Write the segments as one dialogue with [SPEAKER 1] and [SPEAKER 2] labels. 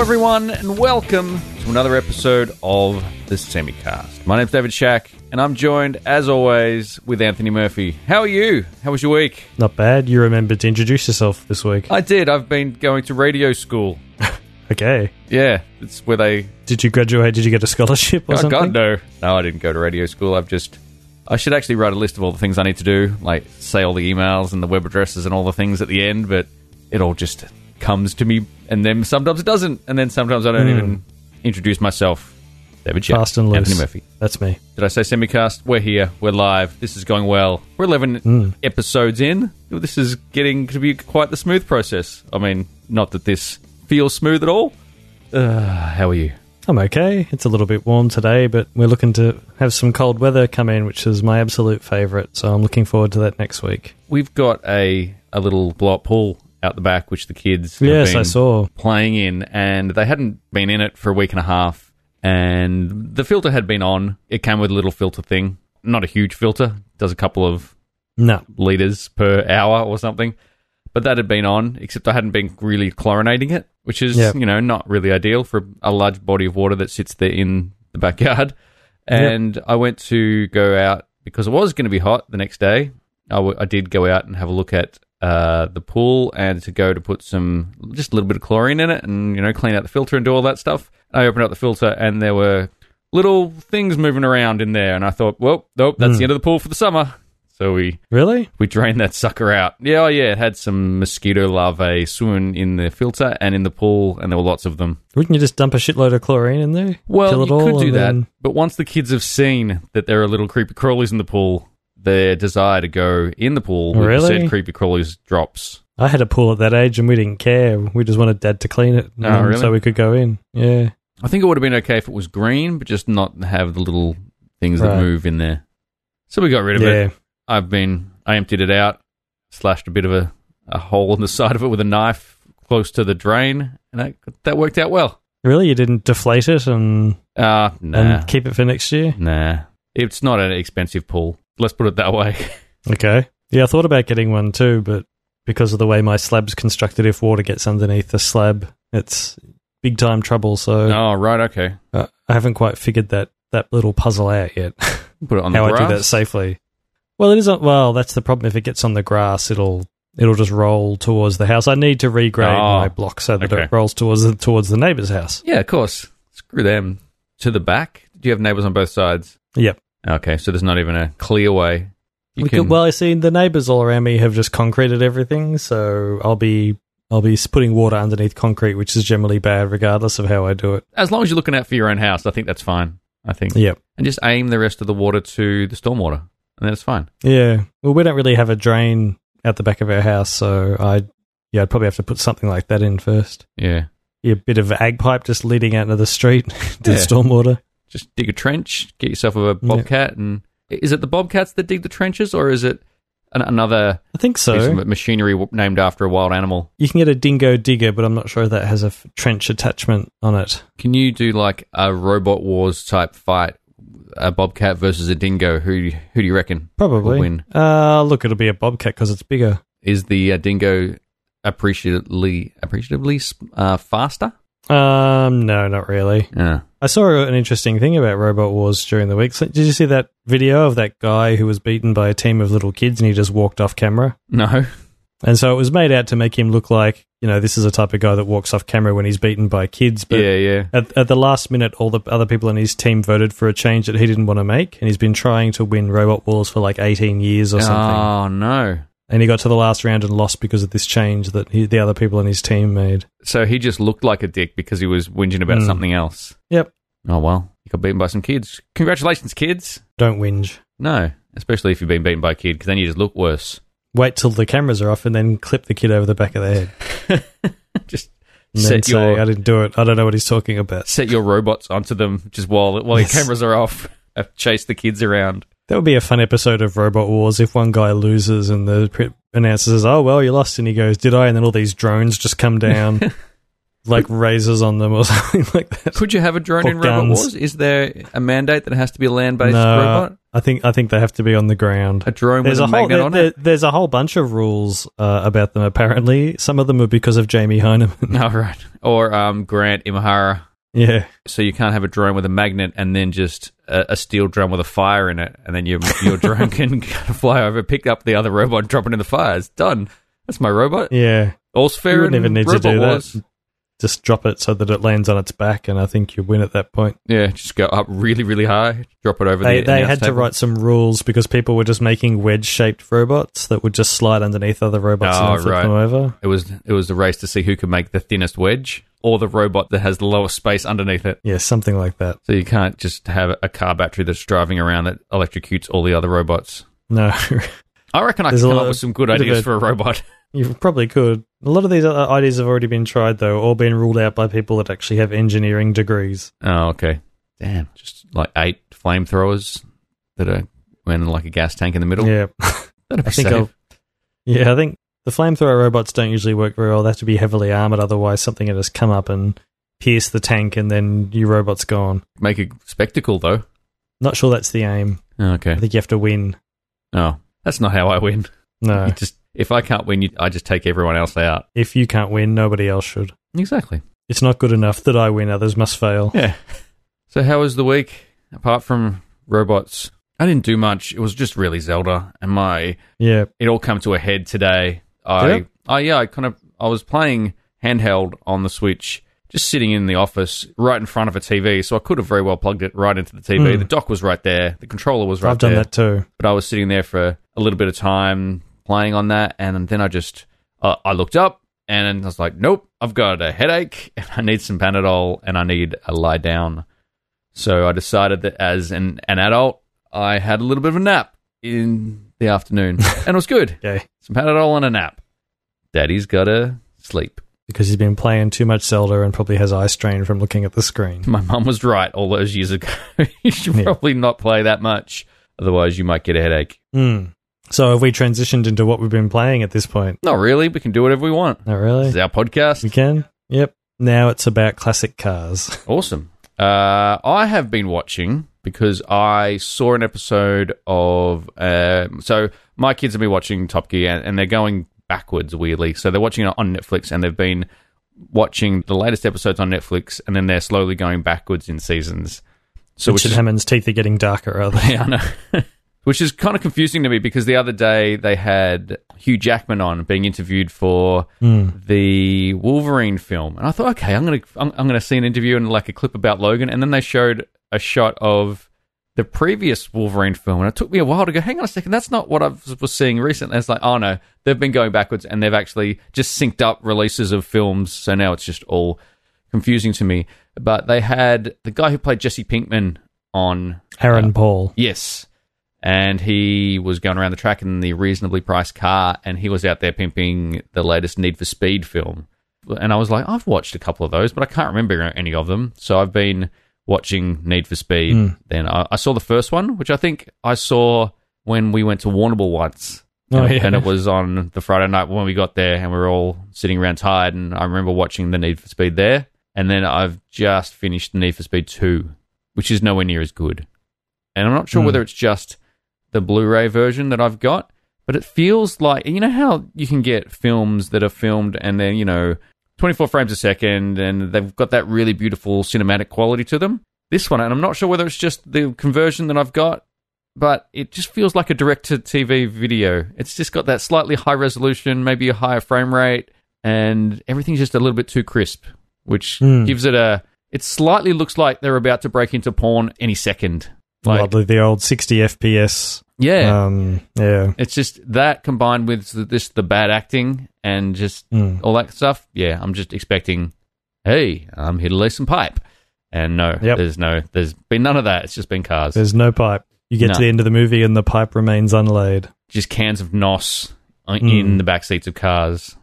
[SPEAKER 1] everyone, and welcome to another episode of the Semicast. My name's David Shack, and I'm joined, as always, with Anthony Murphy. How are you? How was your week?
[SPEAKER 2] Not bad. You remembered to introduce yourself this week.
[SPEAKER 1] I did. I've been going to radio school.
[SPEAKER 2] Okay.
[SPEAKER 1] Yeah, it's where they.
[SPEAKER 2] Did you graduate? Did you get a scholarship or
[SPEAKER 1] Oh, God,
[SPEAKER 2] something?
[SPEAKER 1] no. No, I didn't go to radio school. I've just. I should actually write a list of all the things I need to do, like say all the emails and the web addresses and all the things at the end, but it all just comes to me, and then sometimes it doesn't, and then sometimes I don't even introduce myself. David Shack,
[SPEAKER 2] Fast and loose.
[SPEAKER 1] Anthony Murphy.
[SPEAKER 2] That's me.
[SPEAKER 1] Did I say semicast? We're here. We're live. This is going well. We're 11 episodes in. This is getting to be quite the smooth process. I mean, not that this feels smooth at all. Uh, how are you?
[SPEAKER 2] I'm okay. It's a little bit warm today, but we're looking to have some cold weather come in, which is my absolute favourite. So I'm looking forward to that next week.
[SPEAKER 1] We've got a, a little blow up pool out the back, which the kids have
[SPEAKER 2] yes,
[SPEAKER 1] been
[SPEAKER 2] I saw.
[SPEAKER 1] playing in, and they hadn't been in it for a week and a half. And the filter had been on. It came with a little filter thing, not a huge filter, does a couple of
[SPEAKER 2] No.
[SPEAKER 1] liters per hour or something. But that had been on, except I hadn't been really chlorinating it, which is
[SPEAKER 2] Yep.
[SPEAKER 1] you know not really ideal for a large body of water that sits there in the backyard. And I went to go out because it was going to be hot the next day. I, w- I did go out and have a look at uh, the pool and to go to put some just a little bit of chlorine in it and you know clean out the filter and do all that stuff. I opened up the filter and there were little things moving around in there, and I thought, well, nope, that's the end of the pool for the summer. So we
[SPEAKER 2] Really?
[SPEAKER 1] we drained that sucker out. Yeah, oh yeah, it had some mosquito larvae swimming in the filter and in the pool, and there were lots of them.
[SPEAKER 2] Wouldn't you just dump a shitload of chlorine in there?
[SPEAKER 1] Well,
[SPEAKER 2] Kill
[SPEAKER 1] you
[SPEAKER 2] it all
[SPEAKER 1] could do
[SPEAKER 2] and
[SPEAKER 1] that,
[SPEAKER 2] then-
[SPEAKER 1] but once the kids have seen that there are little creepy crawlies in the pool, their desire to go in the pool with
[SPEAKER 2] Really?
[SPEAKER 1] said creepy crawlies drops.
[SPEAKER 2] I had a pool at that age and we didn't care. We just wanted dad to clean it
[SPEAKER 1] Oh,
[SPEAKER 2] um,
[SPEAKER 1] really?
[SPEAKER 2] so we could go in. Yeah.
[SPEAKER 1] I think it would have been okay if it was green, but just not have the little things that
[SPEAKER 2] Right.
[SPEAKER 1] move in there. So we got rid of it.
[SPEAKER 2] Yeah.
[SPEAKER 1] I've been I emptied it out, slashed a bit of a, a hole in the side of it with a knife close to the drain, and that that worked out well.
[SPEAKER 2] Really? You didn't deflate it and,
[SPEAKER 1] Uh nah.
[SPEAKER 2] and keep it for next year?
[SPEAKER 1] nah. It's not an expensive pool. Let's put it that way.
[SPEAKER 2] Okay. Yeah, I thought about getting one too, but because of the way my slab's constructed, if water gets underneath the slab, it's big time trouble. So
[SPEAKER 1] oh, right, okay.
[SPEAKER 2] uh, I haven't quite figured that, that little puzzle out yet.
[SPEAKER 1] Put it on
[SPEAKER 2] how
[SPEAKER 1] the
[SPEAKER 2] I do
[SPEAKER 1] grass.
[SPEAKER 2] that safely. Well, it isn't. Well, that's the problem. If it gets on the grass, it'll it'll just roll towards the house. I need to regrade
[SPEAKER 1] Oh,
[SPEAKER 2] my block so that
[SPEAKER 1] okay.
[SPEAKER 2] it rolls towards the, towards the neighbour's house.
[SPEAKER 1] yeah, of course. Screw them. To the back? Do you have neighbors on both sides?
[SPEAKER 2] Yep.
[SPEAKER 1] Okay, so there's not even a clear way. You
[SPEAKER 2] We
[SPEAKER 1] can-
[SPEAKER 2] could, well, I see the neighbours all around me have just concreted everything, so I'll be I'll be putting water underneath concrete, which is generally bad, regardless of how I do it.
[SPEAKER 1] as long as you're looking out for your own house, I think that's fine. I think.
[SPEAKER 2] Yep.
[SPEAKER 1] And just aim the rest of the water to the stormwater, and then it's fine.
[SPEAKER 2] Yeah. Well, we don't really have a drain at the back of our house, so I yeah, I'd probably have to put something like that in first.
[SPEAKER 1] Yeah.
[SPEAKER 2] Yeah, a bit of ag pipe just leading out into the street to
[SPEAKER 1] Yeah.
[SPEAKER 2] the stormwater.
[SPEAKER 1] Just dig a trench, get yourself a bobcat, and is it the bobcats that dig the trenches, or is it an- another
[SPEAKER 2] I think so.
[SPEAKER 1] piece of machinery w- named after a wild animal?
[SPEAKER 2] You can get a dingo digger, but I'm not sure if that has a f- trench attachment on it.
[SPEAKER 1] Can you do like a Robot Wars type fight, a bobcat versus a dingo? Who who do you reckon?
[SPEAKER 2] Probably.
[SPEAKER 1] Will win.
[SPEAKER 2] Uh, look, it'll be a bobcat because it's bigger.
[SPEAKER 1] Is the uh, dingo appreciatively appreciatively uh, faster?
[SPEAKER 2] Um, no, not really.
[SPEAKER 1] Yeah.
[SPEAKER 2] I saw an interesting thing about Robot Wars during the week. So, did you see that video of that guy who was beaten by a team of little kids and he just walked off camera?
[SPEAKER 1] No.
[SPEAKER 2] And so it was made out to make him look like, you know, this is a type of guy that walks off camera when he's beaten by kids. But
[SPEAKER 1] yeah, yeah.
[SPEAKER 2] at, at the last minute, all the other people in his team voted for a change that he didn't want to make. And he's been trying to win Robot Wars for like 18 years or something.
[SPEAKER 1] Oh no.
[SPEAKER 2] and he got to the last round and lost because of this change that he, the other people in his team made.
[SPEAKER 1] So he just looked like a dick because he was whinging about
[SPEAKER 2] Hmm.
[SPEAKER 1] something else.
[SPEAKER 2] Yep.
[SPEAKER 1] Oh well, you got beaten by some kids. Congratulations, kids.
[SPEAKER 2] Don't whinge.
[SPEAKER 1] No, especially if you've been beaten by a kid, because then you just look worse.
[SPEAKER 2] Wait till the cameras are off and then clip the kid over the back of the head.
[SPEAKER 1] Just
[SPEAKER 2] And then
[SPEAKER 1] set
[SPEAKER 2] say,
[SPEAKER 1] your
[SPEAKER 2] I didn't do it. I don't know what he's talking about.
[SPEAKER 1] set your robots onto them just while while your
[SPEAKER 2] Yes.
[SPEAKER 1] cameras are off. uh, Chase the kids around.
[SPEAKER 2] That would be a fun episode of Robot Wars if one guy loses and the pre- announcer says, Oh, well, you lost. And he goes, Did I? And then all these drones just come down like razors on them or something like that.
[SPEAKER 1] Could you have a drone
[SPEAKER 2] Or
[SPEAKER 1] in Robot
[SPEAKER 2] guns.
[SPEAKER 1] Wars? Is there a mandate that it has to be a land based
[SPEAKER 2] No,
[SPEAKER 1] robot?
[SPEAKER 2] I think I think they have to be on the ground.
[SPEAKER 1] A drone
[SPEAKER 2] There's
[SPEAKER 1] with a,
[SPEAKER 2] a whole
[SPEAKER 1] magnet
[SPEAKER 2] there-
[SPEAKER 1] on
[SPEAKER 2] there-
[SPEAKER 1] it.
[SPEAKER 2] there's a whole bunch of rules uh, about them. Apparently, some of them are because of Jamie Heineman.
[SPEAKER 1] No, right. Or um, Grant Imahara.
[SPEAKER 2] yeah,
[SPEAKER 1] So you can't have a drone with a magnet and then just a, a steel drum with a fire in it, and then your your drone can fly over, pick up the other robot, and drop it in the fire. It's done. That's my robot.
[SPEAKER 2] yeah.
[SPEAKER 1] All's
[SPEAKER 2] You
[SPEAKER 1] fair in
[SPEAKER 2] wouldn't even need to
[SPEAKER 1] robot
[SPEAKER 2] do that.
[SPEAKER 1] wars.
[SPEAKER 2] Just drop it so that it lands on its back, and I think you win at that point.
[SPEAKER 1] Yeah, just go up really, really high, drop it over
[SPEAKER 2] They,
[SPEAKER 1] the.
[SPEAKER 2] they
[SPEAKER 1] announce
[SPEAKER 2] had to
[SPEAKER 1] table.
[SPEAKER 2] write some rules because people were just making wedge shaped robots that would just slide underneath other robots
[SPEAKER 1] Oh,
[SPEAKER 2] and then flip
[SPEAKER 1] right.
[SPEAKER 2] them over.
[SPEAKER 1] It was it was the race to see who could make the thinnest wedge or the robot that has the lowest space underneath it.
[SPEAKER 2] Yeah, something like that.
[SPEAKER 1] So you can't just have a car battery that's driving around that electrocutes all the other robots.
[SPEAKER 2] No,
[SPEAKER 1] I reckon I
[SPEAKER 2] There's
[SPEAKER 1] could
[SPEAKER 2] a
[SPEAKER 1] come
[SPEAKER 2] lot
[SPEAKER 1] up
[SPEAKER 2] of-
[SPEAKER 1] with some good
[SPEAKER 2] bit of
[SPEAKER 1] ideas
[SPEAKER 2] a-
[SPEAKER 1] for a robot.
[SPEAKER 2] you probably could. A lot of these other ideas have already been tried, though, or been ruled out by people that actually have engineering degrees.
[SPEAKER 1] Oh, okay. Damn, just like eight flamethrowers that are went in like a gas tank in the middle.
[SPEAKER 2] Yeah,
[SPEAKER 1] That'd be
[SPEAKER 2] I think
[SPEAKER 1] safe.
[SPEAKER 2] I'll, yeah, I think the flamethrower robots don't usually work very well. They have to be heavily armored, otherwise something will just come up and pierce the tank, and then your robot's gone.
[SPEAKER 1] make a spectacle though.
[SPEAKER 2] Not sure that's the aim.
[SPEAKER 1] Oh,
[SPEAKER 2] I
[SPEAKER 1] okay.
[SPEAKER 2] think you have to win.
[SPEAKER 1] Oh, that's not how I win.
[SPEAKER 2] No,
[SPEAKER 1] You just if I can't win, you, I just take everyone else out.
[SPEAKER 2] if you can't win, nobody else should.
[SPEAKER 1] Exactly.
[SPEAKER 2] It's not good enough that I win; others must fail.
[SPEAKER 1] Yeah. So how was the week apart from robots? I didn't do much. It was just really Zelda, and my
[SPEAKER 2] Yeah,
[SPEAKER 1] it all come to a head today. I
[SPEAKER 2] Did it?
[SPEAKER 1] oh yeah, I kind of I was playing handheld on the Switch, just sitting in the office right in front of a TV, so I could have very well plugged it right into the TV.
[SPEAKER 2] Hmm.
[SPEAKER 1] The dock was right there, the controller was right
[SPEAKER 2] I've done
[SPEAKER 1] there,
[SPEAKER 2] that too.
[SPEAKER 1] but I was sitting there for a little bit of time playing on that, and then I just uh, I looked up and I was like, nope, I've got a headache, and I need some Panadol, and I need a lie down. So I decided that as an, an adult, I had a little bit of a nap in the afternoon, and it was good
[SPEAKER 2] Okay,
[SPEAKER 1] some Panadol and a nap. Daddy's gotta sleep.
[SPEAKER 2] because he's been playing too much Zelda and probably has eye strain from looking at the screen.
[SPEAKER 1] My mum was right all those years ago. you should
[SPEAKER 2] Yeah.
[SPEAKER 1] probably not play that much, otherwise you might get a headache.
[SPEAKER 2] Mm. So have we transitioned into what we've been playing at this point?
[SPEAKER 1] Not really. We can do whatever we want.
[SPEAKER 2] Not really.
[SPEAKER 1] This is our
[SPEAKER 2] We
[SPEAKER 1] podcast.
[SPEAKER 2] can. Yep. Now it's about classic cars.
[SPEAKER 1] Awesome. Uh, I have been watching because I saw an episode of. Uh, so my kids have been watching Top Gear, and, and they're going backwards weirdly. So they're watching it on Netflix, and they've been watching the latest episodes on Netflix, and then they're slowly going backwards in seasons. So which
[SPEAKER 2] Richard
[SPEAKER 1] is
[SPEAKER 2] Hammond's teeth are getting darker, are they?
[SPEAKER 1] Yeah, I know. Which is kind of confusing to me because the other day they had Hugh Jackman on being interviewed for the Wolverine film, and I thought, okay, I'm gonna I'm, I'm gonna see an interview and like a clip about Logan, and then they showed a shot of the previous Wolverine film, and it took me a while to go, hang on a second, that's not what I was was seeing recently. And it's like, oh no, they've been going backwards, and they've actually just synced up releases of films, so now it's just all confusing to me. But they had the guy who played Jesse Pinkman on
[SPEAKER 2] Aaron Paul.
[SPEAKER 1] Yes. And he was going around the track in the reasonably priced car, and he was out there pimping the latest Need for Speed film. And I was like, I've watched a couple of those, but I can't remember any of them. So I've been watching Need for Speed.
[SPEAKER 2] Hmm.
[SPEAKER 1] Then I, I saw the first one, which I think I saw when we went to Warnable once.
[SPEAKER 2] Oh,
[SPEAKER 1] and,
[SPEAKER 2] yeah.
[SPEAKER 1] and it was on the Friday night when we got there, and we were all sitting around tired. And I remember watching the Need for Speed there. And then I've just finished the Need for Speed 2, which is nowhere near as good and I'm not sure
[SPEAKER 2] Hmm.
[SPEAKER 1] whether it's just the Blu-ray version that I've got, but it feels like you know how you can get films that are filmed and then you know 24 frames a second, and they've got that really beautiful cinematic quality to them. This one, and I'm not sure whether it's just the conversion that I've got, but it just feels like a direct-to-TV video. It's just got that slightly high resolution, maybe a higher frame rate, and everything's just a little bit too crisp, which
[SPEAKER 2] Hmm.
[SPEAKER 1] gives it a. It slightly looks like they're about to break into porn any second. Like,
[SPEAKER 2] Lovely, the old 60 FPS.
[SPEAKER 1] yeah.
[SPEAKER 2] Um, yeah.
[SPEAKER 1] it's just that combined with the, this the bad acting and just
[SPEAKER 2] Mm.
[SPEAKER 1] all that stuff. Yeah, I'm just expecting, hey, I'm here to lay some pipe. And no,
[SPEAKER 2] Yep.
[SPEAKER 1] there's no, there's been none of that. It's just been cars,
[SPEAKER 2] There's no pipe. You get
[SPEAKER 1] No.
[SPEAKER 2] to the end of the movie and the pipe remains unlaid.
[SPEAKER 1] just cans of nos uh, in
[SPEAKER 2] Mm.
[SPEAKER 1] the back seats of cars,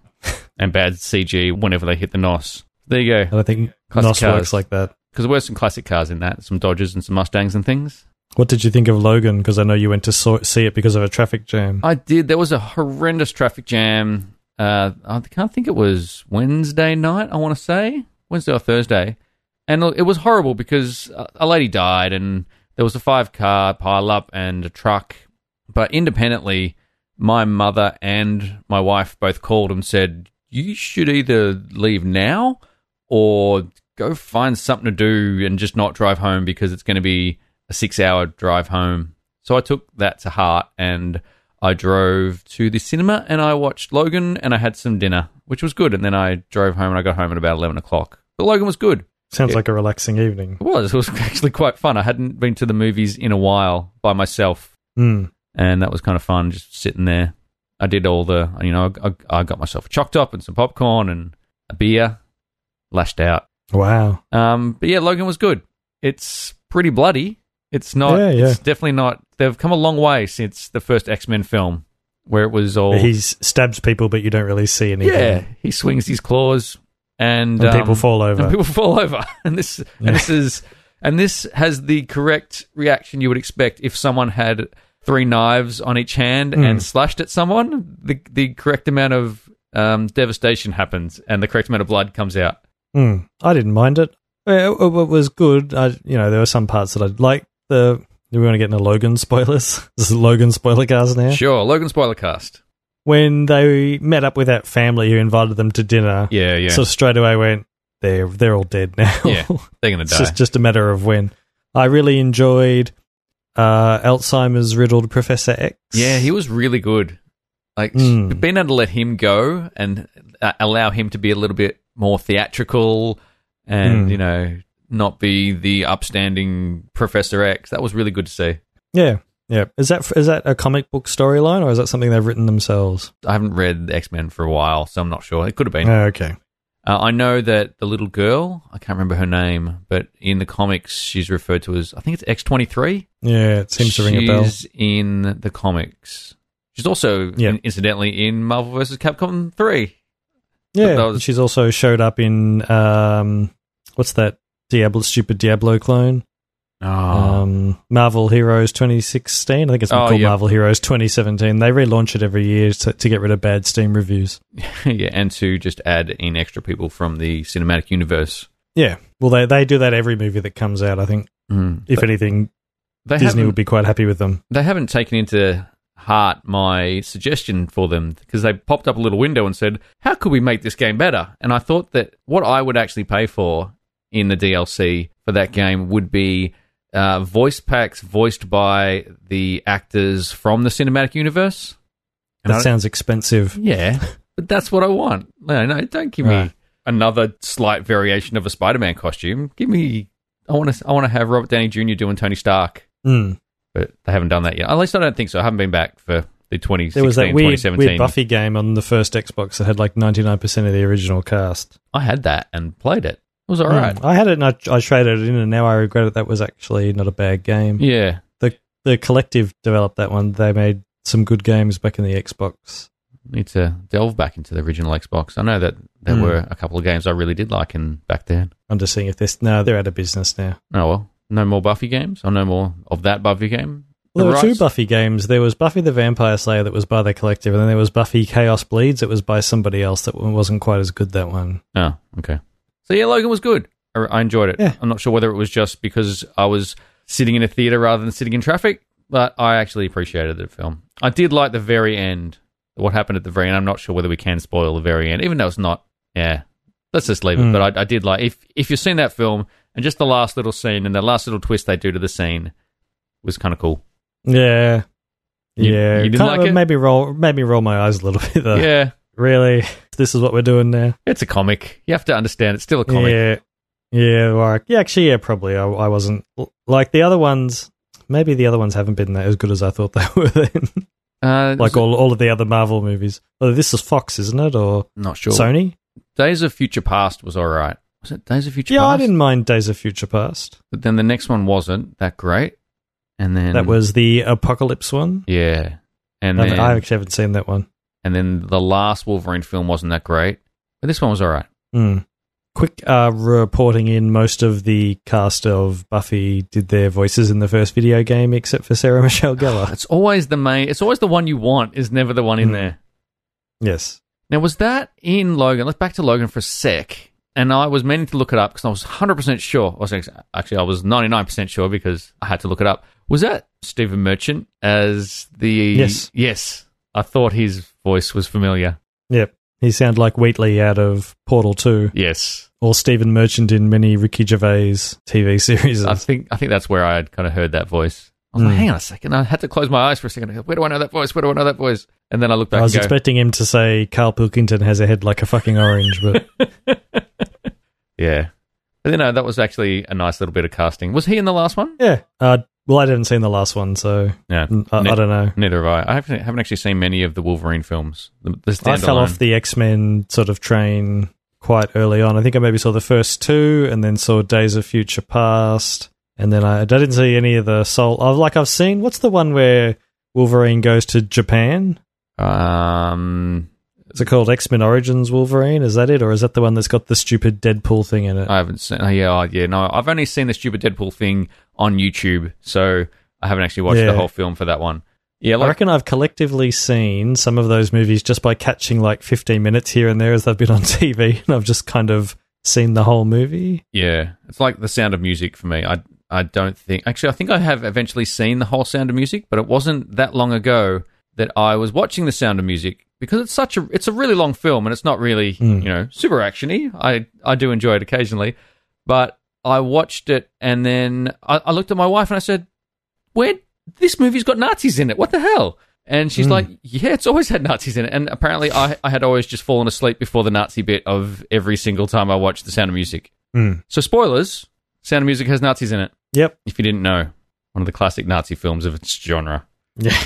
[SPEAKER 1] and bad CG whenever they hit the nos. There you
[SPEAKER 2] I
[SPEAKER 1] go.
[SPEAKER 2] don't think
[SPEAKER 1] Classic
[SPEAKER 2] NOS
[SPEAKER 1] cars.
[SPEAKER 2] works like that.
[SPEAKER 1] Because there were some classic cars in that, some Dodges and some Mustangs and things.
[SPEAKER 2] What did you think of Logan? Because I know you went to saw- see it because of a traffic jam.
[SPEAKER 1] I did. There was a horrendous traffic jam. Uh, I can't think it was Wednesday night. I want to say Wednesday or Thursday, and it was horrible because a- a lady died, and there was a five car pile up and a truck, but independently, my mother and my wife both called and said, You should either leave now or go find something to do and just not drive home because it's going to be a six hour drive home. So I took that to heart and I drove to the cinema and I watched Logan and I had some dinner, which was good. And then I drove home and I got home at about 11 o'clock. But Logan was good.
[SPEAKER 2] Sounds
[SPEAKER 1] Yeah.
[SPEAKER 2] like a relaxing evening.
[SPEAKER 1] It was. It was actually quite fun. I hadn't been to the movies in a while by myself,
[SPEAKER 2] Mm.
[SPEAKER 1] and that was kind of fun just sitting there. I did all the, you know, I, I got myself a choc top and some popcorn and a beer, lashed out.
[SPEAKER 2] Wow.
[SPEAKER 1] Um, but yeah, Logan was good. It's pretty bloody. It's not.
[SPEAKER 2] Yeah, yeah.
[SPEAKER 1] It's definitely not. They've come a long way since the first X Men film, where it was all.
[SPEAKER 2] He s- stabs people, but you don't really see anything.
[SPEAKER 1] Oh. yeah, he swings his claws, and,
[SPEAKER 2] And
[SPEAKER 1] um,
[SPEAKER 2] people fall over.
[SPEAKER 1] and people fall over. And this and this is and this has the correct reaction you would expect if someone had three knives on each hand
[SPEAKER 2] Hmm.
[SPEAKER 1] and slashed at someone. The the correct amount of um, devastation happens, and the correct amount of blood comes out.
[SPEAKER 2] Mm, I didn't mind it. It, it- it was good. I, you know, there were some parts that I like. The do we want to get into Logan spoilers? this is Logan spoiler cars now.
[SPEAKER 1] Sure, Logan Spoilercast.
[SPEAKER 2] When they met up with that family who invited them to dinner,
[SPEAKER 1] Yeah, yeah,
[SPEAKER 2] so straight away went they're they're all dead now.
[SPEAKER 1] Yeah, they're gonna
[SPEAKER 2] it's
[SPEAKER 1] die.
[SPEAKER 2] just, just a matter of when. I really enjoyed uh, Alzheimer's riddled Professor X.
[SPEAKER 1] yeah, he was really good. Like
[SPEAKER 2] Mm.
[SPEAKER 1] being able to let him go and uh, allow him to be a little bit more theatrical, and
[SPEAKER 2] Mm.
[SPEAKER 1] you know, not be the upstanding Professor X. That was really good to see.
[SPEAKER 2] yeah, yeah. Is that is that a comic book storyline or is that something they've written themselves?
[SPEAKER 1] I haven't read X Men for a while, so I'm not sure. It could have been.
[SPEAKER 2] Oh, okay.
[SPEAKER 1] Uh, I know that the little girl, I can't remember her name, but in the comics, she's referred to as, I think it's X23.
[SPEAKER 2] Yeah, it seems to ring a bell.
[SPEAKER 1] She's in the comics. She's also,
[SPEAKER 2] Yeah.
[SPEAKER 1] in- incidentally, in Marvel vs. Capcom 3.
[SPEAKER 2] Yeah,
[SPEAKER 1] that was-
[SPEAKER 2] and she's also showed up in um, what's that Diablo stupid Diablo clone?
[SPEAKER 1] Oh,
[SPEAKER 2] Um, Marvel Heroes 2016. I think it's been
[SPEAKER 1] Oh,
[SPEAKER 2] called
[SPEAKER 1] yeah.
[SPEAKER 2] Marvel Heroes 2017. They relaunch it every year to, to get rid of bad Steam reviews.
[SPEAKER 1] yeah, and to just add in extra people from the cinematic universe.
[SPEAKER 2] Yeah, well they they do that every movie that comes out. I think
[SPEAKER 1] Mm.
[SPEAKER 2] if anything,
[SPEAKER 1] They
[SPEAKER 2] Disney
[SPEAKER 1] haven't-
[SPEAKER 2] would be quite happy with them.
[SPEAKER 1] they haven't taken into heart my suggestion for them because they popped up a little window and said, "How could we make this game better?" And I thought that what I would actually pay for in the DLC for that game would be uh, voice packs voiced by the actors from the cinematic universe. And I
[SPEAKER 2] That
[SPEAKER 1] don't-
[SPEAKER 2] sounds expensive.
[SPEAKER 1] yeah, but that's what I want. No, no, don't give
[SPEAKER 2] Right.
[SPEAKER 1] me another slight variation of a Spider-Man costume. Give me. I want to. I want to have Robert Downey Jr. doing Tony Stark
[SPEAKER 2] Mm.
[SPEAKER 1] but they haven't done that yet. At least I don't think so. I haven't been back for the 2016,
[SPEAKER 2] There was that weird,
[SPEAKER 1] 2017.
[SPEAKER 2] weird Buffy game on the first Xbox that had like 99% of the original cast.
[SPEAKER 1] I had that and played it. It was all right.
[SPEAKER 2] Mm. I had it and I, I traded it in, and now I regret it. That was actually not a bad game.
[SPEAKER 1] Yeah.
[SPEAKER 2] the collective developed that one. They made some good games back in the Xbox.
[SPEAKER 1] Need to delve back into the original Xbox. I know that there
[SPEAKER 2] Hmm.
[SPEAKER 1] were a couple of games I really did like in back then.
[SPEAKER 2] I'm just seeing if this. No, they're out of business now.
[SPEAKER 1] Oh well, no more Buffy games or no more of that Buffy game.
[SPEAKER 2] Well, there
[SPEAKER 1] The
[SPEAKER 2] were two
[SPEAKER 1] rights-
[SPEAKER 2] Buffy games. There was Buffy the Vampire Slayer that was by the collective, and then there was Buffy Chaos Bleeds that was by somebody else that wasn't quite as good. That one.
[SPEAKER 1] Oh, okay. So yeah, Logan was good. I, I enjoyed it.
[SPEAKER 2] Yeah.
[SPEAKER 1] I'm not sure whether it was just because I was sitting in a theater rather than sitting in traffic, but I actually appreciated the film. I did like the very end. What happened at the very end? I'm not sure whether we can spoil the very end, even though it's not. Yeah, let's just leave it.
[SPEAKER 2] Mm.
[SPEAKER 1] But I, I did like if if you've seen that film and just the last little scene and the last little twist they do to the scene was kind of cool.
[SPEAKER 2] Yeah.
[SPEAKER 1] You-
[SPEAKER 2] yeah,
[SPEAKER 1] you didn't
[SPEAKER 2] Kind
[SPEAKER 1] like
[SPEAKER 2] of
[SPEAKER 1] it?
[SPEAKER 2] Made me roll, made me roll my eyes a little bit though.
[SPEAKER 1] yeah,
[SPEAKER 2] Really, this is what we're doing now.
[SPEAKER 1] it's a comic. You have to understand it's still a comic.
[SPEAKER 2] Yeah, yeah, like yeah, actually, yeah, probably. I, I wasn't like the other ones. Maybe the other ones haven't been that as good as I thought they were then.
[SPEAKER 1] Uh,
[SPEAKER 2] like all, all of the other Marvel movies. Oh, this is Fox, isn't it, or
[SPEAKER 1] not sure.
[SPEAKER 2] Sony?
[SPEAKER 1] Days of Future Past was all right. Was it Days of Future
[SPEAKER 2] Yeah, I
[SPEAKER 1] Past?
[SPEAKER 2] didn't mind Days of Future Past.
[SPEAKER 1] But then the next one wasn't that great. And then
[SPEAKER 2] That was the Apocalypse one.
[SPEAKER 1] yeah. And
[SPEAKER 2] I-
[SPEAKER 1] then
[SPEAKER 2] I actually haven't seen that one.
[SPEAKER 1] and then the last Wolverine film wasn't that great. But this one was all right.
[SPEAKER 2] Hmm. Quick uh, reporting in: most of the cast of Buffy did their voices in the first video game, except for Sarah Michelle Gellar.
[SPEAKER 1] It's always the main. It's always the one you want. Is never the one in
[SPEAKER 2] Mm.
[SPEAKER 1] there.
[SPEAKER 2] yes.
[SPEAKER 1] Now was that in Logan? Let's back to Logan for a sec. and I was meaning to look it up because I was 100% sure. I was ex- actually, I was 99% sure because I had to look it up. Was that Stephen Merchant as the.
[SPEAKER 2] Yes.
[SPEAKER 1] Yes. I thought his voice was familiar.
[SPEAKER 2] Yep. He sounded like Wheatley out of Portal 2
[SPEAKER 1] Yes.
[SPEAKER 2] or Stephen Merchant in many Ricky Gervais TV series.
[SPEAKER 1] I think I think that's where I had kind of heard that voice. I was like,
[SPEAKER 2] Hmm.
[SPEAKER 1] hang on a second. I had to close my eyes for a second. I go, Where do I know that voice? Where do I know that voice? And then I looked back
[SPEAKER 2] I was
[SPEAKER 1] and go,
[SPEAKER 2] expecting him to say Carl Pilkington has a head like a fucking orange, but
[SPEAKER 1] yeah. But you know, that was actually a nice little bit of casting. Was he in the last one?
[SPEAKER 2] yeah. Uh, well, I haven't seen the last one, so
[SPEAKER 1] Yeah.
[SPEAKER 2] mm, I, I
[SPEAKER 1] Nick-
[SPEAKER 2] don't know.
[SPEAKER 1] Neither have I. I haven't, haven't actually seen many of the Wolverine films. The, the
[SPEAKER 2] I fell
[SPEAKER 1] standalone.
[SPEAKER 2] off the X Men sort of train quite early on. I think I maybe saw the first two, and then saw Days of Future Past, and then I, I didn't see any of the Soul. I've like I've seen what's the one where Wolverine goes to Japan?
[SPEAKER 1] Um,
[SPEAKER 2] Is it called X Men Origins Wolverine? Is that it, or is that the one that's got the stupid Deadpool thing in it?
[SPEAKER 1] I haven't seen. oh, Yeah, oh, yeah. No, I've only seen the stupid Deadpool thing on YouTube, so I haven't actually watched the
[SPEAKER 2] Yeah.
[SPEAKER 1] whole film for that one. Yeah,
[SPEAKER 2] I
[SPEAKER 1] like
[SPEAKER 2] reckon I've collectively seen some of those movies just by catching like 15 minutes here and there as they've been on TV, and I've just kind of seen the whole movie.
[SPEAKER 1] yeah, it's like the Sound of Music for me. I I don't think actually I think I have eventually seen the whole Sound of Music, but it wasn't that long ago that I was watching the Sound of Music because it's such a it's a really long film and it's not really
[SPEAKER 2] Mm.
[SPEAKER 1] you know super actiony. I I do enjoy it occasionally, but I watched it and then I, I looked at my wife and I said, "Where this movie's got Nazis in it? What the hell?" And she's
[SPEAKER 2] Mm.
[SPEAKER 1] like, "Yeah, it's always had Nazis in it." And apparently, I I had always just fallen asleep before the Nazi bit of every single time I watched The Sound of Music. So spoilers: Sound of Music has Nazis in it.
[SPEAKER 2] Yep.
[SPEAKER 1] If you didn't know, one of the classic Nazi films of its genre.
[SPEAKER 2] Yeah.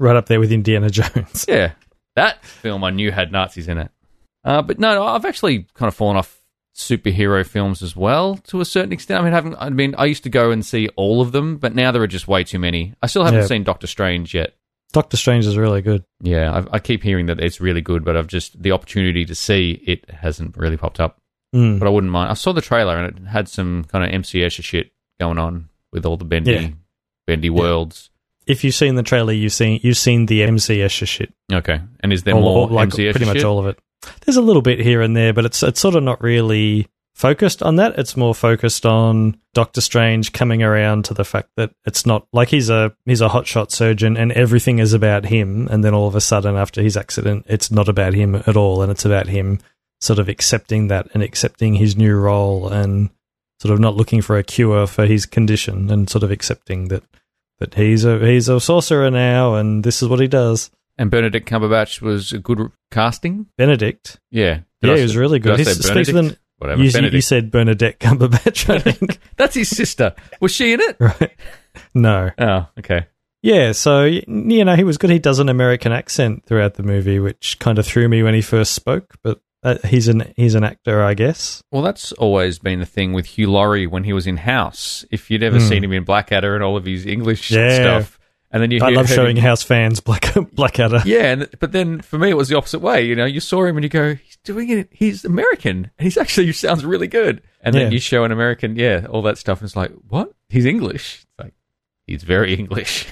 [SPEAKER 2] Right up there with Indiana Jones.
[SPEAKER 1] Yeah, that film I knew had Nazis in it. Uh, but no, no, I've actually kind of fallen off superhero films as well to a certain extent. I mean, I haven't. I mean, I used to go and see all of them, but now there are just way too many. I still haven't
[SPEAKER 2] Yeah.
[SPEAKER 1] seen Doctor Strange yet.
[SPEAKER 2] Doctor Strange is really good.
[SPEAKER 1] Yeah, I, I keep hearing that it's really good, but I've just the opportunity to see it hasn't really popped up.
[SPEAKER 2] Mm.
[SPEAKER 1] but I wouldn't mind. I saw the trailer and it had some kind of MC Escher shit going on with all the bendy,
[SPEAKER 2] Yeah.
[SPEAKER 1] bendy worlds.
[SPEAKER 2] If you've seen the trailer, you've seen you've seen the MC Escher shit.
[SPEAKER 1] Okay, and is there
[SPEAKER 2] All-
[SPEAKER 1] more
[SPEAKER 2] all- like
[SPEAKER 1] MC Escher
[SPEAKER 2] pretty much
[SPEAKER 1] shit?
[SPEAKER 2] all of it. There's a little bit here and there, but it's it's sort of not really focused on that. It's more focused on Doctor Strange coming around to the fact that it's not like he's a he's a hotshot surgeon and everything is about him, and then all of a sudden after his accident, it's not about him at all, and it's about him sort of accepting that and accepting his new role and sort of not looking for a cure for his condition and sort of accepting that that he's a he's a sorcerer now and this is what he does.
[SPEAKER 1] And Benedict Cumberbatch was a good r- casting.
[SPEAKER 2] Benedict.
[SPEAKER 1] Yeah,
[SPEAKER 2] yeah,
[SPEAKER 1] I
[SPEAKER 2] he
[SPEAKER 1] say-
[SPEAKER 2] was really
[SPEAKER 1] did I
[SPEAKER 2] good.
[SPEAKER 1] say
[SPEAKER 2] He speaks with
[SPEAKER 1] Benedict?
[SPEAKER 2] an,
[SPEAKER 1] whatever.
[SPEAKER 2] you, you
[SPEAKER 1] Benedict.
[SPEAKER 2] said Bernadette Cumberbatch, I think.
[SPEAKER 1] That's his sister. Was she in it?
[SPEAKER 2] right? No.
[SPEAKER 1] Oh, okay.
[SPEAKER 2] Yeah, so, y- you know, he was good. He does an American accent throughout the movie, which kind of threw me when he first spoke, but uh, he's an he's an actor, I guess.
[SPEAKER 1] Well, that's always been the thing with Hugh Laurie when he was in House. If you'd ever
[SPEAKER 2] Hmm.
[SPEAKER 1] seen him in Blackadder and all of his English
[SPEAKER 2] Yeah.
[SPEAKER 1] stuff, and then you
[SPEAKER 2] I
[SPEAKER 1] hear
[SPEAKER 2] love
[SPEAKER 1] him-
[SPEAKER 2] showing house fans Black Blackadder.
[SPEAKER 1] Yeah, and, but then for me it was the opposite way. You know, you saw him and you go, he's doing it. He's American, and he's actually he sounds really good. And then
[SPEAKER 2] Yeah.
[SPEAKER 1] you show an American, yeah, all that stuff, and it's like, what? He's English. It's like he's very English.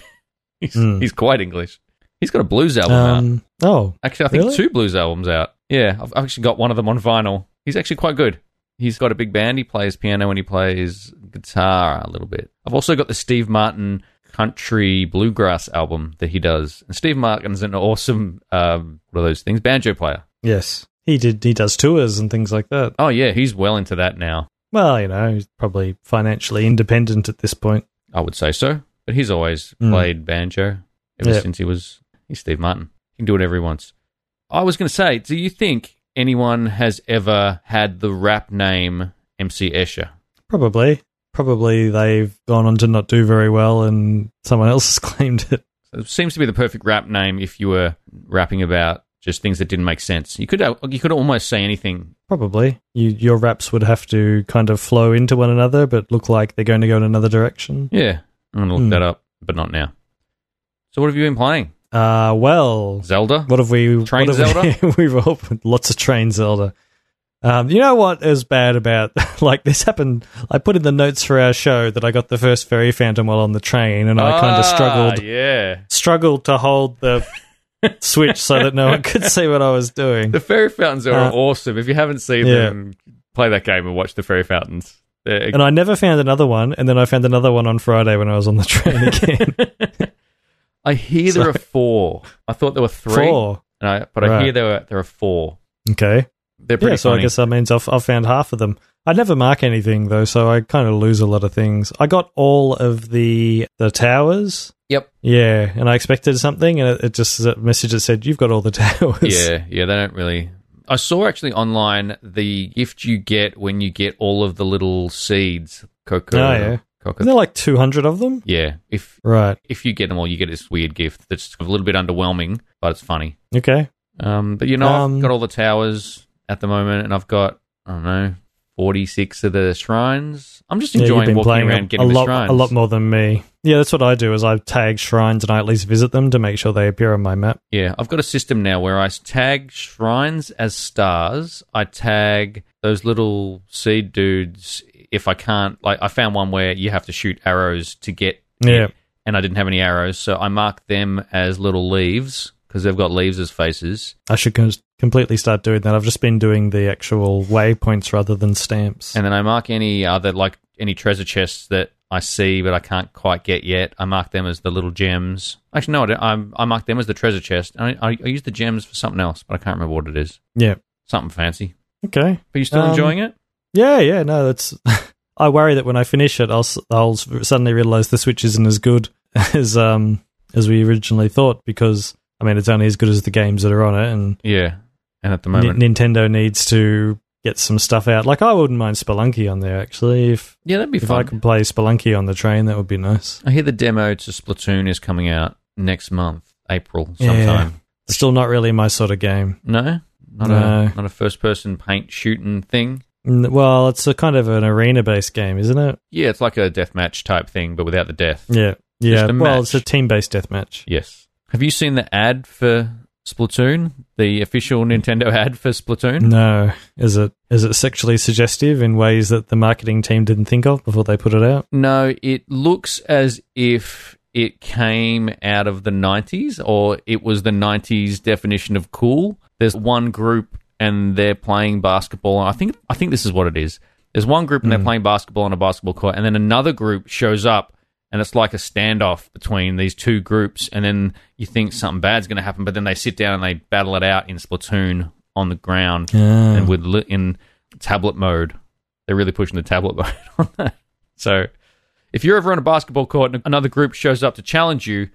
[SPEAKER 1] he's
[SPEAKER 2] Mm.
[SPEAKER 1] he's quite English. He's got a blues album out.
[SPEAKER 2] Um, oh,
[SPEAKER 1] Actually, I think
[SPEAKER 2] really?
[SPEAKER 1] two blues albums out. Yeah, I've I've actually got one of them on vinyl. He's actually quite good. He's got a big band. He plays piano and he plays guitar a little bit. I've also got the Steve Martin country bluegrass album that he does. And Steve Martin's an awesome, um, what are those things? Banjo player.
[SPEAKER 2] yes. He did. He does tours and things like that.
[SPEAKER 1] Oh, yeah, he's well into that now.
[SPEAKER 2] Well, you know, he's probably financially independent at this point.
[SPEAKER 1] I would say so. But he's always
[SPEAKER 2] Mm.
[SPEAKER 1] played banjo ever
[SPEAKER 2] Yeah.
[SPEAKER 1] since he was, he's Steve Martin. He can do whatever he wants. I was going to say, do you think anyone has ever had the rap name MC Escher?
[SPEAKER 2] Probably. Probably they've gone on to not do very well and someone else has claimed it.
[SPEAKER 1] It seems to be the perfect rap name if you were rapping about just things that didn't make sense. You could uh, you could almost say anything.
[SPEAKER 2] Probably. You, your raps would have to kind of flow into one another, but look like they're going to go in another direction.
[SPEAKER 1] Yeah, I'm gonna look
[SPEAKER 2] Hmm.
[SPEAKER 1] that up, but not now. So what have you been playing?
[SPEAKER 2] Uh, well,
[SPEAKER 1] Zelda.
[SPEAKER 2] what have we.
[SPEAKER 1] Train
[SPEAKER 2] what have We, we've all lots of Train Zelda. Um, you know what is bad about like this happened? I put in the notes for our show that I got the first fairy phantom while on the train, and I kind
[SPEAKER 1] Ah,
[SPEAKER 2] of struggled
[SPEAKER 1] Yeah,
[SPEAKER 2] struggled to hold the switch so that no one could see what I was doing.
[SPEAKER 1] the fairy fountains are
[SPEAKER 2] Uh,
[SPEAKER 1] awesome. If you haven't seen
[SPEAKER 2] yeah.
[SPEAKER 1] them, play that game and watch the fairy fountains. They're-
[SPEAKER 2] And I never found another one, and then I found another one on Friday when I was on the train again.
[SPEAKER 1] I hear there are four. I thought there were three,
[SPEAKER 2] Four.
[SPEAKER 1] And I, but I
[SPEAKER 2] Right.
[SPEAKER 1] hear there are, there are four.
[SPEAKER 2] Okay.
[SPEAKER 1] They're pretty
[SPEAKER 2] yeah, so
[SPEAKER 1] funny.
[SPEAKER 2] I guess that means I've, I've found half of them. I never mark anything though, so I kind of lose a lot of things. I got all of the the towers.
[SPEAKER 1] Yep.
[SPEAKER 2] Yeah, and I expected something, and it, it just a message that said you've got all the towers.
[SPEAKER 1] Yeah, yeah, they don't really. I saw actually online the gift you get when you get all of the little seeds. Cocoa.
[SPEAKER 2] Oh, yeah.
[SPEAKER 1] Cocoa.
[SPEAKER 2] Isn't there like two hundred of them?
[SPEAKER 1] Yeah. If
[SPEAKER 2] Right.
[SPEAKER 1] if you get them all, you get this weird gift that's a little bit underwhelming, but it's funny.
[SPEAKER 2] Okay.
[SPEAKER 1] Um, but you know,
[SPEAKER 2] Um,
[SPEAKER 1] I've got all the towers at the moment, and I've got I don't know forty six of the shrines. I'm just
[SPEAKER 2] Yeah, you've
[SPEAKER 1] enjoying
[SPEAKER 2] been
[SPEAKER 1] walking
[SPEAKER 2] playing
[SPEAKER 1] around
[SPEAKER 2] a,
[SPEAKER 1] getting
[SPEAKER 2] a
[SPEAKER 1] the
[SPEAKER 2] lot
[SPEAKER 1] shrines.
[SPEAKER 2] a lot more than me. Yeah, that's what I do. Is I tag shrines and I at least visit them to make sure they appear on my map.
[SPEAKER 1] Yeah, I've got a system now where I tag shrines as stars. I tag those little seed dudes if I can't. Like, I found one where you have to shoot arrows to get.
[SPEAKER 2] Yeah.
[SPEAKER 1] And I didn't have any arrows, so I marked them as little leaves because they've got leaves as faces.
[SPEAKER 2] I should com- completely start doing that. I've just been doing the actual waypoints rather than stamps.
[SPEAKER 1] And then I mark any other, like any treasure chests that I see but I can't quite get yet. I mark them as the little gems. Actually, no, I, don't, I, I mark them as the treasure chest. I, I, I use the gems for something else, but I can't remember what it is.
[SPEAKER 2] yeah.
[SPEAKER 1] Something fancy.
[SPEAKER 2] Okay.
[SPEAKER 1] But you still
[SPEAKER 2] Um,
[SPEAKER 1] enjoying it?
[SPEAKER 2] Yeah, yeah, no, that's. I worry that when I finish it, I'll s- I'll s- suddenly realize the Switch isn't as good as um as we originally thought because I mean it's only as good as the games that are on it, and
[SPEAKER 1] Yeah. And at the
[SPEAKER 2] Ni-
[SPEAKER 1] moment.
[SPEAKER 2] Nintendo needs to get some stuff out. Like I wouldn't mind Spelunky on there actually. If
[SPEAKER 1] yeah, that'd be
[SPEAKER 2] if
[SPEAKER 1] fun. I,
[SPEAKER 2] I could play Spelunky on the train, that would be nice.
[SPEAKER 1] hear the demo to Splatoon is coming out next month, April
[SPEAKER 2] Yeah.
[SPEAKER 1] sometime.
[SPEAKER 2] It's still not really my sort of game.
[SPEAKER 1] No? Not,
[SPEAKER 2] No.
[SPEAKER 1] A, not a first person paint shooting thing.
[SPEAKER 2] N- Well, it's a kind of an arena based game, isn't it?
[SPEAKER 1] Yeah, it's like a deathmatch type thing, but without the death.
[SPEAKER 2] Yeah, yeah.
[SPEAKER 1] Just a
[SPEAKER 2] Well,
[SPEAKER 1] match.
[SPEAKER 2] it's a team based deathmatch.
[SPEAKER 1] Yes. Have you seen the ad for Splatoon? The official Nintendo ad for Splatoon?
[SPEAKER 2] No, is it is it sexually suggestive in ways that the marketing team didn't think of before they put it out?
[SPEAKER 1] No, it looks as if it came out of the 90s or it was the 90s definition of cool. There's one group and they're playing basketball. I think I think this is what it is. There's one group and they're playing basketball on a basketball court and then another group shows up and it's like a standoff between these two groups and then you think something bad's going to happen but then they sit down and they battle it out in Splatoon on the ground and with li- in tablet mode. They're really pushing the tablet mode on that. So if you're ever on a basketball court and another group shows up to challenge you,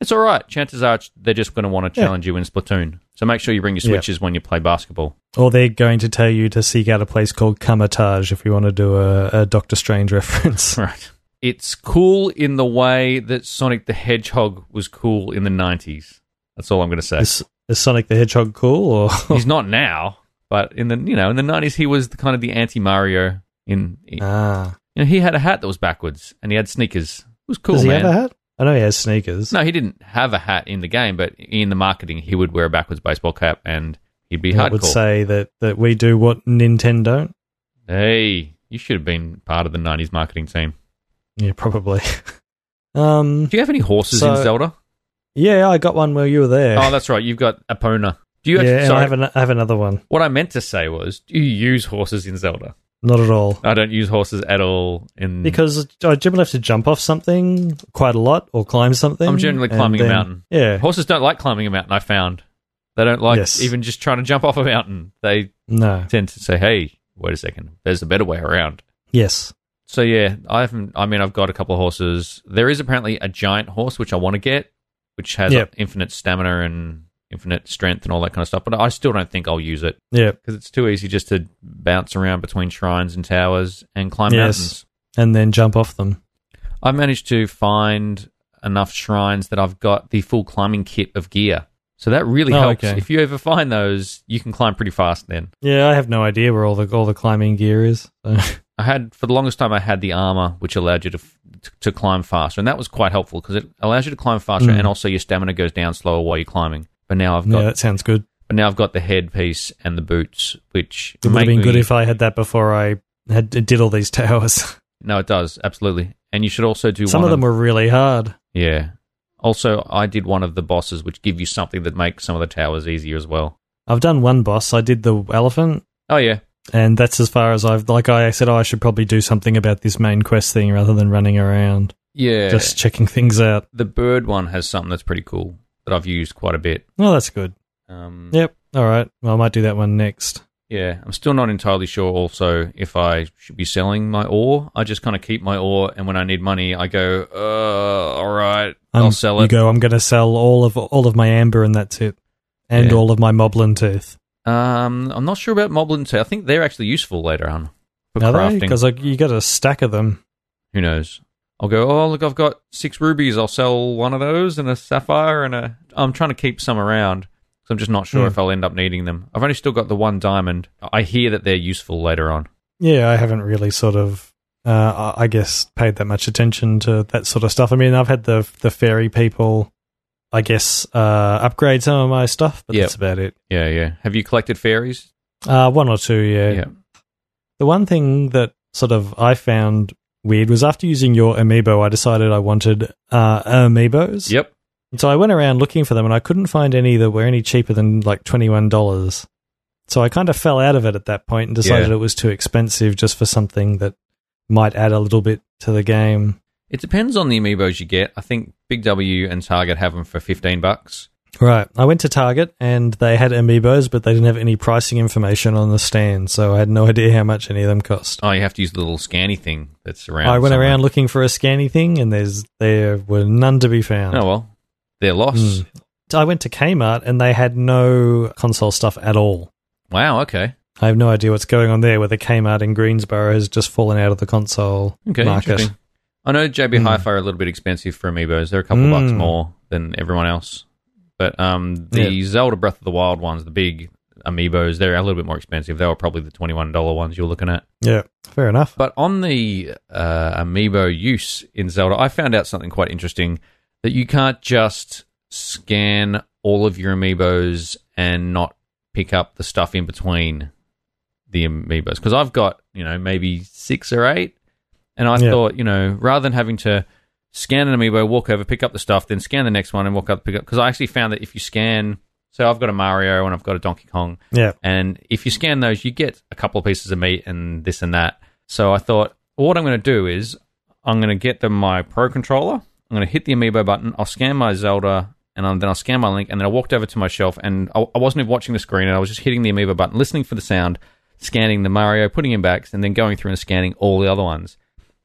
[SPEAKER 1] it's all right. Chances are it's- they're just going to want to
[SPEAKER 2] Yeah.
[SPEAKER 1] challenge you in Splatoon. So make sure you bring your
[SPEAKER 2] Yeah.
[SPEAKER 1] switches when you play basketball.
[SPEAKER 2] Or they're going to tell you to seek out a place called Kamatage if you want to do a, a Doctor Strange reference.
[SPEAKER 1] Right. It's cool in the way that Sonic the Hedgehog was cool in the 90s. That's all I'm going to say.
[SPEAKER 2] is, is Sonic the Hedgehog cool? Or
[SPEAKER 1] He's not now, but in the you know in the 90s he was the, kind of the anti Mario in you
[SPEAKER 2] ah,
[SPEAKER 1] know he had a hat that was backwards and he had sneakers. It was cool,
[SPEAKER 2] does he
[SPEAKER 1] man.
[SPEAKER 2] have a hat? I know he has sneakers.
[SPEAKER 1] No, he didn't have a hat in the game, but in the marketing, he would wear a backwards baseball cap and he'd be
[SPEAKER 2] that
[SPEAKER 1] hardcore.
[SPEAKER 2] would say that, that we do what Nintendo don't.
[SPEAKER 1] hey, you should have been part of the 90s marketing team.
[SPEAKER 2] Yeah, probably. um,
[SPEAKER 1] Do you have any horses
[SPEAKER 2] So-
[SPEAKER 1] in Zelda?
[SPEAKER 2] yeah, I got one where you were there.
[SPEAKER 1] Oh, that's right. You've got Epona. Do you
[SPEAKER 2] yeah,
[SPEAKER 1] actually,
[SPEAKER 2] and I
[SPEAKER 1] sorry,
[SPEAKER 2] have, an, I have another one.
[SPEAKER 1] what I meant to say was, do you use horses in Zelda?
[SPEAKER 2] Not at all.
[SPEAKER 1] I don't use horses at all in.
[SPEAKER 2] because I generally have to jump off something quite a lot or climb something.
[SPEAKER 1] I'm generally
[SPEAKER 2] and
[SPEAKER 1] climbing a
[SPEAKER 2] then-
[SPEAKER 1] mountain.
[SPEAKER 2] Yeah,
[SPEAKER 1] horses don't like climbing a mountain, I found. They don't like
[SPEAKER 2] Yes.
[SPEAKER 1] even just trying to jump off a mountain. They
[SPEAKER 2] no,
[SPEAKER 1] tend to say, hey, wait a second, there's a better way around.
[SPEAKER 2] yes,
[SPEAKER 1] So yeah, I haven't. I mean, I've got a couple of horses. There is apparently a giant horse which I want to get, which has
[SPEAKER 2] Yep.
[SPEAKER 1] infinite stamina and infinite strength and all that kind of stuff. But I still don't think I'll use it
[SPEAKER 2] yeah,
[SPEAKER 1] because it's too easy just to bounce around between shrines and towers and climb
[SPEAKER 2] Yes.
[SPEAKER 1] mountains.
[SPEAKER 2] and then jump off them.
[SPEAKER 1] I managed to find enough shrines that I've got the full climbing kit of gear. So that really
[SPEAKER 2] Oh,
[SPEAKER 1] helps.
[SPEAKER 2] okay.
[SPEAKER 1] If you ever find those, you can climb pretty fast then.
[SPEAKER 2] Yeah, I have no idea where all the all the climbing gear is. So.
[SPEAKER 1] I had for the longest time I had the armor which allowed you to f- to, to climb faster, and that was quite helpful because it allows you to climb faster,
[SPEAKER 2] Mm.
[SPEAKER 1] and also your stamina goes down slower while you're climbing. But now I've got
[SPEAKER 2] yeah, that sounds good.
[SPEAKER 1] but now I've got the headpiece and the boots, which
[SPEAKER 2] It would have
[SPEAKER 1] make
[SPEAKER 2] been
[SPEAKER 1] me-
[SPEAKER 2] good if I had that before I had did all these towers.
[SPEAKER 1] no, it does absolutely. And you should also do
[SPEAKER 2] Some
[SPEAKER 1] one
[SPEAKER 2] of them were really hard.
[SPEAKER 1] yeah. Also, I did one of the bosses, which give you something that makes some of the towers easier as well.
[SPEAKER 2] I've done one boss. I did the elephant,
[SPEAKER 1] Oh yeah,
[SPEAKER 2] and that's as far as I've like I said oh, I should probably do something about this main quest thing rather than running around
[SPEAKER 1] Yeah.
[SPEAKER 2] just checking things out.
[SPEAKER 1] the bird one has something that's pretty cool that I've used quite a bit.
[SPEAKER 2] Oh, that's good.
[SPEAKER 1] Um,
[SPEAKER 2] Yep. All right. Well, I might do that one next.
[SPEAKER 1] Yeah, I'm still not entirely sure also if I should be selling my ore. I just kind of keep my ore, and when I need money, I go, uh, all right, I'll
[SPEAKER 2] Um,
[SPEAKER 1] sell
[SPEAKER 2] You
[SPEAKER 1] it.
[SPEAKER 2] go. I'm going to sell all of all of my amber and that's it, and
[SPEAKER 1] Yeah.
[SPEAKER 2] all of my moblin tooth.
[SPEAKER 1] Um, I'm not sure about moblin tooth. I think they're actually useful later on for crafting.
[SPEAKER 2] because like you got a stack of them.
[SPEAKER 1] Who knows? I'll go, oh, look, I've got six rubies. I'll sell one of those and a sapphire and a. I'm trying to keep some around because I'm just not sure
[SPEAKER 2] Hmm.
[SPEAKER 1] if I'll end up needing them. I've only still got the one diamond. I hear that they're useful later on.
[SPEAKER 2] Yeah, I haven't really sort of. Uh, I I guess paid that much attention to that sort of stuff. I mean, I've had the the fairy people, I guess, uh, upgrade some of my stuff, but
[SPEAKER 1] Yep.
[SPEAKER 2] that's about it.
[SPEAKER 1] Yeah, yeah. Have you collected fairies?
[SPEAKER 2] Uh, one or two, yeah.
[SPEAKER 1] Yeah.
[SPEAKER 2] The one thing that sort of I found weird was after using your amiibo, I decided I wanted uh, amiibos.
[SPEAKER 1] Yep.
[SPEAKER 2] And So I went around looking for them and I couldn't find any that were any cheaper than like $21. So I kind of fell out of it at that point and decided
[SPEAKER 1] Yeah.
[SPEAKER 2] it was too expensive just for something that might add a little bit to the game.
[SPEAKER 1] It depends on the amiibos you get. I think Big W and Target have them for 15 bucks.
[SPEAKER 2] Right. I went to Target and they had amiibos, but they didn't have any pricing information on the stand. So I had no idea how much any of them cost.
[SPEAKER 1] Oh, you have to use the little scanny thing that's around.
[SPEAKER 2] I went
[SPEAKER 1] somewhere.
[SPEAKER 2] around looking for a scanny thing and there's there were none to be found.
[SPEAKER 1] Oh, well. They're lost.
[SPEAKER 2] Mm. I went to Kmart and they had no console stuff at all.
[SPEAKER 1] Wow, okay.
[SPEAKER 2] I have no idea what's going on there. Whether Kmart in Greensboro has just fallen out of the console
[SPEAKER 1] Okay,
[SPEAKER 2] market.
[SPEAKER 1] interesting. I know JB
[SPEAKER 2] Mm.
[SPEAKER 1] Hi-Fi are a little bit expensive for amiibos. They're a couple
[SPEAKER 2] Mm.
[SPEAKER 1] bucks more than everyone else. But um, the
[SPEAKER 2] Yeah.
[SPEAKER 1] Zelda Breath of the Wild ones, the big amiibos, they're a little bit more expensive. They were probably the $21 ones you're looking at.
[SPEAKER 2] Yeah, fair enough.
[SPEAKER 1] But on the uh, amiibo use in Zelda, I found out something quite interesting that you can't just scan all of your amiibos and not pick up the stuff in between the amiibos. Because I've got, you know, maybe six or eight. And I
[SPEAKER 2] Yeah.
[SPEAKER 1] thought, you know, rather than having to scan an amiibo, walk over, pick up the stuff, then scan the next one and walk up, pick up. Because I actually found that if you scan, so I've got a Mario and I've got a Donkey Kong.
[SPEAKER 2] Yeah,
[SPEAKER 1] And if you scan those, you get a couple of pieces of meat and this and that. So I thought, what I'm going to do is I'm going to get them my Pro controller. I'm going to hit the amiibo button. I'll scan my Zelda, and um, then I'll scan my Link. And then I walked over to my shelf, and I, I wasn't even watching the screen, and I was just hitting the amiibo button, listening for the sound, scanning the Mario, putting him back, and then going through and scanning all the other ones.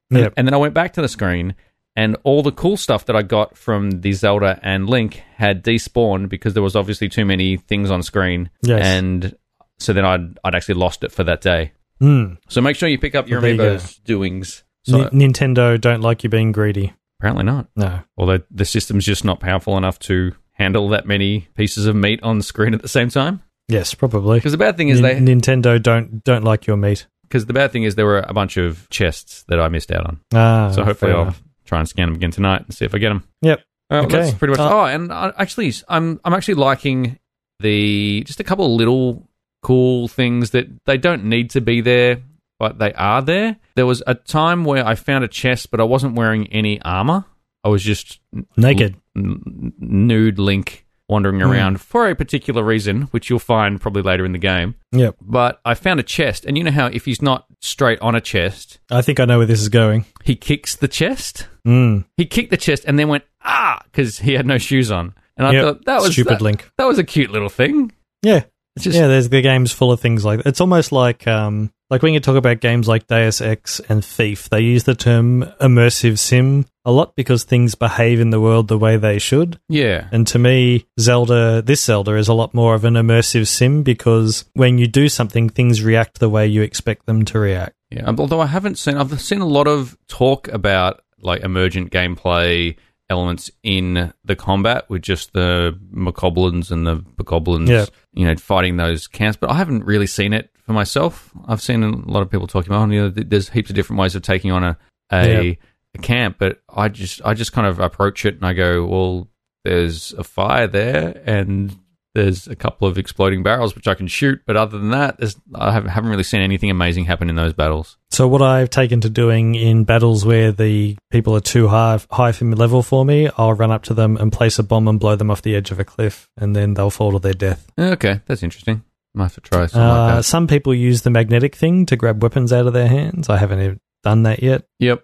[SPEAKER 2] yeah.
[SPEAKER 1] And then I went back to the screen, and all the cool stuff that I got from the Zelda and Link had despawned because there was obviously too many things on screen.
[SPEAKER 2] Yes.
[SPEAKER 1] And so then I'd, I'd actually lost it for that day.
[SPEAKER 2] Mm.
[SPEAKER 1] So make sure you pick up your
[SPEAKER 2] There you go.
[SPEAKER 1] Amiibo's doings. So
[SPEAKER 2] Ni- Nintendo don't like you being greedy.
[SPEAKER 1] apparently not.
[SPEAKER 2] No.
[SPEAKER 1] Although the system's just not powerful enough to handle that many pieces of meat on screen at the same time.
[SPEAKER 2] Yes, probably.
[SPEAKER 1] Because the bad thing is
[SPEAKER 2] Nin-
[SPEAKER 1] they
[SPEAKER 2] Nintendo don't don't like your meat.
[SPEAKER 1] because the bad thing is there were a bunch of chests that I missed out on.
[SPEAKER 2] Ah,
[SPEAKER 1] So hopefully
[SPEAKER 2] fair
[SPEAKER 1] I'll
[SPEAKER 2] enough.
[SPEAKER 1] try and scan them again tonight and see if I get them.
[SPEAKER 2] Yep.
[SPEAKER 1] All right, well,
[SPEAKER 2] Okay.
[SPEAKER 1] that's pretty much.
[SPEAKER 2] Uh,
[SPEAKER 1] oh, and I, actually, I'm I'm actually liking the just a couple of little cool things that they don't need to be there, but they are there. There was a time where I found a chest, but I wasn't wearing any armor. I was just n-
[SPEAKER 2] naked.
[SPEAKER 1] n- nude Link wandering
[SPEAKER 2] Hmm.
[SPEAKER 1] around for a particular reason, which you'll find probably later in the game.
[SPEAKER 2] Yep.
[SPEAKER 1] But I found a chest, and you know how if he's not straight on a chest,
[SPEAKER 2] I think I know where this is going.
[SPEAKER 1] he kicks the chest
[SPEAKER 2] Mm.
[SPEAKER 1] he kicked the chest and then went ah because he had no shoes on and i
[SPEAKER 2] Yep.
[SPEAKER 1] thought that was
[SPEAKER 2] stupid
[SPEAKER 1] that,
[SPEAKER 2] Link.
[SPEAKER 1] that was a cute little thing
[SPEAKER 2] Yeah.
[SPEAKER 1] it's just
[SPEAKER 2] yeah, there's the games full of things like it's almost like um like when you talk about games like Deus Ex and Thief, they use the term immersive sim a lot because things behave in the world the way they should.
[SPEAKER 1] yeah
[SPEAKER 2] And to me, Zelda, this Zelda is a lot more of an immersive sim because when you do something, things react the way you expect them to react.
[SPEAKER 1] yeah although i haven't seen i've seen a lot of talk about like emergent gameplay elements in the combat with just the macoblins and the bokoblins
[SPEAKER 2] Yeah.
[SPEAKER 1] you know fighting those camps but i haven't really seen it for myself i've seen a lot of people talking about oh, you know, th- there's heaps of different ways of taking on a a,
[SPEAKER 2] Yeah.
[SPEAKER 1] a camp but i just i just kind of approach it and i go well there's a fire there and there's a couple of exploding barrels which i can shoot but other than that there's, i haven't haven't really seen anything amazing happen in those battles
[SPEAKER 2] So what I've taken to doing in battles where the people are too high high for me level for me, I'll run up to them and place a bomb and blow them off the edge of a cliff, and then they'll fall to their death.
[SPEAKER 1] okay that's interesting I have to try something like
[SPEAKER 2] Uh,
[SPEAKER 1] that.
[SPEAKER 2] some people use the magnetic thing to grab weapons out of their hands. I haven't even done that yet.
[SPEAKER 1] Yep.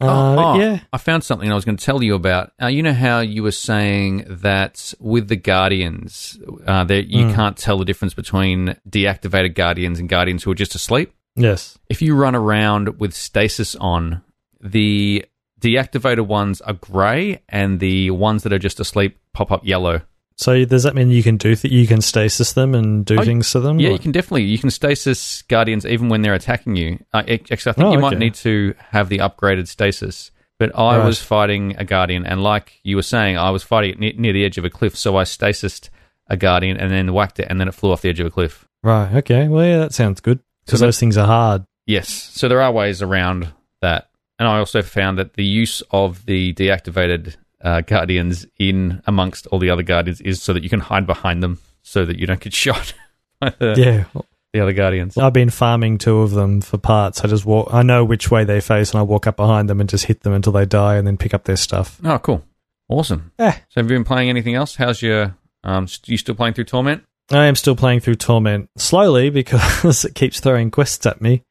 [SPEAKER 2] Uh,
[SPEAKER 1] oh,
[SPEAKER 2] but
[SPEAKER 1] oh,
[SPEAKER 2] Yeah.
[SPEAKER 1] I found something I was going to tell you about. Uh, you know how you were saying that with the Guardians, uh, that you
[SPEAKER 2] Mm.
[SPEAKER 1] can't tell the difference between deactivated Guardians and Guardians who are just asleep?
[SPEAKER 2] Yes.
[SPEAKER 1] If you run around with stasis on, the deactivated ones are grey and the ones that are just asleep pop up yellow.
[SPEAKER 2] So does that mean you can do th- you can stasis them and do
[SPEAKER 1] Oh,
[SPEAKER 2] things to them?
[SPEAKER 1] Yeah,
[SPEAKER 2] or-
[SPEAKER 1] you can definitely you can stasis guardians even when they're attacking you. Uh, ac- actually, I think
[SPEAKER 2] Oh,
[SPEAKER 1] you might
[SPEAKER 2] okay.
[SPEAKER 1] need to have the upgraded stasis. But I
[SPEAKER 2] Right.
[SPEAKER 1] was fighting a guardian, and like you were saying, I was fighting it ne- near the edge of a cliff, so I stasised a guardian and then whacked it, and then it flew off the edge of a cliff.
[SPEAKER 2] Right. Okay. Well, yeah, that sounds good because
[SPEAKER 1] So that-
[SPEAKER 2] those things are hard.
[SPEAKER 1] Yes, so there are ways around that, and I also found that the use of the deactivated uh, guardians in amongst all the other guardians is so that you can hide behind them, so that you don't get shot by the,
[SPEAKER 2] Yeah.
[SPEAKER 1] the other guardians.
[SPEAKER 2] I've been farming two of them for parts. I just walk. I know which way they face, and I walk up behind them and just hit them until they die, and then pick up their stuff. Eh.
[SPEAKER 1] Oh, cool. Awesome.
[SPEAKER 2] Yeah.
[SPEAKER 1] So have you been playing anything else? How's your um st- you still playing through Torment?
[SPEAKER 2] I am still playing through Torment slowly because it keeps throwing quests at me.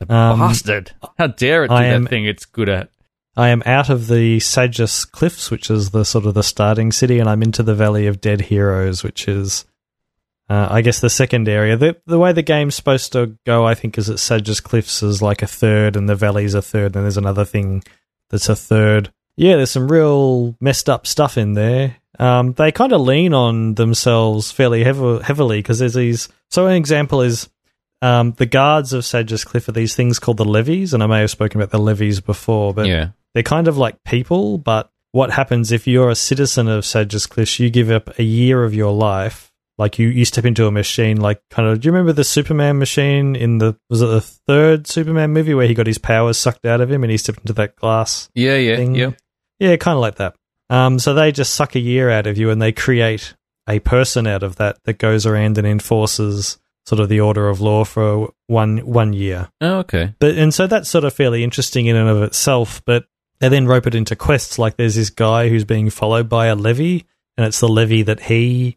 [SPEAKER 1] The
[SPEAKER 2] Um,
[SPEAKER 1] bastard. How dare it do
[SPEAKER 2] I
[SPEAKER 1] that
[SPEAKER 2] am-
[SPEAKER 1] thing it's good at.
[SPEAKER 2] I am out of the Sagus Cliffs, which is the sort of the starting city, and I'm into the Valley of Dead Heroes, which is, uh, I guess, the second area. The the way the game's supposed to go, I think, is that Sagus Cliffs is like a third, and the valley's a third, and there's another thing that's a third. Yeah, there's some real messed up stuff in there. Um, they kind of lean on themselves fairly heav- heavily because there's these. So an example is um, the guards of Sagus Cliff are these things called the levies, and I may have spoken about the levies before, but
[SPEAKER 1] yeah.
[SPEAKER 2] they're kind of like people, but what happens if you're a citizen of Sagus Cliffs, you give up a year of your life. Like you, you step into a machine, like kind of. Do you remember the Superman machine in the was it the third Superman movie where he got his powers sucked out of him and he stepped into that glass
[SPEAKER 1] Yeah, yeah,
[SPEAKER 2] thing?
[SPEAKER 1] yeah.
[SPEAKER 2] yeah, kind of like that. Um, so they just suck a year out of you and they create a person out of that that goes around and enforces sort of the order of law for one one year.
[SPEAKER 1] Oh, okay.
[SPEAKER 2] But and so that's sort of fairly interesting in and of itself. But they then rope it into quests. Like there's this guy who's being followed by a levy, and it's the levy that he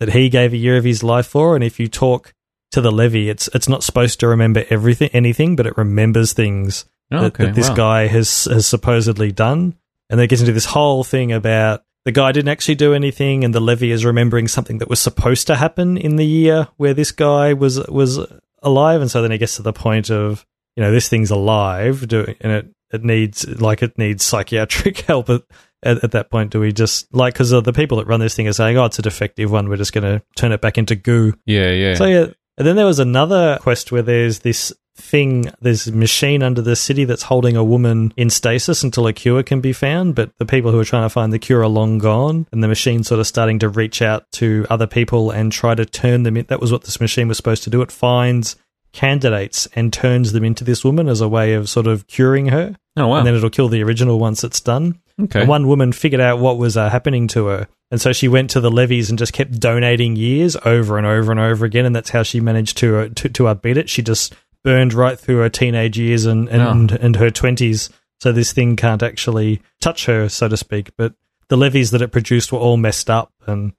[SPEAKER 2] that he gave a year of his life for. And if you talk to the levy, it's it's not supposed to remember everything, anything, but it remembers things
[SPEAKER 1] Oh,
[SPEAKER 2] that,
[SPEAKER 1] okay.
[SPEAKER 2] that this
[SPEAKER 1] wow.
[SPEAKER 2] guy has has supposedly done. And they get into this whole thing about the guy didn't actually do anything, and the levy is remembering something that was supposed to happen in the year where this guy was was alive. And so then it gets to the point of you know this thing's alive, do, and it it needs like it needs psychiatric help. At, at, at that point, do we just like because the people that run this thing are saying, "Oh, it's a defective one. We're just going to turn it back into goo."
[SPEAKER 1] Yeah, yeah.
[SPEAKER 2] So yeah, and then there was another quest where there's this thing, there's a machine under the city that's holding a woman in stasis until a cure can be found. But the people who are trying to find the cure are long gone, and the machine's sort of starting to reach out to other people and try to turn them in. That was what this machine was supposed to do. It finds candidates and turns them into this woman as a way of sort of curing her,
[SPEAKER 1] oh wow.
[SPEAKER 2] and then it'll kill the original once it's done.
[SPEAKER 1] okay.
[SPEAKER 2] And one woman figured out what was uh, happening to her. And so she went to the levies and just kept donating years over and over and over again. And that's how she managed to uh, to, to upbeat it. She just burned right through her teenage years and, and,
[SPEAKER 1] Oh.
[SPEAKER 2] and, her 20s. So this thing can't actually touch her, so to speak. But the levies that it produced were all messed up. And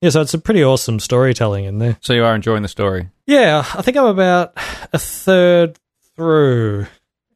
[SPEAKER 2] yeah, so it's a pretty awesome storytelling in there.
[SPEAKER 1] so you are enjoying the story.
[SPEAKER 2] Yeah, I think I'm about a third through,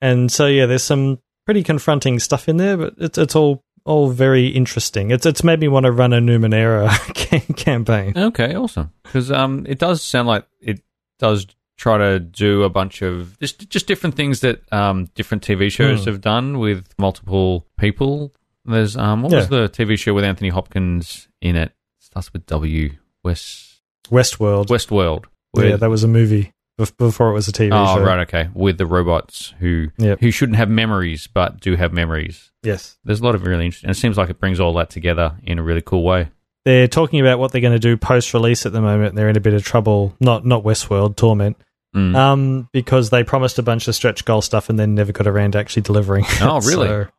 [SPEAKER 2] and so yeah, there's some pretty confronting stuff in there, but it's it's all all very interesting. It's it's made me want to run a Numenera cam- campaign.
[SPEAKER 1] Okay, awesome. Because um, it does sound like it does try to do a bunch of just just different things that um different TV shows
[SPEAKER 2] Hmm.
[SPEAKER 1] have done with multiple people. There's um, what was the TV show with Anthony Hopkins in it? starts with W. West.
[SPEAKER 2] Westworld.
[SPEAKER 1] Westworld.
[SPEAKER 2] yeah, that was a movie bef- before it was a TV
[SPEAKER 1] oh,
[SPEAKER 2] show.
[SPEAKER 1] right, okay. With the robots who
[SPEAKER 2] Yep.
[SPEAKER 1] who shouldn't have memories but do have memories.
[SPEAKER 2] Yes.
[SPEAKER 1] There's a lot of really interesting. And it seems like it brings all that together in a really cool way.
[SPEAKER 2] they're talking about what they're going to do post release at the moment. They're in a bit of trouble. Not not Westworld Torment,
[SPEAKER 1] Mm.
[SPEAKER 2] um, because they promised a bunch of stretch goal stuff and then never got around to actually delivering. it.
[SPEAKER 1] Oh, really?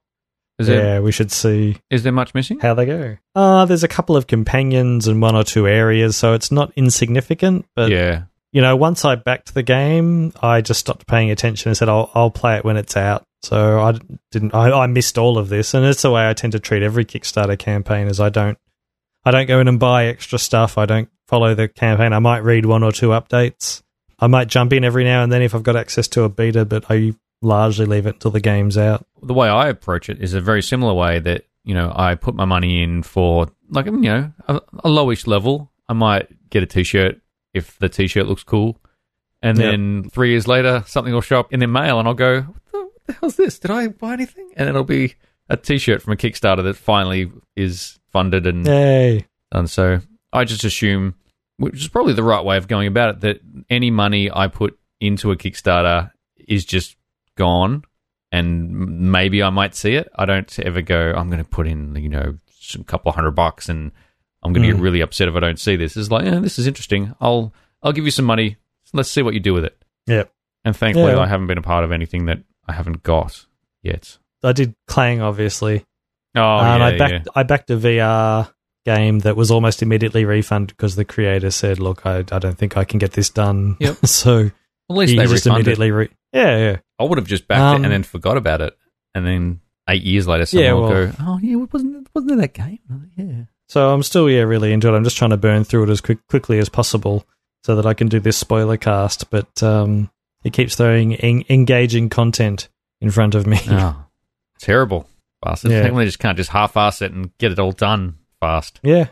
[SPEAKER 2] So,
[SPEAKER 1] Is there
[SPEAKER 2] yeah, we should see
[SPEAKER 1] is there much missing?
[SPEAKER 2] how they go. Uh, there's a couple of companions and one or two areas, so it's not insignificant. But
[SPEAKER 1] yeah.
[SPEAKER 2] you know, once I backed the game, I just stopped paying attention and said, "I'll I'll play it when it's out." So I didn't. I, I missed all of this, and it's the way I tend to treat every Kickstarter campaign. Is I don't. I don't go in and buy extra stuff. I don't follow the campaign. I might read one or two updates. I might jump in every now and then if I've got access to a beta, but I largely leave it until the game's out.
[SPEAKER 1] the way I approach it is a very similar way that you know I put my money in for like you know a, a lowish level. I might get a T-shirt if the T-shirt looks cool, and
[SPEAKER 2] Yep.
[SPEAKER 1] then three years later something will show up in their mail, and I'll go, "What the, what the hell's this? Did I buy anything?" And it'll be a T-shirt from a Kickstarter that finally is funded and
[SPEAKER 2] Yay.
[SPEAKER 1] and so I just assume, which is probably the right way of going about it, that any money I put into a Kickstarter is just gone. And m- maybe I might see it. I don't ever go, I'm going to put in, you know, some couple hundred bucks and I'm going to
[SPEAKER 2] Mm.
[SPEAKER 1] get really upset if I don't see this. It's like, eh, this is interesting. I'll, I'll give you some money. Let's see what you do with it.
[SPEAKER 2] Yep.
[SPEAKER 1] And thankfully,
[SPEAKER 2] Yeah.
[SPEAKER 1] I haven't been a part of anything that I haven't got yet.
[SPEAKER 2] I did Clang, obviously.
[SPEAKER 1] Oh,
[SPEAKER 2] and
[SPEAKER 1] yeah,
[SPEAKER 2] Um, I backed I backed a VR game that was almost immediately refunded because the creator said, "Look, I, I don't think I can get this done."
[SPEAKER 1] Yep.
[SPEAKER 2] so
[SPEAKER 1] yeah. At least
[SPEAKER 2] he
[SPEAKER 1] they
[SPEAKER 2] just
[SPEAKER 1] refunded.
[SPEAKER 2] immediately re- yeah, yeah.
[SPEAKER 1] I would have just backed
[SPEAKER 2] Um,
[SPEAKER 1] it and then forgot about it, and then eight years later, someone
[SPEAKER 2] Yeah,
[SPEAKER 1] will
[SPEAKER 2] well-
[SPEAKER 1] go, "Oh yeah, wasn't it- wasn't there that game? Yeah,
[SPEAKER 2] So I'm still yeah really into it. I'm just trying to burn through it as quick, quickly as possible so that I can do this spoiler cast. But um, it keeps throwing en- engaging content in front of me.
[SPEAKER 1] oh, terrible, bastards!
[SPEAKER 2] Yeah.
[SPEAKER 1] They really just can't just half-ass it and get it all done fast.
[SPEAKER 2] Yeah.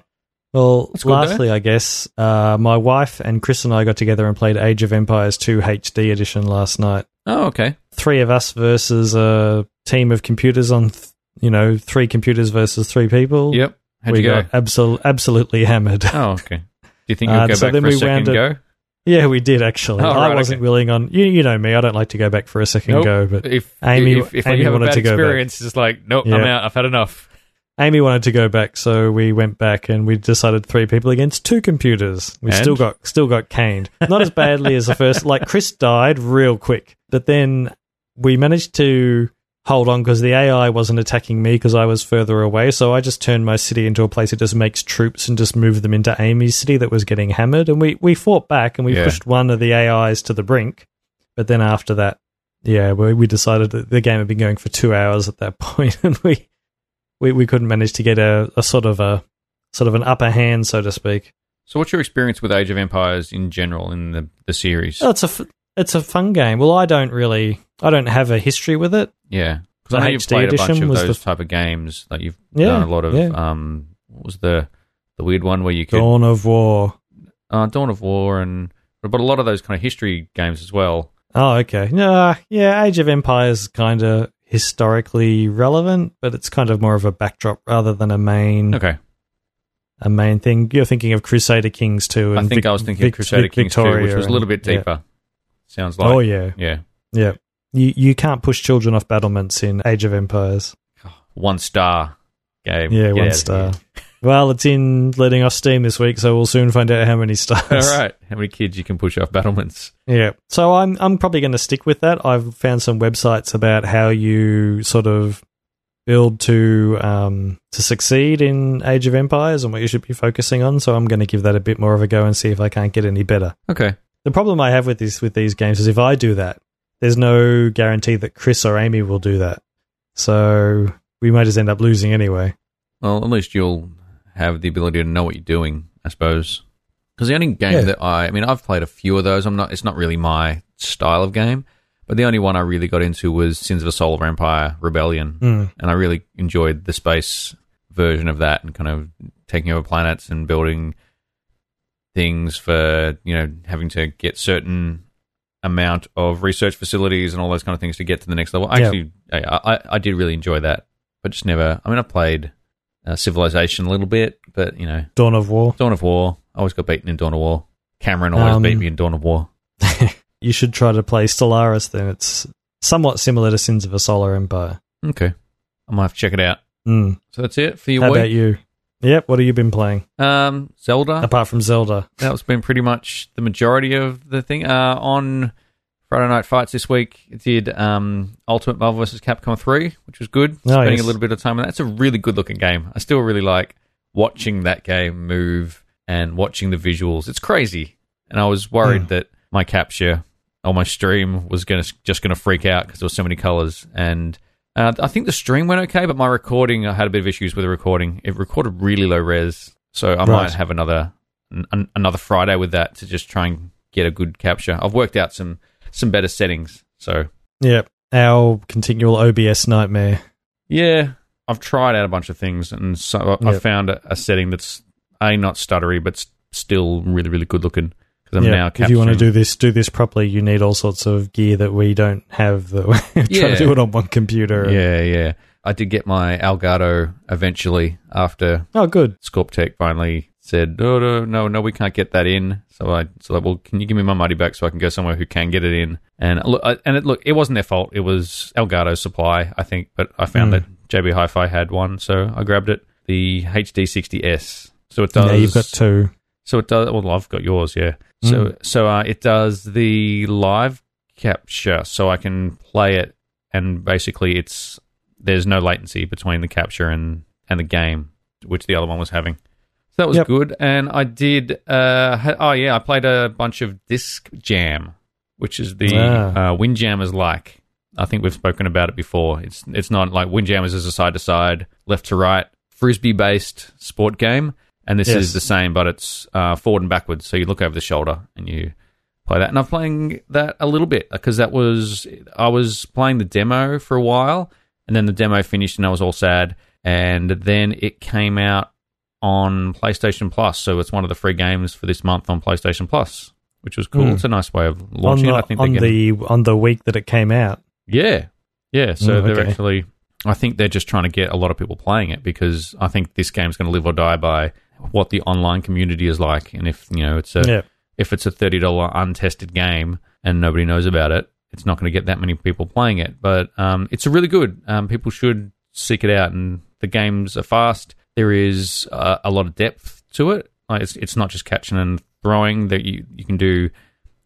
[SPEAKER 2] Well,
[SPEAKER 1] That's good, though.
[SPEAKER 2] lastly, I guess uh, my wife and Chris and I got together and played Age of Empires 2 HD edition last night.
[SPEAKER 1] Oh, okay.
[SPEAKER 2] Three of us versus a team of computers on, th- you know, three computers versus three people.
[SPEAKER 1] Yep. How'd
[SPEAKER 2] we
[SPEAKER 1] you go?
[SPEAKER 2] got absol- absolutely hammered.
[SPEAKER 1] Oh, okay. Do you think you'll
[SPEAKER 2] Uh,
[SPEAKER 1] go
[SPEAKER 2] so
[SPEAKER 1] back
[SPEAKER 2] then
[SPEAKER 1] for a
[SPEAKER 2] we
[SPEAKER 1] second go?
[SPEAKER 2] wound yeah, we did actually.
[SPEAKER 1] Oh,
[SPEAKER 2] I
[SPEAKER 1] right,
[SPEAKER 2] wasn't
[SPEAKER 1] okay.
[SPEAKER 2] willing on. You, you know me. I don't like to go back for a second
[SPEAKER 1] Nope.
[SPEAKER 2] go, but
[SPEAKER 1] If
[SPEAKER 2] Amy-
[SPEAKER 1] if, if
[SPEAKER 2] Amy
[SPEAKER 1] you have a
[SPEAKER 2] wanted
[SPEAKER 1] bad
[SPEAKER 2] to go back.
[SPEAKER 1] experience, it's like, nope, I'm
[SPEAKER 2] Yeah.
[SPEAKER 1] out. I've had enough.
[SPEAKER 2] Amy wanted to go back, so we went back and we decided three people against two computers. We
[SPEAKER 1] And?
[SPEAKER 2] still got still got caned. Not as badly as the first. Like Chris died real quick, but then we managed to hold on because the AI wasn't attacking me because I was further away. So I just turned my city into a place that just makes troops and just moved them into Amy's city that was getting hammered. And we we fought back and we
[SPEAKER 1] Yeah.
[SPEAKER 2] pushed one of the AIs to the brink. But then after that, yeah, we, we decided that the game had been going for two hours at that point, and we we, we couldn't manage to get a, a sort of a sort of an upper hand, so to speak.
[SPEAKER 1] So, what's your experience with Age of Empires in general in the the series?
[SPEAKER 2] Oh, it's a f- it's a fun game. Well, I don't really I don't have a history with it.
[SPEAKER 1] Yeah, because
[SPEAKER 2] The
[SPEAKER 1] I know you've
[SPEAKER 2] HD
[SPEAKER 1] played a bunch
[SPEAKER 2] edition
[SPEAKER 1] of
[SPEAKER 2] was
[SPEAKER 1] those
[SPEAKER 2] the-
[SPEAKER 1] type of games. Like you've
[SPEAKER 2] Yeah,
[SPEAKER 1] done a lot of.
[SPEAKER 2] yeah.
[SPEAKER 1] Um, what was the the weird one where you could Dawn,
[SPEAKER 2] Dawn of War.
[SPEAKER 1] uh, Dawn of War and but a lot of those kind of history games as well.
[SPEAKER 2] Oh, okay. Nah, yeah, Age of Empires kind of historically relevant, but it's kind of more of a backdrop rather than a main
[SPEAKER 1] Okay,
[SPEAKER 2] a main thing. You're thinking of Crusader Kings too.
[SPEAKER 1] I
[SPEAKER 2] and
[SPEAKER 1] think
[SPEAKER 2] Vic-
[SPEAKER 1] I was thinking
[SPEAKER 2] Vic-
[SPEAKER 1] of Crusader
[SPEAKER 2] Vic-
[SPEAKER 1] Kings
[SPEAKER 2] Victoria
[SPEAKER 1] too, which was a little
[SPEAKER 2] and-
[SPEAKER 1] bit
[SPEAKER 2] yeah.
[SPEAKER 1] deeper. Sounds like
[SPEAKER 2] oh yeah,
[SPEAKER 1] yeah,
[SPEAKER 2] yeah. You you can't push children off battlements in Age of Empires.
[SPEAKER 1] one star game.
[SPEAKER 2] Yeah,
[SPEAKER 1] Get out
[SPEAKER 2] one
[SPEAKER 1] of
[SPEAKER 2] star. Well, it's in letting off steam this week, so we'll soon find out how many stars.
[SPEAKER 1] here. All right, how many kids you can push off battlements?
[SPEAKER 2] Yeah. So I'm I'm probably going to stick with that. I've found some websites about how you sort of build to um, to succeed in Age of Empires and what you should be focusing on. So I'm going to give that a bit more of a go and see if I can't get any better.
[SPEAKER 1] Okay,
[SPEAKER 2] The problem I have with this with these games is if I do that, there's no guarantee that Chris or Amy will do that. So we might just end up losing anyway.
[SPEAKER 1] Well, at least you'll have the ability to know what you're doing, I suppose. Because the only game
[SPEAKER 2] Yeah.
[SPEAKER 1] that I, I mean, I've played a few of those. I'm not. It's not really my style of game. But the only one I really got into was Sins of a Solar Empire Rebellion,
[SPEAKER 2] Hmm.
[SPEAKER 1] and I really enjoyed the space version of that and kind of taking over planets and building things for you know having to get certain amount of research facilities and all those kind of things to get to the next level. I
[SPEAKER 2] Yeah.
[SPEAKER 1] actually, I, I, I did really enjoy that, but just never. I mean, I played uh, Civilization a little bit, but you know,
[SPEAKER 2] Dawn of War.
[SPEAKER 1] Dawn of War. I always got beaten in Dawn of War. Cameron always
[SPEAKER 2] Um,
[SPEAKER 1] beat me in Dawn of War.
[SPEAKER 2] you should try to play Stellaris then. It's somewhat similar to Sins of a Solar Empire.
[SPEAKER 1] Okay, I might have to check it out.
[SPEAKER 2] Mm.
[SPEAKER 1] So that's it for your
[SPEAKER 2] How
[SPEAKER 1] week.
[SPEAKER 2] about you? Yep, what have you been playing?
[SPEAKER 1] Um, Zelda.
[SPEAKER 2] Apart from Zelda.
[SPEAKER 1] that was been pretty much the majority of the thing. Uh, on Friday Night Fights this week, it did um, Ultimate Marvel vs. Capcom 3, which was good.
[SPEAKER 2] Oh,
[SPEAKER 1] Spending
[SPEAKER 2] yes.
[SPEAKER 1] a little bit of time on that. It's a really good looking game. I still really like watching that game move and watching the visuals. It's crazy. And I was worried
[SPEAKER 2] Mm.
[SPEAKER 1] that my capture on Oh, my stream was gonna just going to freak out because there were so many colors. And uh, I think the stream went okay, but my recording, I had a bit of issues with the recording. It recorded really low res. So I
[SPEAKER 2] Right.
[SPEAKER 1] might have another an, another Friday with that to just try and get a good capture. I've worked out some some better settings. So
[SPEAKER 2] Yeah, our continual OBS nightmare.
[SPEAKER 1] yeah, I've tried out a bunch of things, and so I I
[SPEAKER 2] Yep.
[SPEAKER 1] found a, a setting that's a not stuttery, but s- still really really good looking. Because I'm
[SPEAKER 2] yeah,
[SPEAKER 1] now
[SPEAKER 2] if
[SPEAKER 1] capturing.
[SPEAKER 2] you want to do this, do this properly. You need all sorts of gear that we don't have. That we're trying
[SPEAKER 1] Yeah.
[SPEAKER 2] to do it on one computer.
[SPEAKER 1] yeah, yeah. I did get my Elgato eventually after
[SPEAKER 2] Oh, good.
[SPEAKER 1] Scorptech finally said, "No, no, no, no, we can't get that in." So I so like, well, can you give me my money back so I can go somewhere who can get it in? And look, I- and it look, it wasn't their fault. It was Elgato's supply, I think. But I found
[SPEAKER 2] Mm.
[SPEAKER 1] that JB Hi-Fi had one, so I grabbed it. The HD60s. So it does.
[SPEAKER 2] Yeah, you've got two.
[SPEAKER 1] So it does. Well, I've got yours, yeah. So
[SPEAKER 2] Mm.
[SPEAKER 1] so uh, it does the live capture, so I can play it, and basically it's there's no latency between the capture and and the game, which the other one was having. So that was
[SPEAKER 2] Yep.
[SPEAKER 1] good, and I did. Uh, ha- oh yeah, I played a bunch of Disc Jam, which is the
[SPEAKER 2] Ah.
[SPEAKER 1] uh, Windjammers like. I think we've spoken about it before. It's it's not like Windjammers is a side to side, left to right, frisbee based sport game, and this
[SPEAKER 2] Yes.
[SPEAKER 1] is the same, but it's uh, forward and backwards. So you look over the shoulder and you play that. And I'm playing that a little bit because that was I was playing the demo for a while, and then the demo finished, and I was all sad. And then it came out on PlayStation Plus, so it's one of the free games for this month on PlayStation Plus, which was cool.
[SPEAKER 2] Hmm.
[SPEAKER 1] It's a nice way of
[SPEAKER 2] On
[SPEAKER 1] launching
[SPEAKER 2] the
[SPEAKER 1] it. I think
[SPEAKER 2] on
[SPEAKER 1] they're getting-
[SPEAKER 2] the on the week that it came out.
[SPEAKER 1] yeah. Yeah. So
[SPEAKER 2] Mm,
[SPEAKER 1] they're
[SPEAKER 2] okay.
[SPEAKER 1] actually, I think they're just trying to get a lot of people playing it because I think this game's going to live or die by what the online community is like. And if, you know, it's a,
[SPEAKER 2] yeah.
[SPEAKER 1] if it's a $30 untested game and nobody knows about it, it's not going to get that many people playing it. But um, it's really good. Um, people should seek it out. And the games are fast. There is uh, a lot of depth to it. Like it's, it's not just catching and throwing. That you, you can do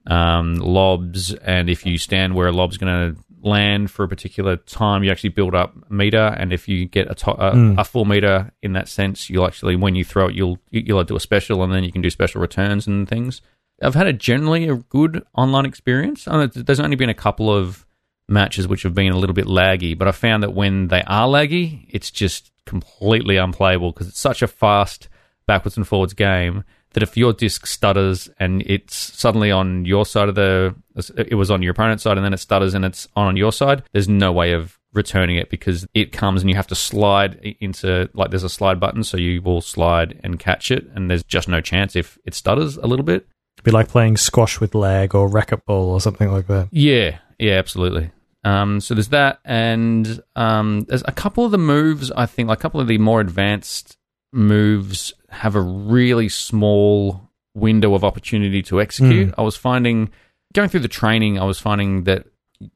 [SPEAKER 1] um, lobs, and if you stand where a lob's going to land for a particular time, you actually build up meter. And if you get a, to- a,
[SPEAKER 2] Mm.
[SPEAKER 1] a full meter in that sense, you'll actually when you throw it, you'll you'll do a special, and then you can do special returns and things. I've had a generally a good online experience. I know there's only been a couple of matches which have been a little bit laggy, but I found that when they are laggy, it's just completely unplayable because it's such a fast backwards and forwards game that if your disc stutters and it's suddenly on your side of the, it was on your opponent's side and then it stutters and it's on your side, there's no way of returning it because it comes and you have to slide i- into like there's a slide button so you will slide and catch it and there's just no chance if it stutters a little bit
[SPEAKER 2] It'd be like playing squash with lag or racquetball or something like that.
[SPEAKER 1] Yeah, yeah, absolutely. Um, so there's that, and um, there's a couple of the moves. I think like a couple of the more advanced moves have a really small window of opportunity to execute. I was finding going through the training, I was finding that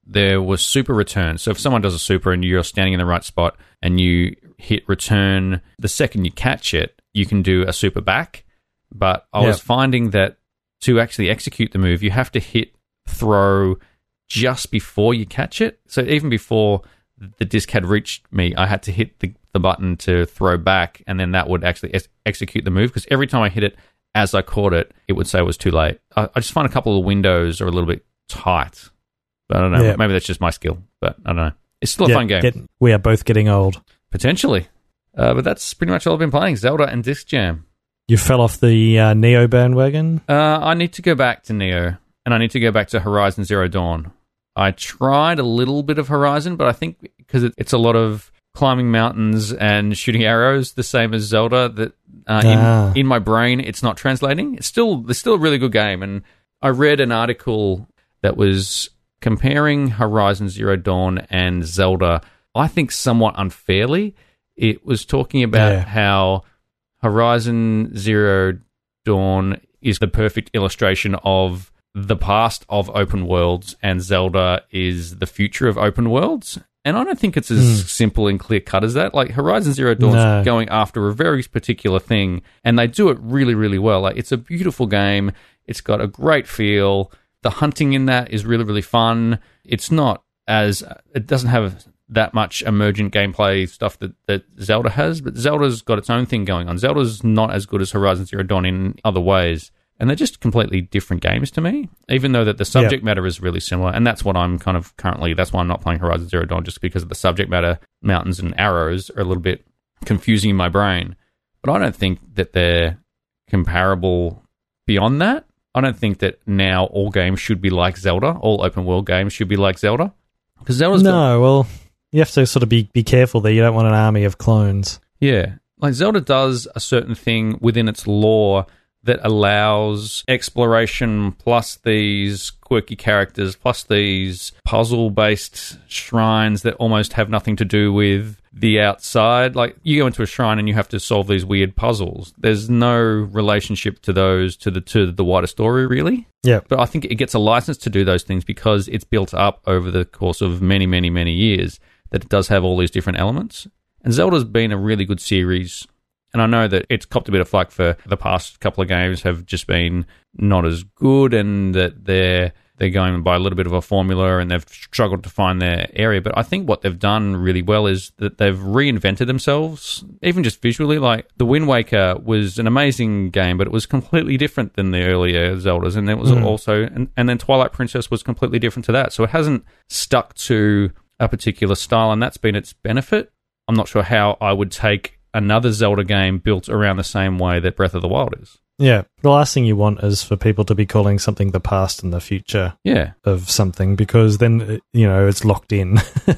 [SPEAKER 1] there was super returns. So if someone does a super and you're standing in the right spot and you hit return, the second you catch it, you can do a super back. But I was
[SPEAKER 2] Yeah.
[SPEAKER 1] finding that to actually execute the move, you have to hit throw just before you catch it. So even before the disc had reached me, I had to hit the, the button to throw back, and then that would actually ex- execute the move. Because every time I hit it as I caught it, it would say it was too late. I, I just find a couple of windows are a little bit tight. But I don't know.
[SPEAKER 2] Yeah.
[SPEAKER 1] Maybe that's just my skill. But I don't know. It's still a
[SPEAKER 2] Yeah,
[SPEAKER 1] fun game,
[SPEAKER 2] get- we are both getting old.
[SPEAKER 1] potentially. Uh, but that's pretty much all I've been playing: Zelda and Disc Jam.
[SPEAKER 2] You fell off the uh, Neo bandwagon.
[SPEAKER 1] Uh, I need to go back to Neo, and I need to go back to Horizon Zero Dawn. I tried a little bit of Horizon, but I think because it, it's a lot of climbing mountains and shooting arrows, the same as Zelda, that uh,
[SPEAKER 2] Ah.
[SPEAKER 1] in, in my brain it's not translating. It's still it's still a really good game, and I read an article that was comparing Horizon Zero Dawn and Zelda. I think somewhat unfairly. It was talking about
[SPEAKER 2] Yeah.
[SPEAKER 1] how Horizon Zero Dawn is the perfect illustration of the past of open worlds, and Zelda is the future of open worlds. And I don't think it's as simple and clear cut as that. Like Horizon Zero Dawn's
[SPEAKER 2] No.
[SPEAKER 1] going after a very particular thing, and they do it really, really well. Like it's a beautiful game. It's got a great feel. The hunting in that is really, really fun. It's not as it doesn't have that much emergent gameplay stuff that, that Zelda has, but Zelda's got its own thing going on. Zelda's not as good as Horizon Zero Dawn in other ways. And they're just completely different games to me, even though that the subject matter is really similar. And that's what I'm kind of currently, that's why I'm not playing Horizon Zero Dawn, just because of the subject matter, mountains and arrows are a little bit confusing in my brain. but I don't think that they're comparable beyond that. I don't think that now all games should be like Zelda. All open world games should be like Zelda because Zelda's got-
[SPEAKER 2] no, well, you have to sort of be, be careful there. You don't want an army of clones.
[SPEAKER 1] Yeah. Like Zelda does a certain thing within its lore that allows exploration plus these quirky characters plus these puzzle based shrines that almost have nothing to do with the outside. Like you go into a shrine and you have to solve these weird puzzles. There's no relationship to those to the to the wider story really.
[SPEAKER 2] Yeah.
[SPEAKER 1] But I think it gets a license to do those things because it's built up over the course of many, many, many years that it does have all these different elements. And Zelda's been a really good series. And I know that it's copped a bit of flack for the past couple of games have just been not as good and that they're they're going by a little bit of a formula and they've struggled to find their area. But I think what they've done really well is that they've reinvented themselves, even just visually. Like the Wind Waker was an amazing game, but it was completely different than the earlier Zeldas. And it was also and, and then Twilight Princess was completely different to that. So it hasn't stuck to a particular style and that's been its benefit. I'm not sure how I would take another Zelda game built around the same way that Breath of the Wild is.
[SPEAKER 2] Yeah. The last thing you want is for people to be calling something the past and the future
[SPEAKER 1] Yeah.
[SPEAKER 2] of something because then, uh, you know, it's locked in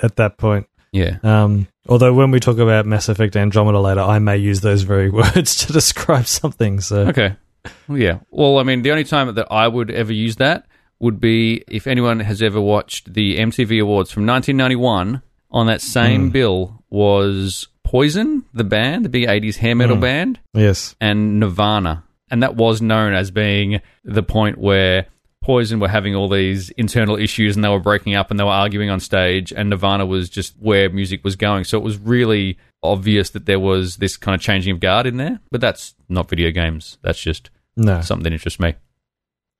[SPEAKER 2] at that point.
[SPEAKER 1] Yeah.
[SPEAKER 2] Um, although when we talk about Mass Effect Andromeda later, I may use those very words to describe something. So
[SPEAKER 1] Okay. Well, yeah. Well, I mean, the only time that I would ever use that would be if anyone has ever watched the MTV Awards from 1991. On that same bill was Poison, the band, the big 80s hair metal band,
[SPEAKER 2] yes,
[SPEAKER 1] and Nirvana. And that was known as being the point where Poison were having all these internal issues and they were breaking up and they were arguing on stage, and Nirvana was just where music was going. So it was really obvious that there was this kind of changing of guard in there. But that's not video games, that's just
[SPEAKER 2] no,
[SPEAKER 1] something that interests me.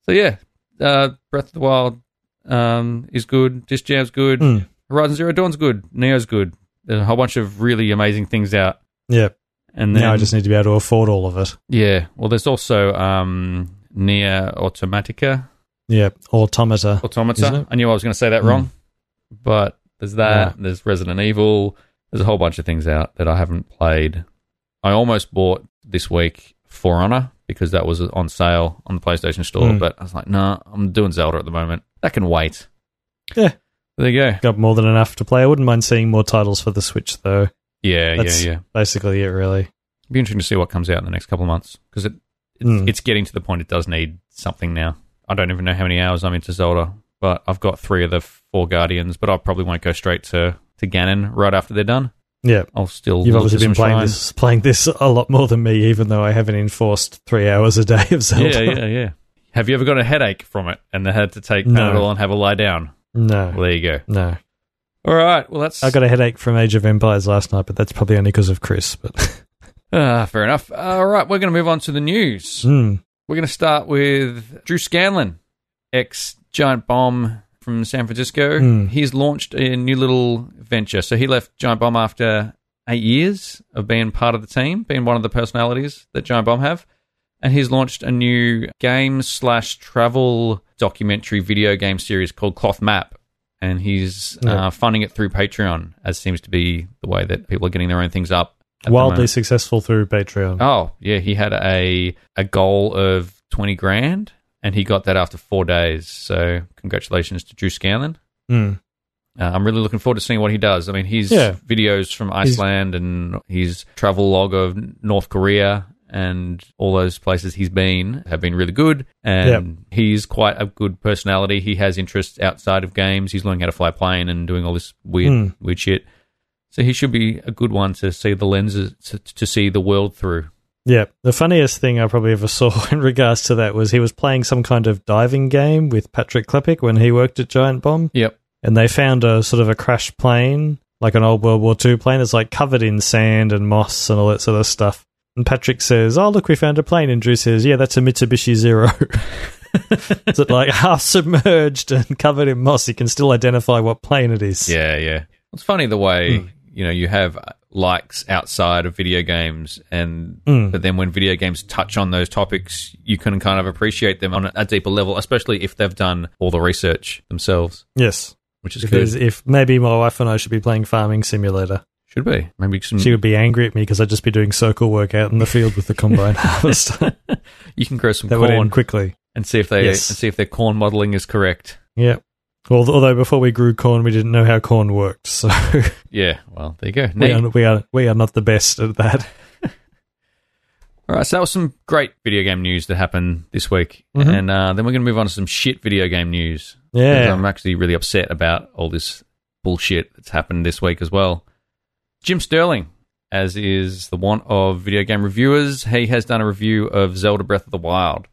[SPEAKER 1] So yeah, uh, Breath of the Wild um, is good. Disc Jam's good.
[SPEAKER 2] Mm.
[SPEAKER 1] Horizon Zero Dawn's good. Neo's good. There's a whole bunch of really amazing things out.
[SPEAKER 2] yeah.
[SPEAKER 1] And then
[SPEAKER 2] Now I just need to be able to afford all of it.
[SPEAKER 1] yeah. Well, there's also um, Near Automatica.
[SPEAKER 2] Yeah, automata. Isn't
[SPEAKER 1] Automata.
[SPEAKER 2] it?
[SPEAKER 1] I knew I was going to say that
[SPEAKER 2] Mm.
[SPEAKER 1] wrong, but there's that.
[SPEAKER 2] Yeah.
[SPEAKER 1] There's Resident Evil. There's a whole bunch of things out that I haven't played. I almost bought this week For Honor because that was on sale on the PlayStation Store,
[SPEAKER 2] Mm.
[SPEAKER 1] but I was like, nah, I'm doing Zelda at the moment. That can wait.
[SPEAKER 2] Yeah.
[SPEAKER 1] There you go.
[SPEAKER 2] Got more than enough to play. I wouldn't mind seeing more titles for the Switch, though.
[SPEAKER 1] Yeah,
[SPEAKER 2] That's-
[SPEAKER 1] yeah, yeah.
[SPEAKER 2] Basically, it really.
[SPEAKER 1] Be interesting to see what comes out in the next couple of months because it, it's,
[SPEAKER 2] Mm.
[SPEAKER 1] it's getting to the point it does need something now. I don't even know how many hours I'm into Zelda, but I've got three of the four Guardians, but I probably won't go straight to, to Ganon right after they're done.
[SPEAKER 2] Yeah,
[SPEAKER 1] I'll still.
[SPEAKER 2] you've
[SPEAKER 1] look
[SPEAKER 2] obviously
[SPEAKER 1] at
[SPEAKER 2] been
[SPEAKER 1] some
[SPEAKER 2] playing
[SPEAKER 1] shrines.
[SPEAKER 2] this playing this a lot more than me, even though I haven't enforced three hours a day of Zelda.
[SPEAKER 1] Yeah, yeah, yeah. Have you ever got a headache from it and they had to take
[SPEAKER 2] No.
[SPEAKER 1] Panadol and have a lie down? Well,
[SPEAKER 2] No,
[SPEAKER 1] there you go.
[SPEAKER 2] no.
[SPEAKER 1] All right. Well, that's
[SPEAKER 2] I got a headache from Age of Empires last night, but that's probably only because of Chris. But
[SPEAKER 1] Ah, fair enough. All right, we're going to move on to the news.
[SPEAKER 2] Hmm.
[SPEAKER 1] We're going to start with Drew Scanlon, ex Giant Bomb from San Francisco.
[SPEAKER 2] Hmm.
[SPEAKER 1] He's launched a new little venture. So he left Giant Bomb after eight years of being part of the team, being one of the personalities that Giant Bomb have. And he's launched a new game slash travel documentary video game series called Cloth Map. And he's
[SPEAKER 2] Yeah.
[SPEAKER 1] uh, funding it through Patreon, as seems to be the way that people are getting their own things up. at the
[SPEAKER 2] wildly
[SPEAKER 1] moment.
[SPEAKER 2] successful through Patreon.
[SPEAKER 1] Oh, yeah, he had a a goal of twenty grand, and he got that after four days. So congratulations to Drew Scanlon.
[SPEAKER 2] Hmm.
[SPEAKER 1] Uh, I'm really looking forward to seeing what he does. I mean, his
[SPEAKER 2] Yeah.
[SPEAKER 1] videos from Iceland and his travel log of North Korea and all those places he's been have been really good. And he's quite a good personality. He has interests outside of games. He's learning how to fly a plane and doing all this weird,
[SPEAKER 2] Mm.
[SPEAKER 1] weird shit. So he should be a good one to see the lenses to, to see the world through.
[SPEAKER 2] Yeah, the funniest thing I probably ever saw in regards to that was he was playing some kind of diving game with Patrick Klepek when he worked at Giant Bomb,
[SPEAKER 1] Yep.
[SPEAKER 2] and they found a sort of a crash plane, like an old World War II plane, that's like covered in sand and moss and all that sort of stuff. And Patrick says, "Oh, look, we found a plane," and Drew says, "Yeah, that's a Mitsubishi Zero." Is it like half submerged and covered in moss? You can still identify what plane it is.
[SPEAKER 1] Yeah, yeah. It's funny the way
[SPEAKER 2] Hmm.
[SPEAKER 1] you know you have likes outside of video games, and
[SPEAKER 2] Mm.
[SPEAKER 1] but then when video games touch on those topics, you can kind of appreciate them on a deeper level, especially if they've done all the research themselves,
[SPEAKER 2] Yes.
[SPEAKER 1] which is
[SPEAKER 2] Because
[SPEAKER 1] good.
[SPEAKER 2] if maybe my wife and I should be playing Farming Simulator.
[SPEAKER 1] Should be. Maybe some,
[SPEAKER 2] She would be angry at me because I'd just be doing circle work out in the field with the combine harvest. that
[SPEAKER 1] you can grow some
[SPEAKER 2] would
[SPEAKER 1] corn
[SPEAKER 2] end quickly.
[SPEAKER 1] and see if they
[SPEAKER 2] Yes.
[SPEAKER 1] and see if their corn modeling is correct.
[SPEAKER 2] Yeah. Al- Although before we grew corn, we didn't know how corn worked, so
[SPEAKER 1] Yeah. Well, there you go. Now you-
[SPEAKER 2] we are, we are we are not the best at that.
[SPEAKER 1] All right, so that was some great video game news that happened this week,
[SPEAKER 2] Mhm.
[SPEAKER 1] and uh, then we're going to move on to some shit video game news. 'Cause
[SPEAKER 2] Yeah,
[SPEAKER 1] I'm actually really upset about all this bullshit that's happened this week as well. Jim Sterling, as is the want of video game reviewers, he has done a review of Zelda Breath of the Wild.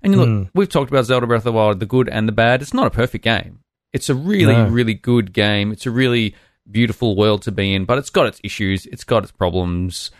[SPEAKER 1] And look,
[SPEAKER 2] Mm.
[SPEAKER 1] we've talked about Zelda Breath of the Wild, the good and the bad. It's not a perfect game. It's a really,
[SPEAKER 2] No.
[SPEAKER 1] really good game. It's a really beautiful world to be in, but it's got its issues, it's got its problems.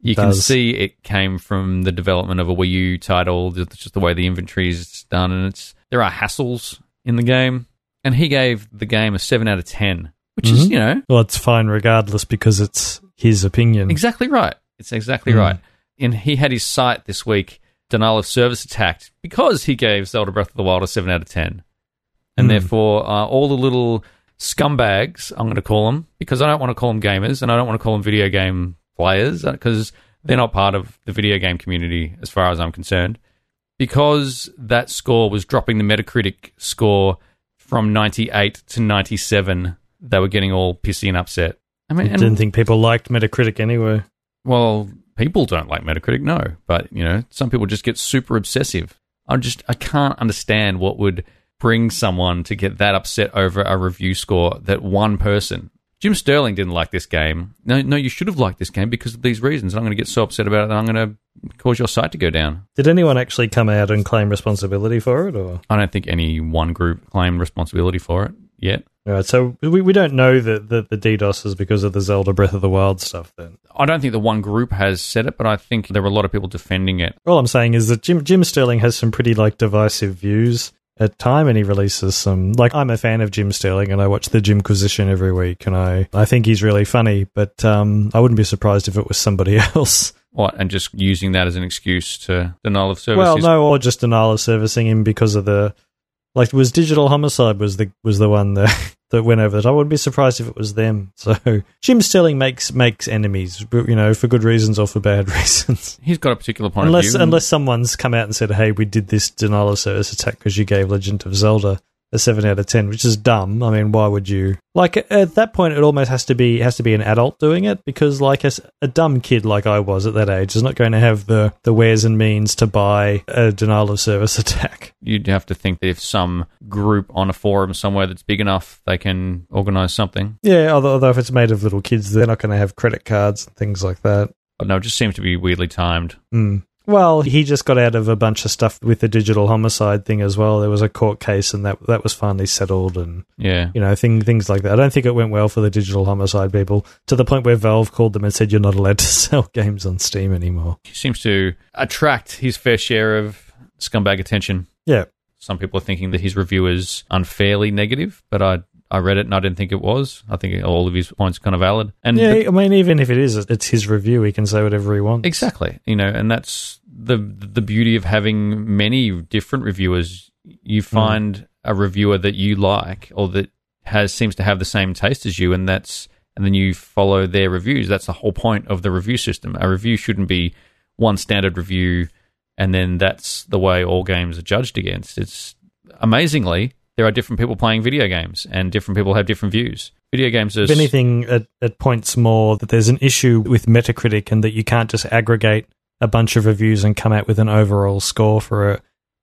[SPEAKER 1] You can
[SPEAKER 2] does.
[SPEAKER 1] see it came from the development of a Wii U title. It's just the way the inventory is done, and it's there are hassles in the game. And he gave the game a seven out of ten, which is
[SPEAKER 2] Mhm.
[SPEAKER 1] you know
[SPEAKER 2] well, it's fine regardless because it's his opinion.
[SPEAKER 1] exactly right. It's exactly
[SPEAKER 2] Mm.
[SPEAKER 1] right. And he had his site this week denial of service attacked because he gave Zelda Breath of the Wild a seven out of ten, and
[SPEAKER 2] Mm.
[SPEAKER 1] therefore uh, all the little scumbags I'm going to call them because I don't want to call them gamers and I don't want to call them video game players because they're not part of the video game community as far as I'm concerned. Because that score was dropping the Metacritic score from 98 to 97, they were getting all pissy and upset. I mean,
[SPEAKER 2] I
[SPEAKER 1] and-
[SPEAKER 2] didn't think people liked Metacritic anyway.
[SPEAKER 1] well, people don't like Metacritic, no, but you know, some people just get super obsessive. I just I can't understand what would bring someone to get that upset over a review score that one person. Jim Sterling didn't like this game. No, no, you should have liked this game because of these reasons. And I'm going to get so upset about it, and I'm going to cause your site to go down.
[SPEAKER 2] Did anyone actually come out and claim responsibility for it, or
[SPEAKER 1] I don't think any one group claimed responsibility for it yet.
[SPEAKER 2] all right? So we, we don't know that that the DDoS is because of the Zelda Breath of the Wild stuff. Then
[SPEAKER 1] I don't think the one group has said it, but I think there were a lot of people defending it.
[SPEAKER 2] all I'm saying is that Jim Jim Sterling has some pretty like divisive views at time, and he releases some. Like I'm a fan of Jim Sterling, and I watch the Jimquisition every week, and I I think he's really funny. But um, I wouldn't be surprised if it was somebody else.
[SPEAKER 1] What and just using that as an excuse to denial of service.
[SPEAKER 2] well,
[SPEAKER 1] is-
[SPEAKER 2] no, or just denial of servicing him because of the like was digital homicide was the was the one that that went over that. I wouldn't be surprised if it was them. So Jim Sterling makes makes enemies, but, you know, for good reasons or for bad reasons.
[SPEAKER 1] He's got a particular point
[SPEAKER 2] unless
[SPEAKER 1] of view.
[SPEAKER 2] unless someone's come out and said, "Hey, we did this denial of service attack because you gave Legend of Zelda." A seven out of ten, which is dumb. I mean, why would you? Like at that point, it almost has to be has to be an adult doing it because, like, as a dumb kid like I was at that age is not going to have the the wares and means to buy a denial of service attack.
[SPEAKER 1] You'd have to think that if some group on a forum somewhere that's big enough, they can organise something.
[SPEAKER 2] Yeah, although, although if it's made of little kids, they're not going to have credit cards and things like that.
[SPEAKER 1] But no, it just seems to be weirdly timed.
[SPEAKER 2] Mm. Well, he just got out of a bunch of stuff with the digital homicide thing as well. There was a court case, and that that was finally settled, and
[SPEAKER 1] Yeah.
[SPEAKER 2] you know thing, things like that. I don't think it went well for the digital homicide people to the point where Valve called them and said you're not allowed to sell games on Steam anymore.
[SPEAKER 1] He seems to attract his fair share of scumbag attention.
[SPEAKER 2] Yeah,
[SPEAKER 1] Some people are thinking that his review is unfairly negative, but I I read it and I didn't think it was. I think all of his points are kind of valid. And
[SPEAKER 2] yeah. I mean, even if it is, it's his review. He can say whatever he wants.
[SPEAKER 1] Exactly. You know, and that's the the beauty of having many different reviewers. You find a reviewer that you like or that has seems to have the same taste as you and that's and then you follow their reviews. That's the whole point of the review system. A review shouldn't be one standard review and then that's the way all games are judged against. It's amazingly there are different people playing video games and different people have different views. Video games are
[SPEAKER 2] If anything, it, it points more that there's an issue with Metacritic and that you can't just aggregate a bunch of reviews and come out with an overall score for a,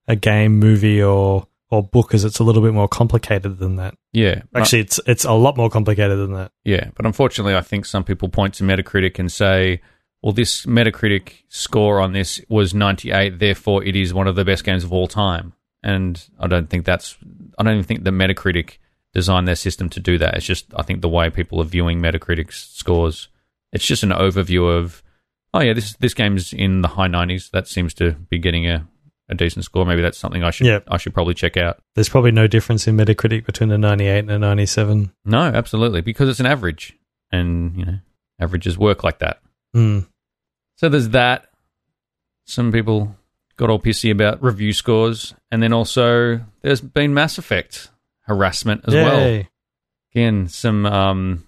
[SPEAKER 2] a game, movie, or or book, as it's a little bit more complicated than that.
[SPEAKER 1] yeah.
[SPEAKER 2] Actually, it's it's a lot more complicated than that.
[SPEAKER 1] Yeah, but unfortunately, I think some people point to Metacritic and say, well, this Metacritic score on this was 98, therefore it is one of the best games of all time. And I don't think that's, I don't even think the Metacritic designed their system to do that. It's just, I think, the way people are viewing Metacritic's scores. It's just an overview of, oh, yeah, this this game's in the high 90s. That seems to be getting a, a decent score. Maybe that's something I should,
[SPEAKER 2] Yeah.
[SPEAKER 1] I should probably check out.
[SPEAKER 2] There's probably no difference in Metacritic between a 98 and a 97.
[SPEAKER 1] No, absolutely, because it's an average. And, you know, averages work like that.
[SPEAKER 2] Hmm.
[SPEAKER 1] So there's that. Some people got all pissy about review scores. And then also there's been Mass Effect harassment as well.
[SPEAKER 2] Yay.
[SPEAKER 1] Again, some um,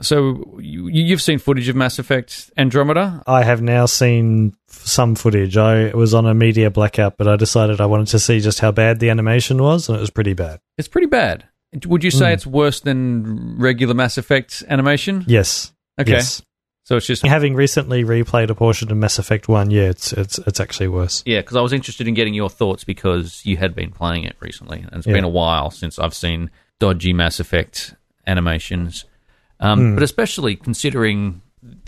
[SPEAKER 1] So you, you've seen footage of Mass Effect Andromeda.
[SPEAKER 2] I have now seen f- some footage. I was on a media blackout, but I decided I wanted to see just how bad the animation was, and it was pretty bad.
[SPEAKER 1] It's pretty bad. Would you say
[SPEAKER 2] Mm.
[SPEAKER 1] it's worse than regular Mass Effect animation?
[SPEAKER 2] Yes.
[SPEAKER 1] Okay.
[SPEAKER 2] Yes.
[SPEAKER 1] So it's just
[SPEAKER 2] Having recently replayed a portion of Mass Effect One, yeah, it's it's it's actually worse.
[SPEAKER 1] yeah, because I was interested in getting your thoughts because you had been playing it recently, and it's
[SPEAKER 2] Yeah.
[SPEAKER 1] been a while since I've seen dodgy Mass Effect animations. Um,
[SPEAKER 2] Hmm.
[SPEAKER 1] But especially considering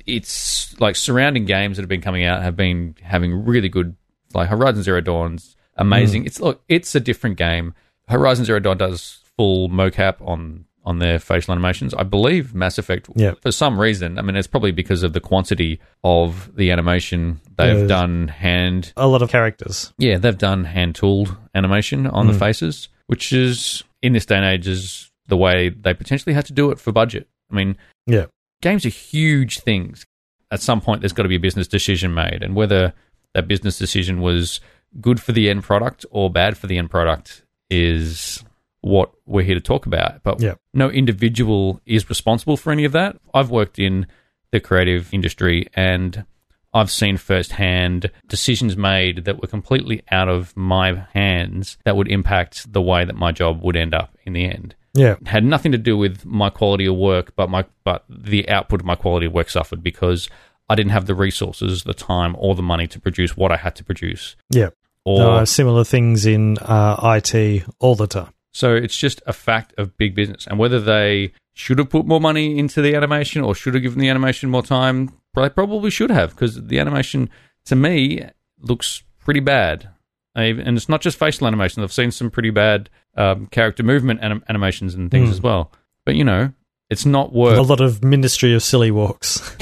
[SPEAKER 1] it's like surrounding games that have been coming out have been having really good, like Horizon Zero Dawn's
[SPEAKER 2] Hmm.
[SPEAKER 1] amazing. It's look, it's a different game. Horizon Zero Dawn does full mocap on on their facial animations. I believe Mass Effect
[SPEAKER 2] Yeah.
[SPEAKER 1] for some reason. I mean, it's probably because of the quantity of the animation they've
[SPEAKER 2] Yeah.
[SPEAKER 1] done hand
[SPEAKER 2] A lot of characters.
[SPEAKER 1] yeah, they've done hand tooled animation on the faces, which is in this day and age is the way they potentially had to do it for budget. I mean,
[SPEAKER 2] Yeah.
[SPEAKER 1] games are huge things. At some point, there's got to be a business decision made, and whether that business decision was good for the end product or bad for the end product is what we're here to talk about. But
[SPEAKER 2] Yeah.
[SPEAKER 1] no individual is responsible for any of that. I've worked in the creative industry and I've seen firsthand decisions made that were completely out of my hands that would impact the way that my job would end up in the end
[SPEAKER 2] Yeah.
[SPEAKER 1] had nothing to do with my quality of work, but my but the output of my quality of work suffered because I didn't have the resources, the time, or the money to produce what I had to produce.
[SPEAKER 2] Yeah.
[SPEAKER 1] Or
[SPEAKER 2] There are similar things in uh, IT all the time.
[SPEAKER 1] so it's just a fact of big business, and whether they should have put more money into the animation or should have given the animation more time, they probably should have because the animation to me looks pretty bad. I even- And it's not just facial animation. I've seen some pretty bad um, character movement anim- animations and things
[SPEAKER 2] Hmm.
[SPEAKER 1] as well. But you know, it's not worth
[SPEAKER 2] A lot of Ministry of Silly walks.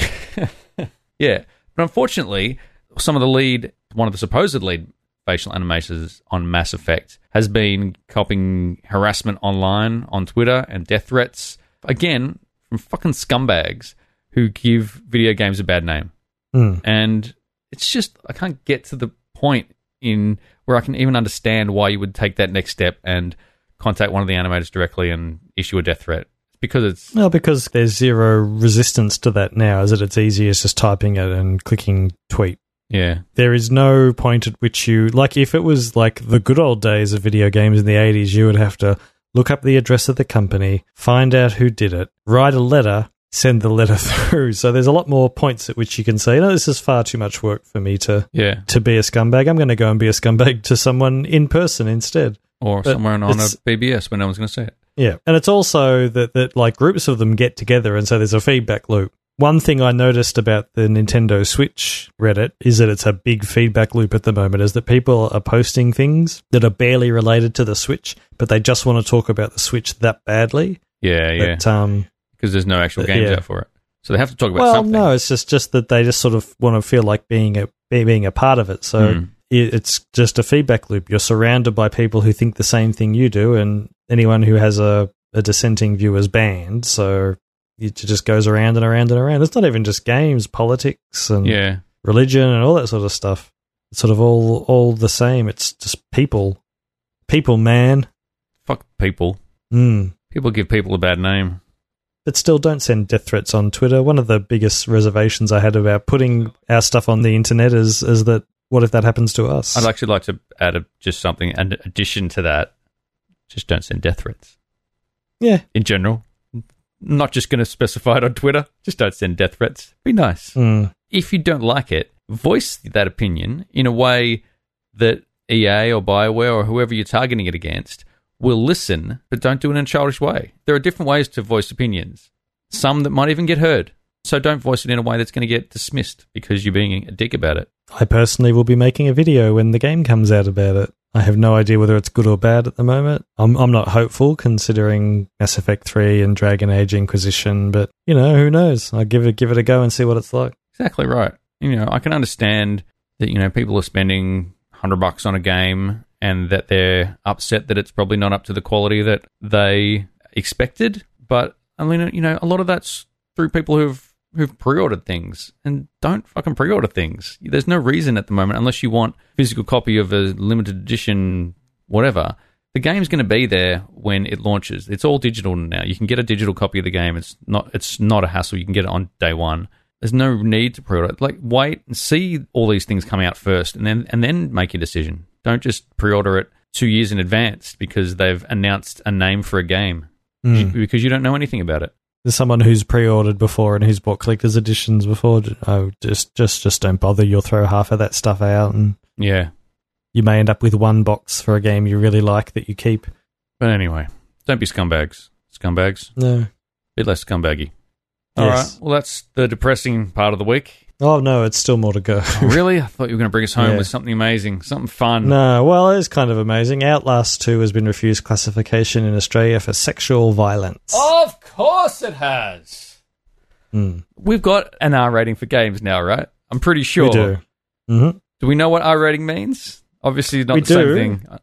[SPEAKER 1] Yeah. But unfortunately, some of the lead, one of the supposed lead facial animators on Mass Effect has been copying harassment online on Twitter and death threats, again, from fucking scumbags who give video games a bad name.
[SPEAKER 2] Hmm.
[SPEAKER 1] And it's just, I can't get to the point in where I can even understand why you would take that next step and contact one of the animators directly and issue a death threat. Because it's,
[SPEAKER 2] Well, because there's zero resistance to that now, is that it's easy as just typing it and clicking tweet.
[SPEAKER 1] yeah.
[SPEAKER 2] There is no point at which you like if it was like the good old days of video games in the eighties, you would have to look up the address of the company, find out who did it, write a letter, send the letter through. So there's a lot more points at which you can say, No, this is far too much work for me to
[SPEAKER 1] Yeah.
[SPEAKER 2] to be a scumbag. I'm gonna go and be a scumbag to someone in person instead.
[SPEAKER 1] Or
[SPEAKER 2] But
[SPEAKER 1] somewhere on a
[SPEAKER 2] it's-
[SPEAKER 1] BBS when no one's going to see it.
[SPEAKER 2] Yeah. And it's also that, that like groups of them get together and so there's a feedback loop. One thing I noticed about the Nintendo Switch Reddit is that it's a big feedback loop at the moment, is that people are posting things that are barely related to the Switch, but they just want to talk about the Switch that badly.
[SPEAKER 1] Yeah, yeah.
[SPEAKER 2] That, um,
[SPEAKER 1] because there's no actual
[SPEAKER 2] Uh,
[SPEAKER 1] games
[SPEAKER 2] yeah.
[SPEAKER 1] out for it. So they have to talk about
[SPEAKER 2] well,
[SPEAKER 1] something.
[SPEAKER 2] no, it's just, just that they just sort of want to feel like being a, be- being a part of it. So
[SPEAKER 1] Mm.
[SPEAKER 2] it, it's just a feedback loop. You're surrounded by people who think the same thing you do, and anyone who has a, a dissenting view is banned. So it just goes around and around and around. It's not even just games, politics, and
[SPEAKER 1] Hmm. Yeah,
[SPEAKER 2] religion, and all that sort of stuff. It's sort of all all the same. It's just people, people, man.
[SPEAKER 1] fuck people.
[SPEAKER 2] Mm.
[SPEAKER 1] People give people a bad name.
[SPEAKER 2] But still, don't send death threats on Twitter. One of the biggest reservations I had about putting our stuff on the internet is is that what if that happens to us?
[SPEAKER 1] I'd actually like to add a, just something in addition to that. Just don't send death threats
[SPEAKER 2] yeah.
[SPEAKER 1] in general. I'm not just going to specify it on Twitter. Just don't send death threats. Be nice.
[SPEAKER 2] Mm.
[SPEAKER 1] If you don't like it, voice that opinion in a way that EA or Bioware or whoever you're targeting it against will listen, but don't do it in a childish way. There are different ways to voice opinions, some that might even get heard. So don't voice it in a way that's going to get dismissed because you're being a dick about it.
[SPEAKER 2] I personally will be making a video when the game comes out about it. I have no idea whether it's good or bad at the moment. I'm, I'm not hopeful considering Mass Effect 3 and Dragon Age Inquisition, but you know, who knows? I'll give it give it a go and see what it's like.
[SPEAKER 1] Exactly right. You know, I can understand that, you know, people are spending 100 bucks on a game and that they're upset that it's probably not up to the quality that they expected, but I mean, you know, a lot of that's through people who've who've pre-ordered things and don't fucking pre-order things. There's no reason at the moment unless you want a physical copy of a limited edition whatever the game's going to be there when it launches. It's all digital now. You can get a digital copy of the game. It's not it's not a hassle. You can get it on day one. There's no need to pre-order. Like wait and see all these things come out first, and then and then make your decision. Don't just pre-order it two years in advance because they've announced a name for a game
[SPEAKER 2] Mm.
[SPEAKER 1] because you don't know anything about it.
[SPEAKER 2] There's someone who's pre-ordered before and who's bought collector's editions before. j- Oh, just just just don't bother. You'll throw half of that stuff out, and
[SPEAKER 1] Yeah.
[SPEAKER 2] you may end up with one box for a game you really like that you keep.
[SPEAKER 1] But anyway, don't be scumbags. Scumbags,
[SPEAKER 2] No.
[SPEAKER 1] bit less scumbaggy. All right.
[SPEAKER 2] Yes.
[SPEAKER 1] Well, that's the depressing part of the week.
[SPEAKER 2] Oh no, it's still more to go.
[SPEAKER 1] Oh, really? I thought you were going to bring us home
[SPEAKER 2] Yeah.
[SPEAKER 1] with something amazing, something fun.
[SPEAKER 2] No, well, it is kind of amazing. Outlast 2 has been refused classification in Australia for sexual violence.
[SPEAKER 1] Of course it has.
[SPEAKER 2] Hmm,
[SPEAKER 1] We've got an R rating for games now, right? I'm pretty sure.
[SPEAKER 2] We do. hmm
[SPEAKER 1] Do we know what R rating means? Obviously, not
[SPEAKER 2] We
[SPEAKER 1] the same
[SPEAKER 2] do.
[SPEAKER 1] thing.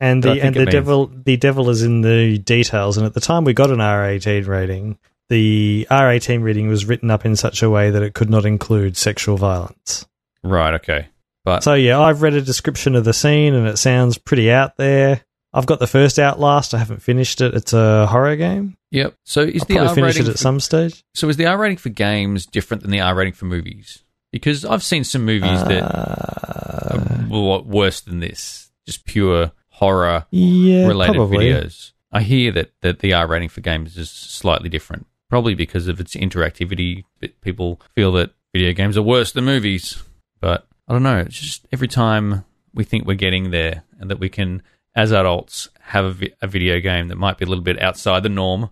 [SPEAKER 2] And
[SPEAKER 1] But I
[SPEAKER 2] the
[SPEAKER 1] think
[SPEAKER 2] and
[SPEAKER 1] it
[SPEAKER 2] the
[SPEAKER 1] means-
[SPEAKER 2] devil the devil is in the details. And at the time we got an R18 rating, the R18 rating was written up in such a way that it could not include sexual violence.
[SPEAKER 1] Right. Okay. But
[SPEAKER 2] So yeah, I've read a description of the scene and it sounds pretty out there. I've got the first Outlast. I haven't finished it. It's a horror game.
[SPEAKER 1] yep. So is
[SPEAKER 2] I'll
[SPEAKER 1] the
[SPEAKER 2] probably
[SPEAKER 1] R
[SPEAKER 2] finish
[SPEAKER 1] rating
[SPEAKER 2] it at
[SPEAKER 1] for-
[SPEAKER 2] some stage.
[SPEAKER 1] so is the R rating for games different than the R rating for movies? Because I've seen some movies that
[SPEAKER 2] Uh,
[SPEAKER 1] a lot worse than this. Just pure horror
[SPEAKER 2] yeah,
[SPEAKER 1] related
[SPEAKER 2] probably.
[SPEAKER 1] videos. I hear that, that the R rating for games is slightly different, probably because of its interactivity. that People feel that video games are worse than movies. But I don't know. It's just every time we think we're getting there and that we can, as adults, have a, vi- a video game that might be a little bit outside the norm,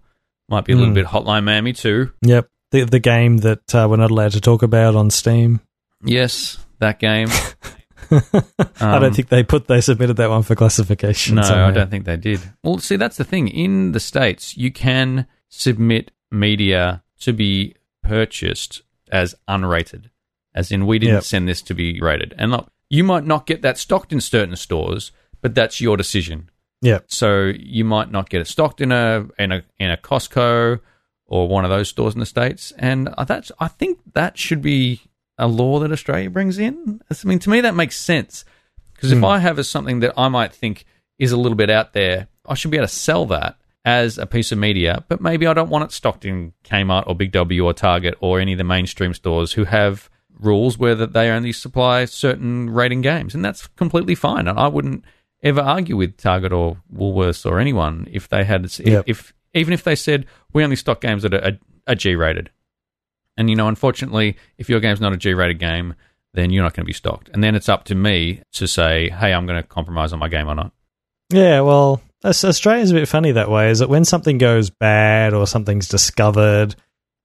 [SPEAKER 1] might be a little
[SPEAKER 2] Mm.
[SPEAKER 1] bit Hotline Miami too.
[SPEAKER 2] Yep. The the game that uh, we're not allowed to talk about on Steam.
[SPEAKER 1] Yes, that game.
[SPEAKER 2] I
[SPEAKER 1] Um,
[SPEAKER 2] don't think they put they submitted that one for classification.
[SPEAKER 1] No,
[SPEAKER 2] somehow.
[SPEAKER 1] I don't think they did. Well, see, that's the thing. In the States, you can submit media to be purchased as unrated, as in, we didn't
[SPEAKER 2] Yep.
[SPEAKER 1] send this to be rated. And look, you might not get that stocked in certain stores, but that's your decision.
[SPEAKER 2] Yep.
[SPEAKER 1] So you might not get it stocked in a in a in a Costco or one of those stores in the states, and uh, that's I think that should be a law that Australia brings in. I mean, to me, that makes sense because if
[SPEAKER 2] Hmm.
[SPEAKER 1] I have a, something that I might think is a little bit out there, I should be able to sell that as a piece of media. But maybe I don't want it stocked in Kmart or Big W or Target or any of the mainstream stores who have rules where that they only supply certain rating games, and that's completely fine. And I wouldn't ever argue with Target or Woolworths or anyone if they had if,
[SPEAKER 2] Yep.
[SPEAKER 1] if even if they said we only stock games that are, are, are G rated. And you know, unfortunately, if your game's not a G-rated game, then you're not going to be stocked. And then it's up to me to say, hey, I'm going to compromise on my game or not.
[SPEAKER 2] Yeah, well, Aus- Australia's a bit funny that way. Is that when something goes bad or something's discovered,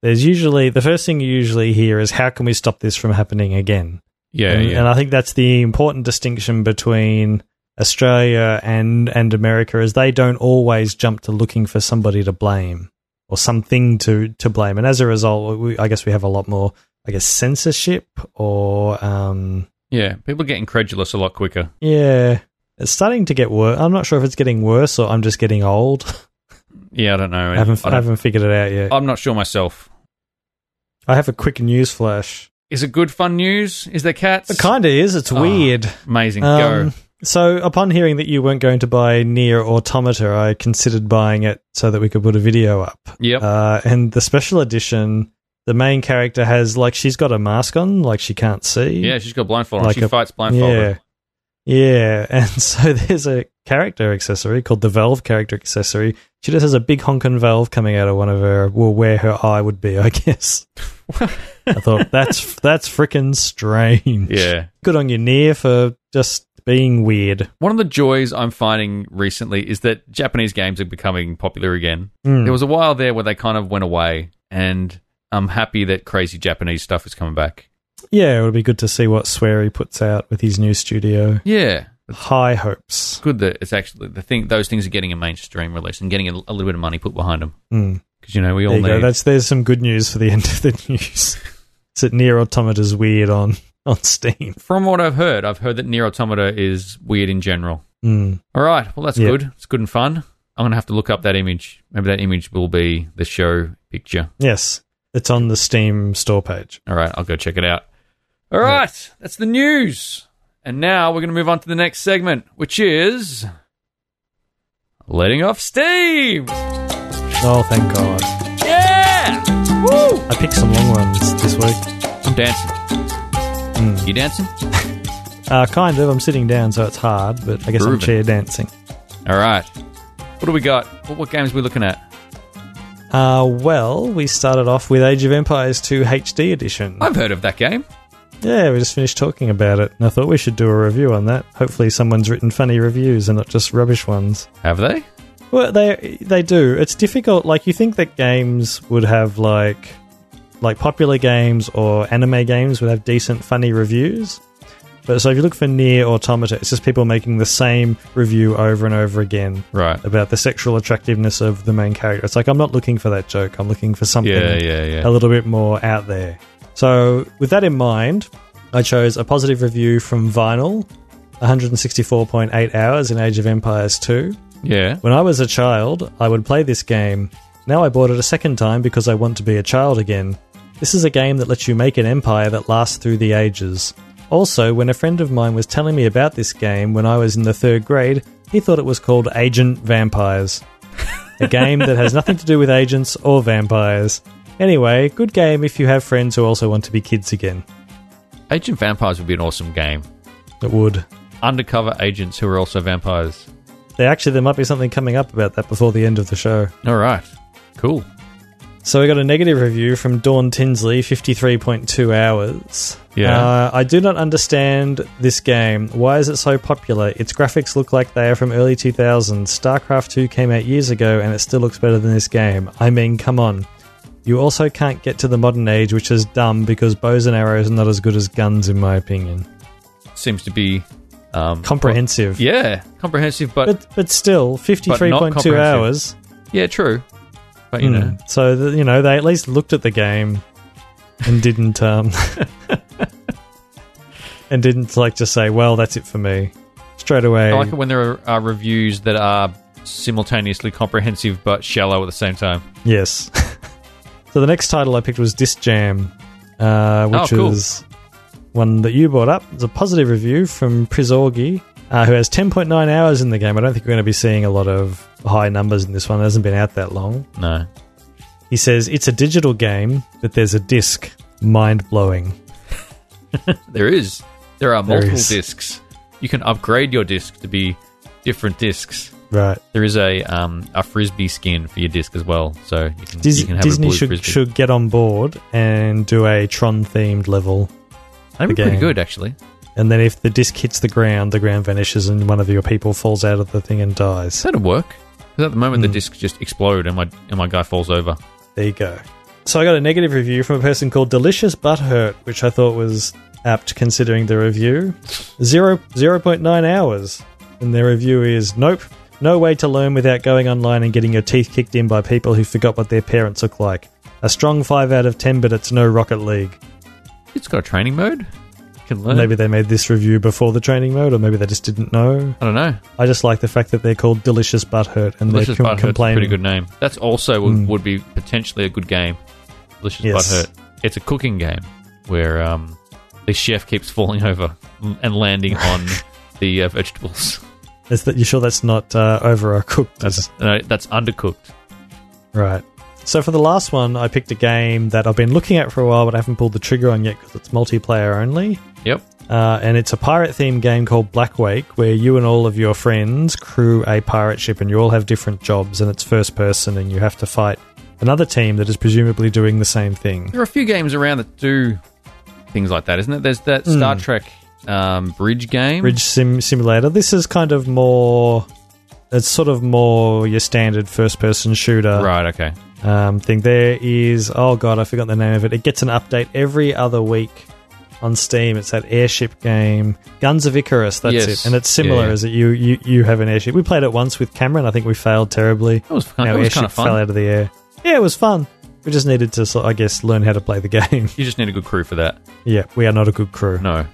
[SPEAKER 2] there's usually the first thing you usually hear is how can we stop this from happening again.
[SPEAKER 1] Yeah,
[SPEAKER 2] and,
[SPEAKER 1] yeah,
[SPEAKER 2] and I think that's the important distinction between Australia and and America is they don't always jump to looking for somebody to blame or something to to blame, and as a result, we, I guess we have a lot more, I guess, censorship or um,
[SPEAKER 1] yeah. People get incredulous a lot quicker.
[SPEAKER 2] yeah, it's starting to get worse. I'm not sure if it's getting worse or I'm just getting old.
[SPEAKER 1] Yeah, I don't know.
[SPEAKER 2] I haven't I
[SPEAKER 1] I
[SPEAKER 2] haven't figured it out yet.
[SPEAKER 1] am not sure myself.
[SPEAKER 2] I have a quick news flash.
[SPEAKER 1] Is it good fun news? Is there cats?
[SPEAKER 2] It kind of is. It's
[SPEAKER 1] Ah,
[SPEAKER 2] weird.
[SPEAKER 1] Amazing.
[SPEAKER 2] Um,
[SPEAKER 1] Go.
[SPEAKER 2] So, upon hearing that you weren't going to buy Near Automata, I considered buying it so that we could put a video up.
[SPEAKER 1] Yep.
[SPEAKER 2] Uh, and the special edition, the main character has, like, she's got a mask on, like, she can't see.
[SPEAKER 1] yeah, she's got blindfold on.
[SPEAKER 2] like
[SPEAKER 1] she
[SPEAKER 2] a-
[SPEAKER 1] fights blindfolded.
[SPEAKER 2] Yeah. Yeah. And so there's a character accessory called the Valve character accessory. She just has a big honkin' valve coming out of one of her, well, where her eye would be, I guess. I thought, that's that's freaking strange.
[SPEAKER 1] Yeah.
[SPEAKER 2] Good on you, Near, for just being weird.
[SPEAKER 1] One of the joys I'm finding recently is that Japanese games are becoming popular again.
[SPEAKER 2] Mm.
[SPEAKER 1] There was a while there where they kind of went away, and I'm happy that crazy Japanese stuff is coming back.
[SPEAKER 2] Yeah, it would be good to see what Swery puts out with his new studio.
[SPEAKER 1] Yeah.
[SPEAKER 2] High hopes.
[SPEAKER 1] good that it's actually the thing those things are getting a mainstream release and getting a, a little bit of money put behind them
[SPEAKER 2] Mm.
[SPEAKER 1] because you know we all
[SPEAKER 2] There you go.
[SPEAKER 1] need
[SPEAKER 2] That's there's some good news for the end of the news. it's at near automata's weird on on Steam.
[SPEAKER 1] from what i've heard i've heard that near automata is weird in general
[SPEAKER 2] Mm.
[SPEAKER 1] all right well that's
[SPEAKER 2] Yeah.
[SPEAKER 1] good it's good and fun i'm gonna have to look up that image maybe that image will be the show picture
[SPEAKER 2] Yes, it's on the Steam store page.
[SPEAKER 1] all right i'll go check it out all right that's the news and now we're gonna move on to the next segment which is letting off steam.
[SPEAKER 2] Oh, thank God.
[SPEAKER 1] Yeah! Woo!
[SPEAKER 2] I picked some long ones this week.
[SPEAKER 1] I'm dancing. You dancing?
[SPEAKER 2] Uh, kind of. I'm sitting down, so it's hard, but I guess I'm
[SPEAKER 1] Grooving.
[SPEAKER 2] chair dancing.
[SPEAKER 1] All right. What do we got? What, what games are we looking at?
[SPEAKER 2] Uh, well, we started off with Age of Empires 2 HD Edition.
[SPEAKER 1] I've heard of that game.
[SPEAKER 2] Yeah, we just finished talking about it, and I thought we should do a review on that. Hopefully, someone's written funny reviews and not just rubbish ones.
[SPEAKER 1] Have they?
[SPEAKER 2] Well, they they do. It's difficult. Like you think that games would have like like popular games or anime games would have decent funny reviews. But so if you look for near automata, it's just people making the same review over and over again
[SPEAKER 1] Right.
[SPEAKER 2] about the sexual attractiveness of the main character. It's like I'm not looking for that joke. I'm looking for something
[SPEAKER 1] Yeah, yeah,
[SPEAKER 2] a
[SPEAKER 1] yeah.
[SPEAKER 2] little bit more out there. So, with that in mind, I chose a positive review from Vinyl 164.8 hours in Age of Empires 2.
[SPEAKER 1] Yeah.
[SPEAKER 2] When I was a child, I would play this game. Now I bought it a second time because I want to be a child again. This is a game that lets you make an empire that lasts through the ages. Also, when a friend of mine was telling me about this game when I was in the third grade, he thought it was called Agent Vampires. A game that has nothing to do with agents or vampires. Anyway, good game if you have friends who also want to be kids again.
[SPEAKER 1] Agent Vampires would be an awesome game.
[SPEAKER 2] It would.
[SPEAKER 1] Undercover agents who are also vampires.
[SPEAKER 2] There actually there might be something coming up about that before the end of the show.
[SPEAKER 1] All right. Cool.
[SPEAKER 2] So we got a negative review from Dawn Tinsley, 53.2 hours.
[SPEAKER 1] Yeah.
[SPEAKER 2] Uh, I do not understand this game. Why is it so popular? Its graphics look like they are from early 2000s. StarCraft 2 came out years ago and it still looks better than this game. I mean, come on. You also can't get to the modern age, which is dumb because bows and arrows are not as good as guns, in my opinion.
[SPEAKER 1] Seems to be. Um,
[SPEAKER 2] Comprehensive.
[SPEAKER 1] yeah, comprehensive, but,
[SPEAKER 2] But, but still, 53.2
[SPEAKER 1] comprehensive.
[SPEAKER 2] hours.
[SPEAKER 1] yeah, true. But you
[SPEAKER 2] Hmm.
[SPEAKER 1] know,
[SPEAKER 2] So th you know they at least looked at the game and didn't um, and didn't like just say, "Well, that's it for me." Straight away,
[SPEAKER 1] I like it when there are, are reviews that are simultaneously comprehensive but shallow at the same time.
[SPEAKER 2] yes. so the next title I picked was Disc Jam, uh, which
[SPEAKER 1] Oh, cool.
[SPEAKER 2] is one that you brought up. It's a positive review from Prizorgi, uh, who has 10.9 hours in the game. I don't think we're going to be seeing a lot of high numbers in this one. It hasn't been out that long.
[SPEAKER 1] No,
[SPEAKER 2] He says it's a digital game, but there's a disc. Mind blowing.
[SPEAKER 1] there is. There are
[SPEAKER 2] There
[SPEAKER 1] multiple
[SPEAKER 2] is.
[SPEAKER 1] discs. You can upgrade your disc to be different discs.
[SPEAKER 2] Right.
[SPEAKER 1] There is a um, a frisbee skin for your disc as well, so you can,
[SPEAKER 2] Dis-
[SPEAKER 1] you can have a
[SPEAKER 2] Disney
[SPEAKER 1] blue
[SPEAKER 2] should
[SPEAKER 1] frisbee.
[SPEAKER 2] should get on board and do a Tron themed level,
[SPEAKER 1] That'd be
[SPEAKER 2] again.
[SPEAKER 1] pretty good, actually.
[SPEAKER 2] and then if the disc hits the ground, the ground vanishes and one of your people falls out of the thing and dies.
[SPEAKER 1] That'd work. 'Cause at the moment the
[SPEAKER 2] Hmm.
[SPEAKER 1] discs just explode and my and my guy falls over.
[SPEAKER 2] There you go. So I got a negative review from a person called Delicious Butthurt, which I thought was apt considering the review. Zero zero point nine hours, and their review is nope. No way to learn without going online and getting your teeth kicked in by people who forgot what their parents look like. A strong five out of ten, but it's no Rocket League.
[SPEAKER 1] It's got a training mode. You can learn.
[SPEAKER 2] Maybe they made this review before the training mode, or maybe they just didn't know.
[SPEAKER 1] I don't know.
[SPEAKER 2] I just like the fact that they're called Delicious Butthurt and
[SPEAKER 1] Delicious
[SPEAKER 2] they're
[SPEAKER 1] Butthurt's a
[SPEAKER 2] complaining.
[SPEAKER 1] pretty good name. That's also would,
[SPEAKER 2] Mm.
[SPEAKER 1] would be potentially a good game. Delicious
[SPEAKER 2] Yes.
[SPEAKER 1] Butthurt. It's a cooking game where um, the chef keeps falling over and landing on the uh, vegetables.
[SPEAKER 2] Is that you sure that's not uh, overcooked?
[SPEAKER 1] That's no, that's undercooked.
[SPEAKER 2] right. So for the last one, I picked a game that I've been looking at for a while, but I haven't pulled the trigger on yet because it's multiplayer only.
[SPEAKER 1] Yep.
[SPEAKER 2] Uh, and it's a pirate themed game called Black Wake, where you and all of your friends crew a pirate ship and you all have different jobs, and it's first person, and you have to fight another team that is presumably doing the same thing.
[SPEAKER 1] There are a few games around that do things like that, isn't it? There's that Star Trek um, bridge game.
[SPEAKER 2] Hmm. Bridge Sim Simulator. This is kind of more. It's sort of more your standard first-person shooter
[SPEAKER 1] Right. Okay.
[SPEAKER 2] um, thing. There is oh god, I forgot the name of it. It gets an update every other week on Steam. It's that airship game, Guns of Icarus. That's
[SPEAKER 1] Yes.
[SPEAKER 2] it, and it's similar.
[SPEAKER 1] Yeah, yeah.
[SPEAKER 2] Is that you, you you have an airship? We played it once with Cameron. I think we failed terribly.
[SPEAKER 1] That was kind,
[SPEAKER 2] Our
[SPEAKER 1] that was
[SPEAKER 2] airship
[SPEAKER 1] kind of fun.
[SPEAKER 2] fell out of the air. Yeah, it was fun. We just needed to, sort- I guess, learn how to play the game.
[SPEAKER 1] You just need a good crew for that.
[SPEAKER 2] yeah, we are not a good crew.
[SPEAKER 1] No.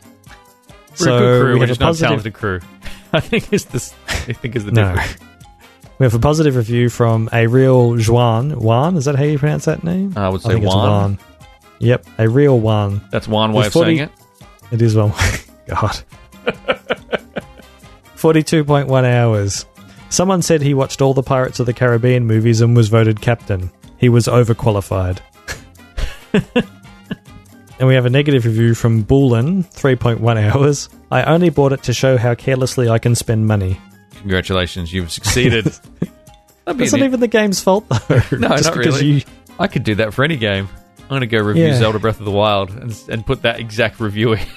[SPEAKER 1] We're
[SPEAKER 2] So
[SPEAKER 1] a good crew. We're
[SPEAKER 2] we have
[SPEAKER 1] just
[SPEAKER 2] a
[SPEAKER 1] not a
[SPEAKER 2] positive-
[SPEAKER 1] talented crew. I think is the I think is the
[SPEAKER 2] No.
[SPEAKER 1] difference.
[SPEAKER 2] We have a positive review from a real Juan. Juan, is that how you pronounce that name?
[SPEAKER 1] Uh, I would say
[SPEAKER 2] I think it's
[SPEAKER 1] Juan.
[SPEAKER 2] Juan. Yep, a real one.
[SPEAKER 1] That's one way
[SPEAKER 2] There's
[SPEAKER 1] of saying it.
[SPEAKER 2] 40 It is one. God. 42.1 hours. Someone said he watched all the Pirates of the Caribbean movies and was voted captain. He was overqualified. and we have a negative review from Boolin, 3.1 hours. I only bought it to show how carelessly I can spend money.
[SPEAKER 1] Congratulations, you've succeeded. That'd be
[SPEAKER 2] That's
[SPEAKER 1] an-
[SPEAKER 2] not even the game's fault, though.
[SPEAKER 1] No,
[SPEAKER 2] Just
[SPEAKER 1] not
[SPEAKER 2] because
[SPEAKER 1] really.
[SPEAKER 2] you
[SPEAKER 1] I could do that for any game. I'm going to go review
[SPEAKER 2] Yeah.
[SPEAKER 1] Zelda Breath of the Wild and, and put that exact review in.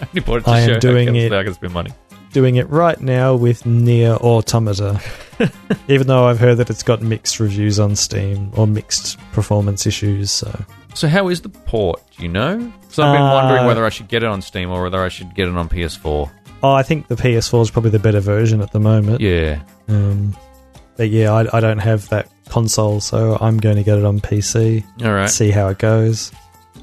[SPEAKER 1] I only bought it to
[SPEAKER 2] I am
[SPEAKER 1] show how
[SPEAKER 2] doing
[SPEAKER 1] carelessly
[SPEAKER 2] it.
[SPEAKER 1] I can spend money.
[SPEAKER 2] doing it right now with Near Automata. Even though I've heard that it's got mixed reviews on Steam or mixed performance issues, so
[SPEAKER 1] So how is the port? Do you know? So I've been
[SPEAKER 2] Uh,
[SPEAKER 1] wondering whether I should get it on Steam or whether I should get it on PS4.
[SPEAKER 2] oh, I think the PS4 is probably the better version at the moment.
[SPEAKER 1] Yeah.
[SPEAKER 2] Um, but yeah, I, I don't have that console, so I'm going to get it on PC.
[SPEAKER 1] All right.
[SPEAKER 2] See how it goes.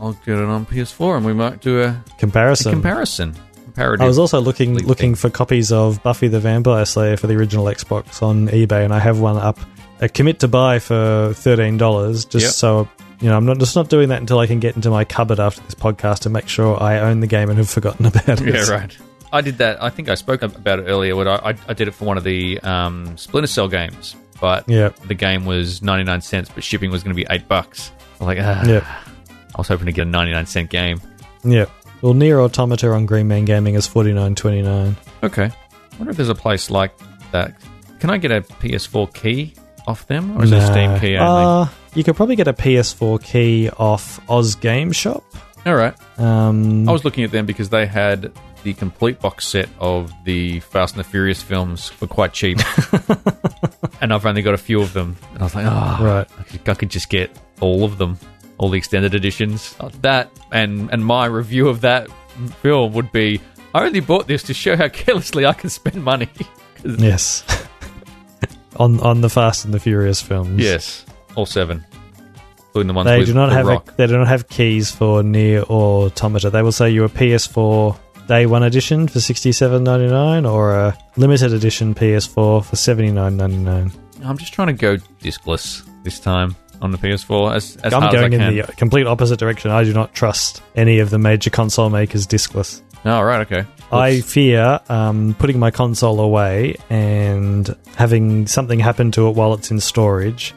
[SPEAKER 1] I'll get it on PS4 and we might do a, a
[SPEAKER 2] Comparison.
[SPEAKER 1] comparison. Comparative.
[SPEAKER 2] I was also looking
[SPEAKER 1] Leave
[SPEAKER 2] looking for copies of Buffy the Vampire Slayer for the original Xbox on eBay, and I have one up. A commit to buy for thirteen dollars, just
[SPEAKER 1] Yep.
[SPEAKER 2] so you know. I'm not just not doing that until I can get into my cupboard after this podcast to make sure I own the game and have forgotten about it.
[SPEAKER 1] yeah, right. I did that. I think I spoke about it earlier. When I, I, I did it for one of the um, Splinter Cell games, but
[SPEAKER 2] Yeah,
[SPEAKER 1] the game was 99 cents, but shipping was going to be 8 bucks. I'm like, ah,
[SPEAKER 2] yeah,
[SPEAKER 1] I was hoping to get a 99 cent game.
[SPEAKER 2] yeah. Well, near Automata on Green Man Gaming is forty nine twenty nine.
[SPEAKER 1] Okay. I wonder if there's a place like that. Can I get a PS4 key off them or is it a Steam key only?
[SPEAKER 2] Uh, you could probably get a PS4 key off Oz Game Shop.
[SPEAKER 1] All right.
[SPEAKER 2] Um,
[SPEAKER 1] I was looking at them because they had the complete box set of the Fast and the Furious films for quite cheap. and I've only got a few of them. And I was like, oh,
[SPEAKER 2] Right.
[SPEAKER 1] I, could, I could just get all of them, all the extended editions. That and, and my review of that film would be I only bought this to show how carelessly I can spend money. 'Cause-
[SPEAKER 2] Yes. on on the Fast and the Furious films.
[SPEAKER 1] Yes, all seven, including the ones
[SPEAKER 2] They
[SPEAKER 1] with
[SPEAKER 2] do not
[SPEAKER 1] The
[SPEAKER 2] have a,
[SPEAKER 1] Rock.
[SPEAKER 2] they do not have keys for near or automata. They will say you a PS4 day one edition for sixty seven ninety nine or a limited edition PS4 for seventy nine ninety nine.
[SPEAKER 1] I'm just trying to go discless this time on the PS4 as, as
[SPEAKER 2] I'm
[SPEAKER 1] hard
[SPEAKER 2] going
[SPEAKER 1] as I
[SPEAKER 2] in
[SPEAKER 1] can.
[SPEAKER 2] the uh, complete opposite direction. I do not trust any of the major console makers discless.
[SPEAKER 1] Oh, right, okay.
[SPEAKER 2] I
[SPEAKER 1] Oops.
[SPEAKER 2] fear um, putting my console away and having something happen to it while it's in storage,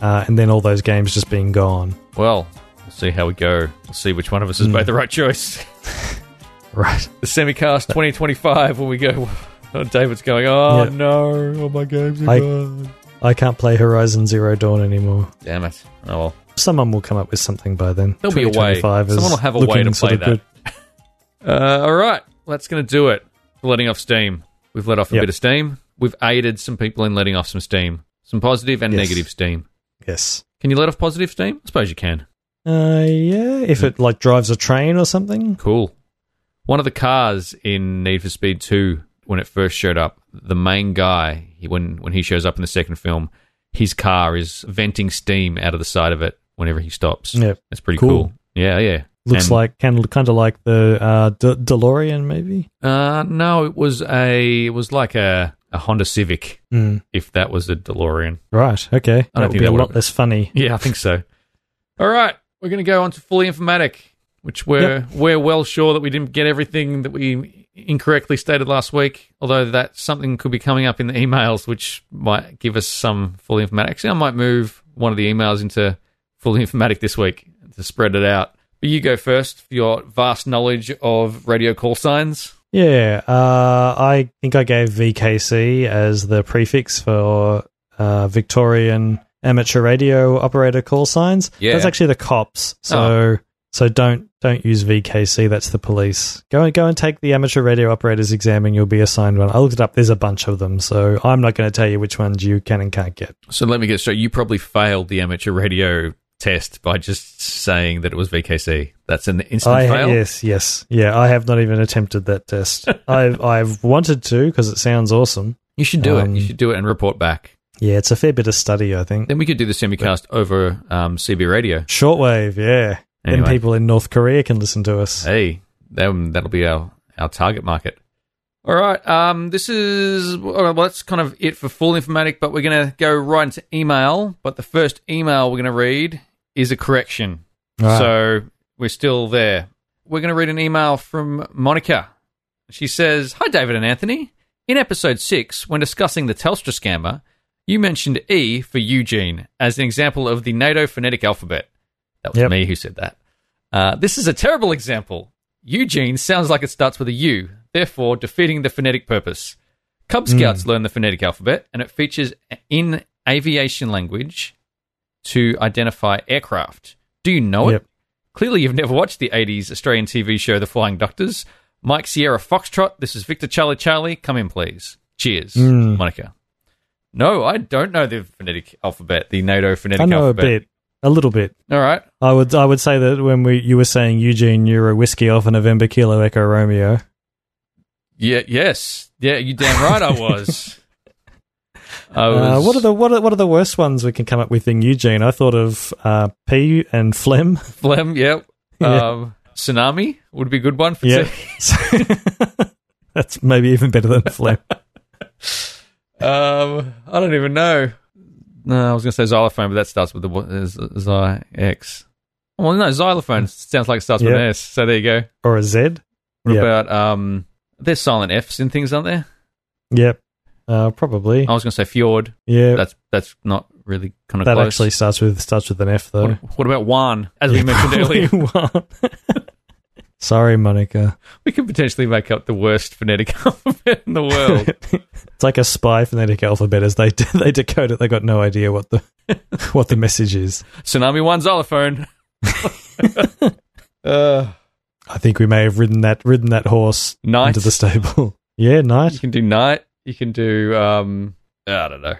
[SPEAKER 2] uh, and then all those games just being gone.
[SPEAKER 1] well, we'll see how we go. We'll see which one of us has
[SPEAKER 2] Mm.
[SPEAKER 1] made the right choice.
[SPEAKER 2] Right.
[SPEAKER 1] The Semicast 2025 when we go. Oh, David's going. Oh
[SPEAKER 2] Yeah.
[SPEAKER 1] no! All my games are
[SPEAKER 2] I-
[SPEAKER 1] gone.
[SPEAKER 2] I can't play Horizon Zero Dawn anymore.
[SPEAKER 1] Damn it! Oh well.
[SPEAKER 2] Someone will come up with something by then.
[SPEAKER 1] There'll be a way.
[SPEAKER 2] 2025 is
[SPEAKER 1] Someone will have a way
[SPEAKER 2] looking
[SPEAKER 1] to
[SPEAKER 2] sort
[SPEAKER 1] play
[SPEAKER 2] of
[SPEAKER 1] that. Uh, all right, well, that's going to do it. We're letting off steam. We've let off a
[SPEAKER 2] Yep.
[SPEAKER 1] bit of steam. We've aided some people in letting off some steam, some positive and
[SPEAKER 2] Yes.
[SPEAKER 1] negative steam.
[SPEAKER 2] Yes.
[SPEAKER 1] Can you let off positive steam? I suppose you can.
[SPEAKER 2] Uh, yeah, if
[SPEAKER 1] Mm.
[SPEAKER 2] it like drives a train or something.
[SPEAKER 1] Cool. One of the cars in Need for Speed 2, when it first showed up, the main guy, he, when, when he shows up in the second film, his car is venting steam out of the side of it whenever he stops.
[SPEAKER 2] Yep.
[SPEAKER 1] That's pretty cool.
[SPEAKER 2] Cool.
[SPEAKER 1] Yeah, yeah.
[SPEAKER 2] Looks
[SPEAKER 1] And-
[SPEAKER 2] like kind of, kind of like the uh, De- DeLorean, maybe.
[SPEAKER 1] Uh, no, it was a it was like a, a Honda Civic,
[SPEAKER 2] Mm. If
[SPEAKER 1] if that was a DeLorean.
[SPEAKER 2] right, okay,
[SPEAKER 1] I don't
[SPEAKER 2] that
[SPEAKER 1] think
[SPEAKER 2] would be
[SPEAKER 1] that
[SPEAKER 2] a
[SPEAKER 1] would
[SPEAKER 2] lot
[SPEAKER 1] have-
[SPEAKER 2] less funny.
[SPEAKER 1] Yeah, I think so. All right, we're going to go on to fully informatic, which we're we're well sure that we didn't get everything that we incorrectly stated last week. Although that something could be coming up in the emails, which might give us some fully informatic. Actually, I might move one of the emails into fully informatic this week to spread it out. But you go first for your vast knowledge of radio call signs.
[SPEAKER 2] Yeah, uh, I think I gave VKC as the prefix for uh, Victorian amateur radio operator call signs.
[SPEAKER 1] Yeah. Oh.
[SPEAKER 2] that's actually the cops. So so don't don't use VKC. That's the police. Go and go and take the amateur radio operators exam, and you'll be assigned one. I looked it up. There's a bunch of them, so I'm not going to tell you which ones you can and can't get.
[SPEAKER 1] So let me get straight. You probably failed the amateur radio test by just saying that it was VKC. That's an instant
[SPEAKER 2] I
[SPEAKER 1] fail.
[SPEAKER 2] yes yes yeah. I have not even attempted that test. I've I've wanted to because it sounds awesome.
[SPEAKER 1] You should do
[SPEAKER 2] Um,
[SPEAKER 1] it. You should do it and report back.
[SPEAKER 2] Yeah, it's a fair bit of study, I think.
[SPEAKER 1] Then we could do the semicast over um, CB radio.
[SPEAKER 2] Shortwave, yeah.
[SPEAKER 1] Anyway.
[SPEAKER 2] Then people in North Korea can listen to us.
[SPEAKER 1] Hey, them, that'll be our, our target market. All right. Um, this is well, that's kind of it for full informatic, but we're going to go right into email. But the first email we're going to read is a correction.
[SPEAKER 2] Right.
[SPEAKER 1] So we're still there. We're going to read an email from Monica. She says, Hi, David and Anthony. In episode 6, when discussing the Telstra scammer, you mentioned E for Eugene as an example of the NATO phonetic alphabet. That was
[SPEAKER 2] Yep.
[SPEAKER 1] me who said that. Uh, this is a terrible example. Eugene sounds like it starts with a U, therefore defeating the phonetic purpose. Cub Scouts
[SPEAKER 2] Hmm.
[SPEAKER 1] learn the phonetic alphabet, and it features in aviation language to identify aircraft. Do you know
[SPEAKER 2] Yep.
[SPEAKER 1] it? Clearly, you've never watched the 80s Australian TV show The Flying Doctors. Mike Sierra Foxtrot, this is Victor Charlie Charlie. Come in, please. Cheers,
[SPEAKER 2] Mm.
[SPEAKER 1] Monica. No, I don't know the phonetic alphabet, the NATO phonetic
[SPEAKER 2] I know
[SPEAKER 1] alphabet.
[SPEAKER 2] a bit, a little bit.
[SPEAKER 1] All right.
[SPEAKER 2] I would I would say that when we you were saying Eugene, you're a whiskey off a November Kilo Echo Romeo.
[SPEAKER 1] Yeah, yes. Yeah, you damn right I was. I
[SPEAKER 2] Uh,
[SPEAKER 1] was
[SPEAKER 2] what are the what are, what are the worst ones we can come up with in Eugene? I thought of uh, pee and phlegm.
[SPEAKER 1] phlegm, yep.
[SPEAKER 2] Yeah.
[SPEAKER 1] Um, tsunami would be a good one for
[SPEAKER 2] Yeah, that's maybe even better than phlegm.
[SPEAKER 1] Um, I don't even know. No, I was going to say xylophone, but that starts with the wo- uh, z- xy x. Oh, Well, no, xylophone sounds like it starts with
[SPEAKER 2] Yeah.
[SPEAKER 1] an S. So there you go.
[SPEAKER 2] or a Z.
[SPEAKER 1] What
[SPEAKER 2] Yep.
[SPEAKER 1] about um? There's silent Fs in things, aren't there?
[SPEAKER 2] Yep, uh, probably.
[SPEAKER 1] I was going to say fjord.
[SPEAKER 2] yeah,
[SPEAKER 1] Oh, That's that's not really kind of
[SPEAKER 2] that
[SPEAKER 1] close.
[SPEAKER 2] actually starts with starts with an F though.
[SPEAKER 1] What, what about Juan? As we mentioned earlier,
[SPEAKER 2] Probably one. Sorry, Monica.
[SPEAKER 1] we could potentially make up the worst phonetic alphabet in the world.
[SPEAKER 2] It's like a spy phonetic alphabet as they they decode it. They got no idea what the what the message is.
[SPEAKER 1] Tsunami one xylophone. uh,
[SPEAKER 2] I think we may have ridden that ridden that horse
[SPEAKER 1] night.
[SPEAKER 2] into the stable. yeah, night.
[SPEAKER 1] You can do night. You can do um. I don't know.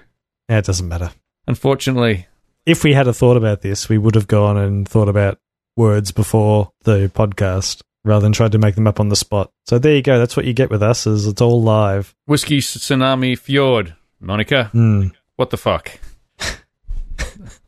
[SPEAKER 2] Yeah, it doesn't matter.
[SPEAKER 1] Unfortunately,
[SPEAKER 2] If we had a thought about this, we would have gone and thought about words before the podcast rather than tried to make them up on the spot. So there you go. That's what you get with us. Is it's all live.
[SPEAKER 1] Whiskey Tsunami Fjord. Monica,
[SPEAKER 2] Hmm.
[SPEAKER 1] what the fuck?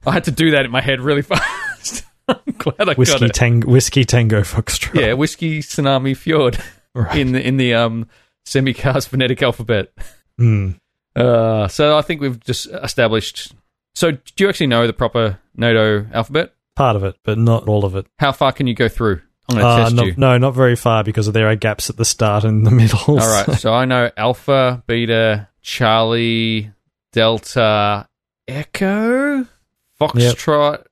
[SPEAKER 1] I had to do that in my head really fast. I'm glad I got
[SPEAKER 2] Whiskey
[SPEAKER 1] it.
[SPEAKER 2] tango, whiskey tango foxtrot.
[SPEAKER 1] yeah, Whiskey Tsunami Fjord
[SPEAKER 2] Right.
[SPEAKER 1] in the in the um semicast phonetic alphabet.
[SPEAKER 2] Hmm.
[SPEAKER 1] Uh, so I think we've just established. So do you actually know the proper Nodo alphabet?
[SPEAKER 2] Part of it, but not all of it.
[SPEAKER 1] How far can you go through? I'm going to
[SPEAKER 2] Uh,
[SPEAKER 1] test
[SPEAKER 2] not,
[SPEAKER 1] you.
[SPEAKER 2] No, not very far because there are gaps at the start and the middle.
[SPEAKER 1] All right. So I know Alpha, Beta, Charlie, Delta, Echo, Foxtrot,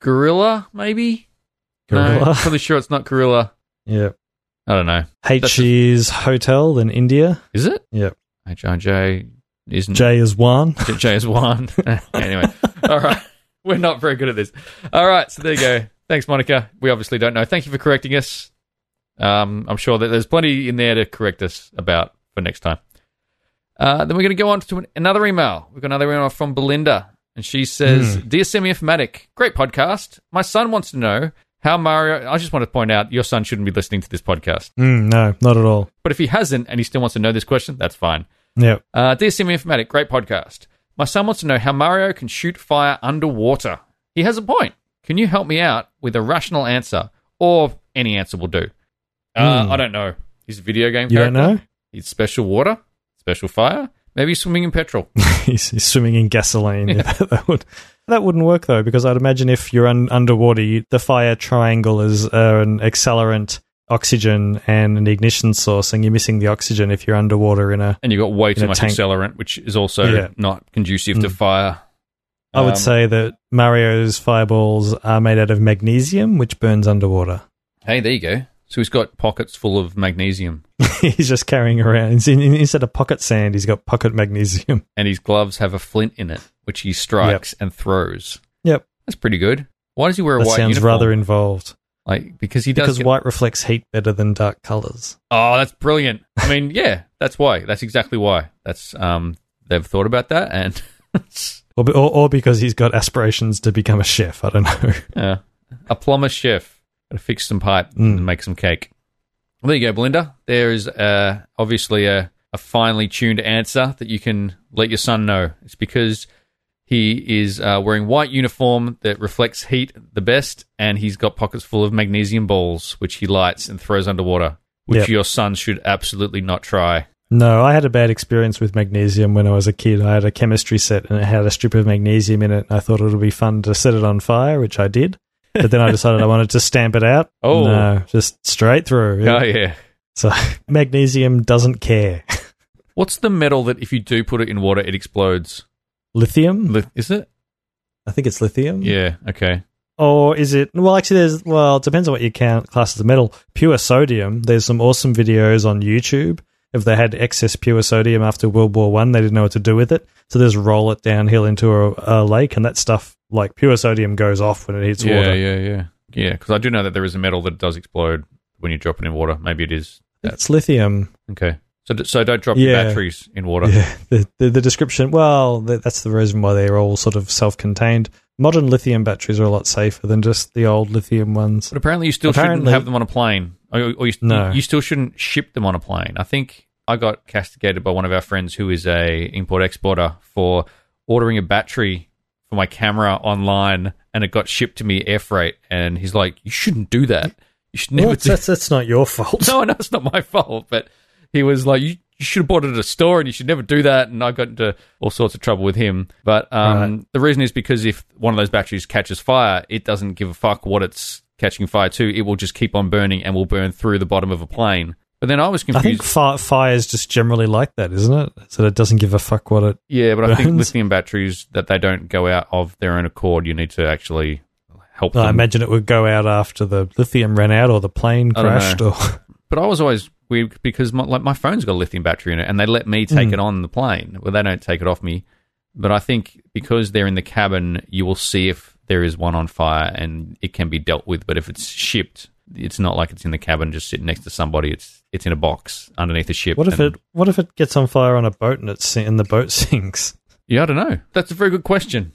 [SPEAKER 1] Gorilla, maybe? No, I'm
[SPEAKER 2] Gorilla.
[SPEAKER 1] pretty sure it's not Gorilla.
[SPEAKER 2] yeah.
[SPEAKER 1] I don't know.
[SPEAKER 2] H
[SPEAKER 1] That's
[SPEAKER 2] is hotel, then India.
[SPEAKER 1] Is it?
[SPEAKER 2] Yep.
[SPEAKER 1] HIJ isn't. J,
[SPEAKER 2] J is one.
[SPEAKER 1] J is one. anyway. All right. We're not very good at this. All right. So there you go. Thanks, Monica. We obviously don't know. Thank you for correcting us. Um, I'm sure that there's plenty in there to correct us about for next time. Uh, then we're going to go on to an, another email. We've got another email from Belinda, and she says, "Dear Semi Informatic, great podcast. My son wants to know how Mario. I just want to point out your son shouldn't be listening to this podcast,
[SPEAKER 2] Mm, no, not at all.
[SPEAKER 1] but if he hasn't and he still wants to know this question, that's fine.
[SPEAKER 2] Yep.
[SPEAKER 1] Uh, Dear Semi Informatic, great podcast. My son wants to know how Mario can shoot fire underwater. He has a point. Can you help me out with a rational answer, or any answer will do? Uh,
[SPEAKER 2] Hmm.
[SPEAKER 1] I don't know. He's a video game
[SPEAKER 2] You
[SPEAKER 1] character.
[SPEAKER 2] don't know?
[SPEAKER 1] He's special water, special fire. Maybe he's swimming in petrol.
[SPEAKER 2] he's, he's swimming in gasoline. Yeah, that, would that wouldn't work though, because I'd imagine if you're un- underwater, you, the fire triangle is uh, an accelerant, oxygen, and an ignition source, and you're missing the oxygen if you're underwater in a.
[SPEAKER 1] and you got way too
[SPEAKER 2] In a
[SPEAKER 1] much
[SPEAKER 2] tank.
[SPEAKER 1] accelerant, which is also
[SPEAKER 2] Yeah.
[SPEAKER 1] not conducive to
[SPEAKER 2] Mm.
[SPEAKER 1] fire.
[SPEAKER 2] I
[SPEAKER 1] Um,
[SPEAKER 2] would say that Mario's fireballs are made out of magnesium, which burns underwater.
[SPEAKER 1] Hey, there you go. So he's got pockets full of magnesium,
[SPEAKER 2] he's just carrying around ins- in- instead of pocket sand, he's got pocket magnesium.
[SPEAKER 1] and his gloves have a flint in it, which he strikes and throws.
[SPEAKER 2] Yep,
[SPEAKER 1] That's pretty good. Why does he wear a
[SPEAKER 2] that
[SPEAKER 1] white
[SPEAKER 2] sounds
[SPEAKER 1] uniform?
[SPEAKER 2] rather involved
[SPEAKER 1] like because he does.
[SPEAKER 2] because
[SPEAKER 1] get-
[SPEAKER 2] white reflects heat better than dark colors.
[SPEAKER 1] oh, that's brilliant. I mean, yeah, that's why. That's exactly why. That's um, they've thought about that, and
[SPEAKER 2] Or, be- or, or because he's got aspirations to become a chef. I don't know.
[SPEAKER 1] yeah, Uh, a plumber chef gotta fix some pipe
[SPEAKER 2] Mm.
[SPEAKER 1] and make some cake. Well, there you go, Belinda. There is uh, obviously a, a finely tuned answer that you can let your son know. It's because he is uh, wearing white uniform that reflects heat the best, and he's got pockets full of magnesium balls, which he lights and throws underwater, which
[SPEAKER 2] Yep.
[SPEAKER 1] your son should absolutely not try.
[SPEAKER 2] No, I had a bad experience with magnesium when I was a kid. I had a chemistry set and it had a strip of magnesium in it. I thought it would be fun to set it on fire, which I did. But then I decided I wanted to stamp it out.
[SPEAKER 1] Oh.
[SPEAKER 2] no, just straight through.
[SPEAKER 1] Oh yeah,
[SPEAKER 2] So magnesium doesn't care.
[SPEAKER 1] What's the metal that if you do put it in water, it explodes?
[SPEAKER 2] Lithium?
[SPEAKER 1] Li- Is it?
[SPEAKER 2] I think it's lithium.
[SPEAKER 1] Yeah. Okay.
[SPEAKER 2] Or is it? Well, actually, there's. Well, it depends on what you count. Class as a metal. Pure sodium. There's some awesome videos on YouTube. If they had excess pure sodium after World War One, they didn't know what to do with it, so they just roll it downhill into a, a lake, and that stuff like pure sodium goes off when it hits
[SPEAKER 1] yeah,
[SPEAKER 2] water.
[SPEAKER 1] yeah. Yeah. Yeah. Because I do know that there is a metal that does explode when you drop it in water. Maybe it is.
[SPEAKER 2] It's lithium.
[SPEAKER 1] Okay. So d- so don't drop your
[SPEAKER 2] Yeah.
[SPEAKER 1] batteries in water.
[SPEAKER 2] Yeah. The, the the description. Well, th- that's the reason why they're all sort of self-contained. Modern lithium batteries are a lot safer than just the old lithium ones.
[SPEAKER 1] But apparently, you still shouldn't
[SPEAKER 2] Apparently-
[SPEAKER 1] have them on a plane, or, or you,
[SPEAKER 2] No.
[SPEAKER 1] you still shouldn't ship them on a plane. I think I got castigated by one of our friends who is a import exporter for ordering a battery for my camera online, and it got shipped to me air freight. And he's like, "You shouldn't do that. You should never
[SPEAKER 2] Well,
[SPEAKER 1] do."
[SPEAKER 2] that's that's not your fault.
[SPEAKER 1] No, I know it's not my fault, but he was like, "You." You should have bought it at a store, and you should never do that. And I got into all sorts of trouble with him. But um, the reason is because if one of those batteries catches fire, it doesn't give a fuck what it's catching fire to. It will just keep on burning and will burn through the bottom of a plane. But then I was
[SPEAKER 2] I
[SPEAKER 1] confused.
[SPEAKER 2] think fire, fire is just generally like that, isn't it? So it doesn't give a fuck what it.
[SPEAKER 1] yeah, but I think
[SPEAKER 2] Burns.
[SPEAKER 1] lithium batteries that they don't go out of their own accord. You need to actually help
[SPEAKER 2] I
[SPEAKER 1] them
[SPEAKER 2] imagine it would go out after the lithium ran out or the plane
[SPEAKER 1] I don't
[SPEAKER 2] crashed. Or
[SPEAKER 1] But I was always weird because my, like my phone's got a lithium battery in it, and they let me
[SPEAKER 2] Mm.
[SPEAKER 1] take it on the plane. Well, they don't take it off me, but I think because they're in the cabin, you will see if there is one on fire, and it can be dealt with. But if it's shipped, it's not like it's in the cabin just sitting next to somebody. It's it's in a box underneath the ship.
[SPEAKER 2] what if
[SPEAKER 1] and-
[SPEAKER 2] it? What if it gets on fire on a boat and it's and the boat sinks?
[SPEAKER 1] Yeah, I don't know. That's a very good question.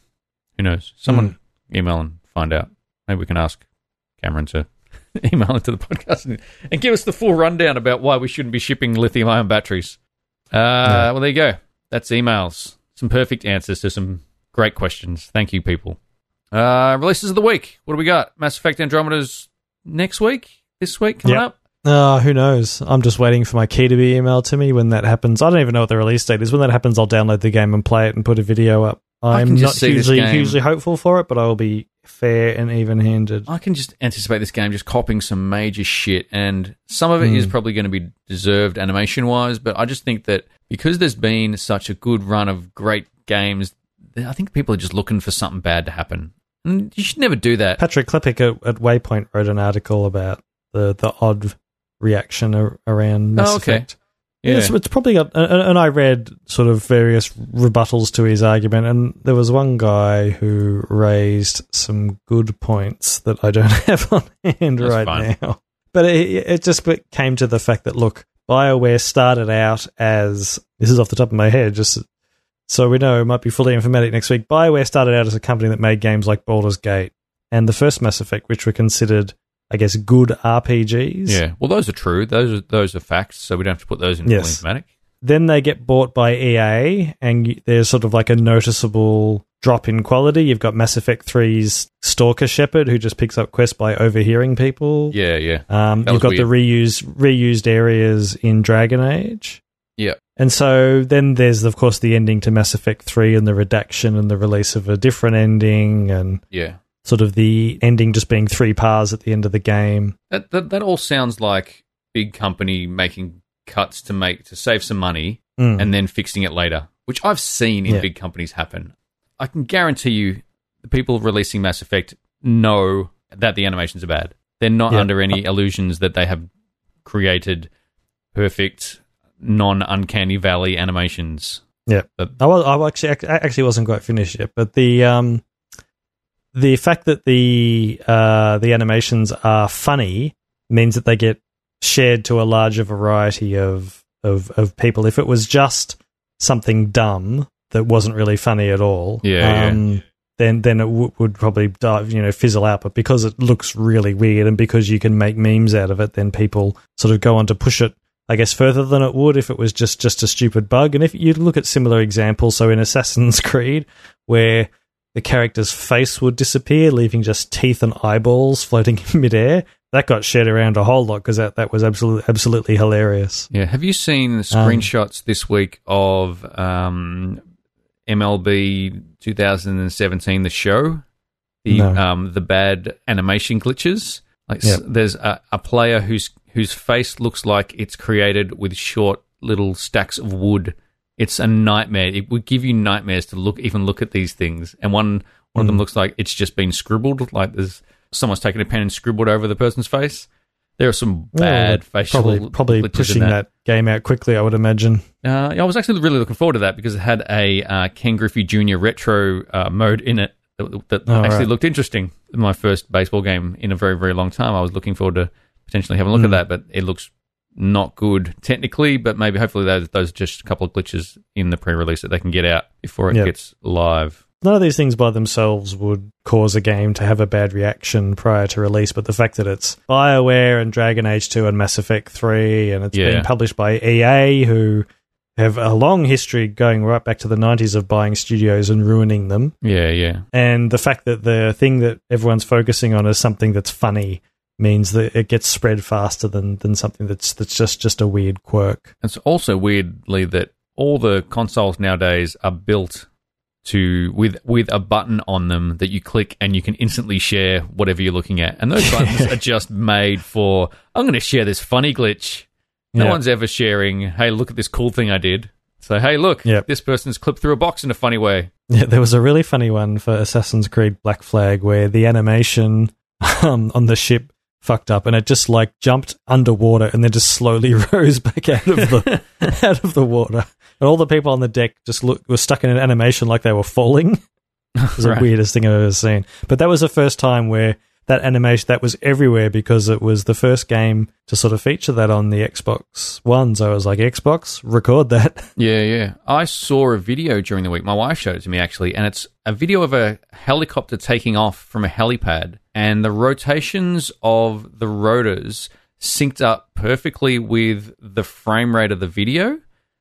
[SPEAKER 1] Who knows? Someone email and find out. Maybe we can ask Cameron to email into the podcast and, and give us the full rundown about why we shouldn't be shipping lithium ion batteries. Uh, Well, there you go. That's emails. Some perfect answers to some great questions. Thank you, people. Uh, releases of the week. What do we got? Mass Effect Andromeda's next week? This week coming
[SPEAKER 2] Yep.
[SPEAKER 1] up?
[SPEAKER 2] Uh, who knows? I'm just waiting for my key to be emailed to me when that happens. I don't even know what the release date is. When that happens, I'll download the game and play it and put a video up.
[SPEAKER 1] I can
[SPEAKER 2] I'm
[SPEAKER 1] just
[SPEAKER 2] not
[SPEAKER 1] see this
[SPEAKER 2] hugely
[SPEAKER 1] game.
[SPEAKER 2] hugely hopeful for it, but I will be fair and even-handed.
[SPEAKER 1] I can just anticipate this game just copying some major shit, and some of it is probably going to be deserved animation wise, but I just think that because there's been such a good run of great games, I think people are just looking for something bad to happen. And you should never do that.
[SPEAKER 2] Patrick Klepek at, at Waypoint wrote an article about the, the odd reaction ar- around Mass
[SPEAKER 1] Oh, okay.
[SPEAKER 2] Effect. Yes, it's probably got. And, and I read sort of various rebuttals to his argument, and there was one guy who raised some good points that I don't have on hand
[SPEAKER 1] That's
[SPEAKER 2] right
[SPEAKER 1] fine.
[SPEAKER 2] now. But it, it just came to the fact that look, Bioware started out as this is off the top of my head, just so we know it might be fully informatic next week. Bioware started out as a company that made games like Baldur's Gate and the first Mass Effect, which were considered, I guess, good RPGs.
[SPEAKER 1] Yeah. Well, those are true. Those are, those are facts, so we don't have to put those in
[SPEAKER 2] Yes.
[SPEAKER 1] full informatic.
[SPEAKER 2] then they get bought by EA, and you, there's sort of like a noticeable drop in quality. You've got Mass Effect 3's Stalker Shepherd, who just picks up quests by overhearing people.
[SPEAKER 1] Yeah, yeah.
[SPEAKER 2] Um,
[SPEAKER 1] That
[SPEAKER 2] you've got
[SPEAKER 1] was
[SPEAKER 2] the reused reused areas in Dragon Age.
[SPEAKER 1] Yeah.
[SPEAKER 2] And so then there's of course the ending to Mass Effect 3 and the redaction and the release of a different ending and
[SPEAKER 1] Yeah.
[SPEAKER 2] sort of the ending just being three pars at the end of the game.
[SPEAKER 1] That, that that all sounds like big company making cuts to make to save some money
[SPEAKER 2] Mm.
[SPEAKER 1] and then fixing it later, which I've seen in
[SPEAKER 2] Yeah.
[SPEAKER 1] big companies happen. I can guarantee you, the people releasing Mass Effect know that the animations are bad. They're not
[SPEAKER 2] Yeah.
[SPEAKER 1] under any illusions that they have created perfect, non uncanny valley animations.
[SPEAKER 2] Yeah,
[SPEAKER 1] But-
[SPEAKER 2] I was. I actually I actually wasn't quite finished yet, but the um, the fact that the uh the animations are funny means that they get shared to a larger variety of of of people. If it was just something dumb that wasn't really funny at all,
[SPEAKER 1] Yeah, yeah.
[SPEAKER 2] um, then then it w- would probably dive, you know fizzle out. But because it looks really weird and because you can make memes out of it, then people sort of go on to push it. I guess further than it would if it was just just a stupid bug. And if you look at similar examples, so in Assassin's Creed, where the character's face would disappear, leaving just teeth and eyeballs floating in midair. That got shared around a whole lot because that, that was absolutely absolutely hilarious.
[SPEAKER 1] Yeah. Have you
[SPEAKER 2] Um,
[SPEAKER 1] seen the screenshots this week of um, MLB 2017, the show? The
[SPEAKER 2] No.
[SPEAKER 1] um, the bad animation glitches. Like s-
[SPEAKER 2] Yep.
[SPEAKER 1] there's a, a player whose whose face looks like it's created with short little stacks of wood. It's a nightmare. It would give you nightmares to look even look at these things. And one one
[SPEAKER 2] Hmm.
[SPEAKER 1] of them looks like it's just been scribbled, like there's someone's taken a pen and scribbled over the person's face. There are some
[SPEAKER 2] Well,
[SPEAKER 1] bad facial
[SPEAKER 2] Probably, probably
[SPEAKER 1] glitches in
[SPEAKER 2] pushing
[SPEAKER 1] that.
[SPEAKER 2] that. game out quickly, I would imagine.
[SPEAKER 1] Uh, yeah, I was actually really looking forward to that because it had a uh, Ken Griffey Jr. retro uh, mode in it that, that
[SPEAKER 2] Oh,
[SPEAKER 1] actually
[SPEAKER 2] right.
[SPEAKER 1] looked interesting. My first baseball game in a very, very long time. I was looking forward to potentially having a look
[SPEAKER 2] Hmm.
[SPEAKER 1] at that, but it looks not good technically, but maybe hopefully those, those are just a couple of glitches in the pre release that they can get out before it
[SPEAKER 2] Yep.
[SPEAKER 1] gets live.
[SPEAKER 2] None of these things by themselves would cause a game to have a bad reaction prior to release, but the fact that it's BioWare and Dragon Age 2 and Mass Effect 3 and it's
[SPEAKER 1] Yeah.
[SPEAKER 2] been published by EA, who have a long history going right back to the 90s of buying studios and ruining them.
[SPEAKER 1] Yeah, yeah.
[SPEAKER 2] and the fact that the thing that everyone's focusing on is something that's funny means that it gets spread faster than than something that's that's just just a weird quirk.
[SPEAKER 1] It's also weirdly that all the consoles nowadays are built to with with a button on them that you click and you can instantly share whatever you're looking at. And those buttons are just made for I'm going to share this funny glitch. No
[SPEAKER 2] Yeah.
[SPEAKER 1] one's ever sharing, hey, look at this cool thing I did. So, hey, look,
[SPEAKER 2] Yep.
[SPEAKER 1] this person's clipped through a box in a funny way.
[SPEAKER 2] Yeah, there was a really funny one for Assassin's Creed Black Flag where the animation um, on the ship fucked up and it just like jumped underwater and then just slowly rose back out of the out of the water. And all the people on the deck just look were stuck in an animation like they were falling. It was
[SPEAKER 1] Right.
[SPEAKER 2] the weirdest thing I've ever seen. But that was the first time where that animation that was everywhere because it was the first game to sort of feature that on the Xbox One. So I was like, Xbox, record that.
[SPEAKER 1] Yeah, yeah. I saw a video during the week. My wife showed it to me actually, and it's a video of a helicopter taking off from a helipad, and the rotations of the rotors synced up perfectly with the frame rate of the video.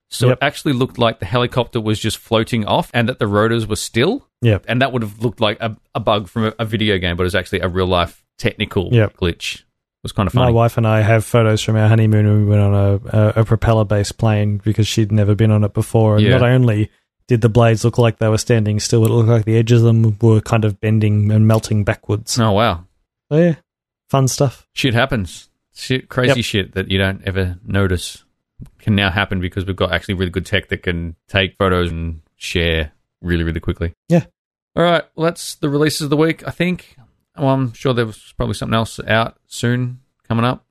[SPEAKER 1] So
[SPEAKER 2] Yep.
[SPEAKER 1] it actually looked like the helicopter was just floating off and that the rotors were still.
[SPEAKER 2] Yeah.
[SPEAKER 1] And that would have looked like a, a bug from a, a video game, but it was actually a real life technical
[SPEAKER 2] Yep.
[SPEAKER 1] glitch. It was kind of
[SPEAKER 2] My
[SPEAKER 1] funny.
[SPEAKER 2] wife and I have photos from our honeymoon when we went on a, a, a propeller based plane because she'd never been on it before. And
[SPEAKER 1] Yeah.
[SPEAKER 2] not only did the blades look like they were standing still, it looked like the edges of them were kind of bending and melting backwards.
[SPEAKER 1] oh, wow.
[SPEAKER 2] So, yeah, fun stuff.
[SPEAKER 1] shit happens. Shit, crazy
[SPEAKER 2] Yep.
[SPEAKER 1] shit that you don't ever notice can now happen because we've got actually really good tech that can take photos and share really, really quickly.
[SPEAKER 2] Yeah.
[SPEAKER 1] All right. Well, that's the releases of the week, I think. Well, I'm sure there was probably something else out soon coming up.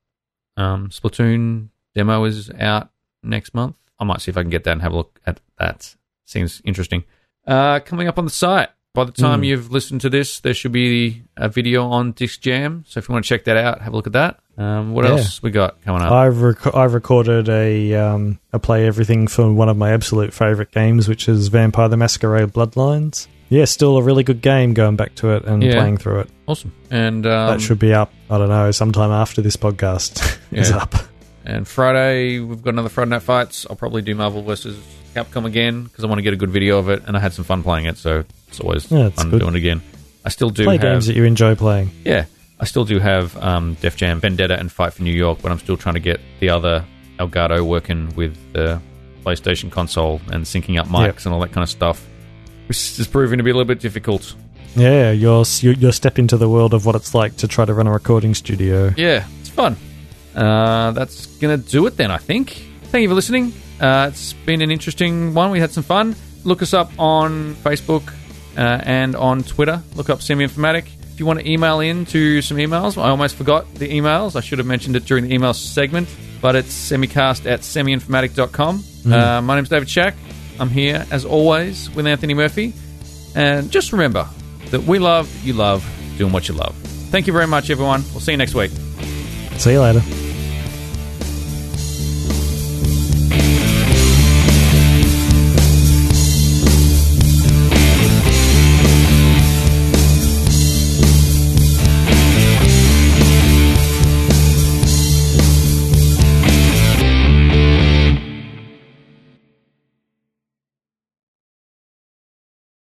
[SPEAKER 1] Um, Splatoon demo is out next month. I might see if I can get that and have a look at that. Seems interesting. Uh, coming up on the site. By the time
[SPEAKER 2] Mm.
[SPEAKER 1] you've listened to this, there should be a video on Disc Jam. So if you want to check that out, have a look at that. Um, what
[SPEAKER 2] Yeah. Uh,
[SPEAKER 1] else we got coming up?
[SPEAKER 2] I've rec- I've recorded a um, a play everything for one of my absolute favorite games, which is Vampire the Masquerade Bloodlines. Yeah, still a really good game going back to it and
[SPEAKER 1] Yeah.
[SPEAKER 2] playing through it.
[SPEAKER 1] awesome. And um,
[SPEAKER 2] that should be up, I don't know, sometime after this podcast is
[SPEAKER 1] Yeah.
[SPEAKER 2] up.
[SPEAKER 1] and Friday we've got another Friday Night Fights. I'll probably do Marvel versus Capcom again because I want to get a good video of it, and I had some fun playing it, so it's always
[SPEAKER 2] Yeah, it's
[SPEAKER 1] fun
[SPEAKER 2] good.
[SPEAKER 1] doing it again. I still do
[SPEAKER 2] Play
[SPEAKER 1] have
[SPEAKER 2] games that you enjoy playing.
[SPEAKER 1] yeah, I still do have um, Def Jam Vendetta and Fight for New York, but I'm still trying to get the other Elgato working with the PlayStation console and syncing up mics
[SPEAKER 2] Yep.
[SPEAKER 1] and all that kind of stuff, which is proving to be a little bit difficult.
[SPEAKER 2] Yeah, you're you're you're stepped into the world of what it's like to try to run a recording studio.
[SPEAKER 1] Yeah, it's fun. Uh, that's gonna do it then, I think. Thank you for listening. Uh, it's been an interesting one. We had some fun. Look us up on Facebook uh, and on Twitter. Look up Semi Informatic. If you want to email in to some emails, I almost forgot the emails. I should have mentioned it during the email segment, but it's semicast at semiinformatic.com. Uh, my name's David Shack. I'm here, as always, with Anthony Murphy. And just remember that we love, you love, doing what you love. Thank you very much, everyone. We'll see you next week.
[SPEAKER 2] See you later.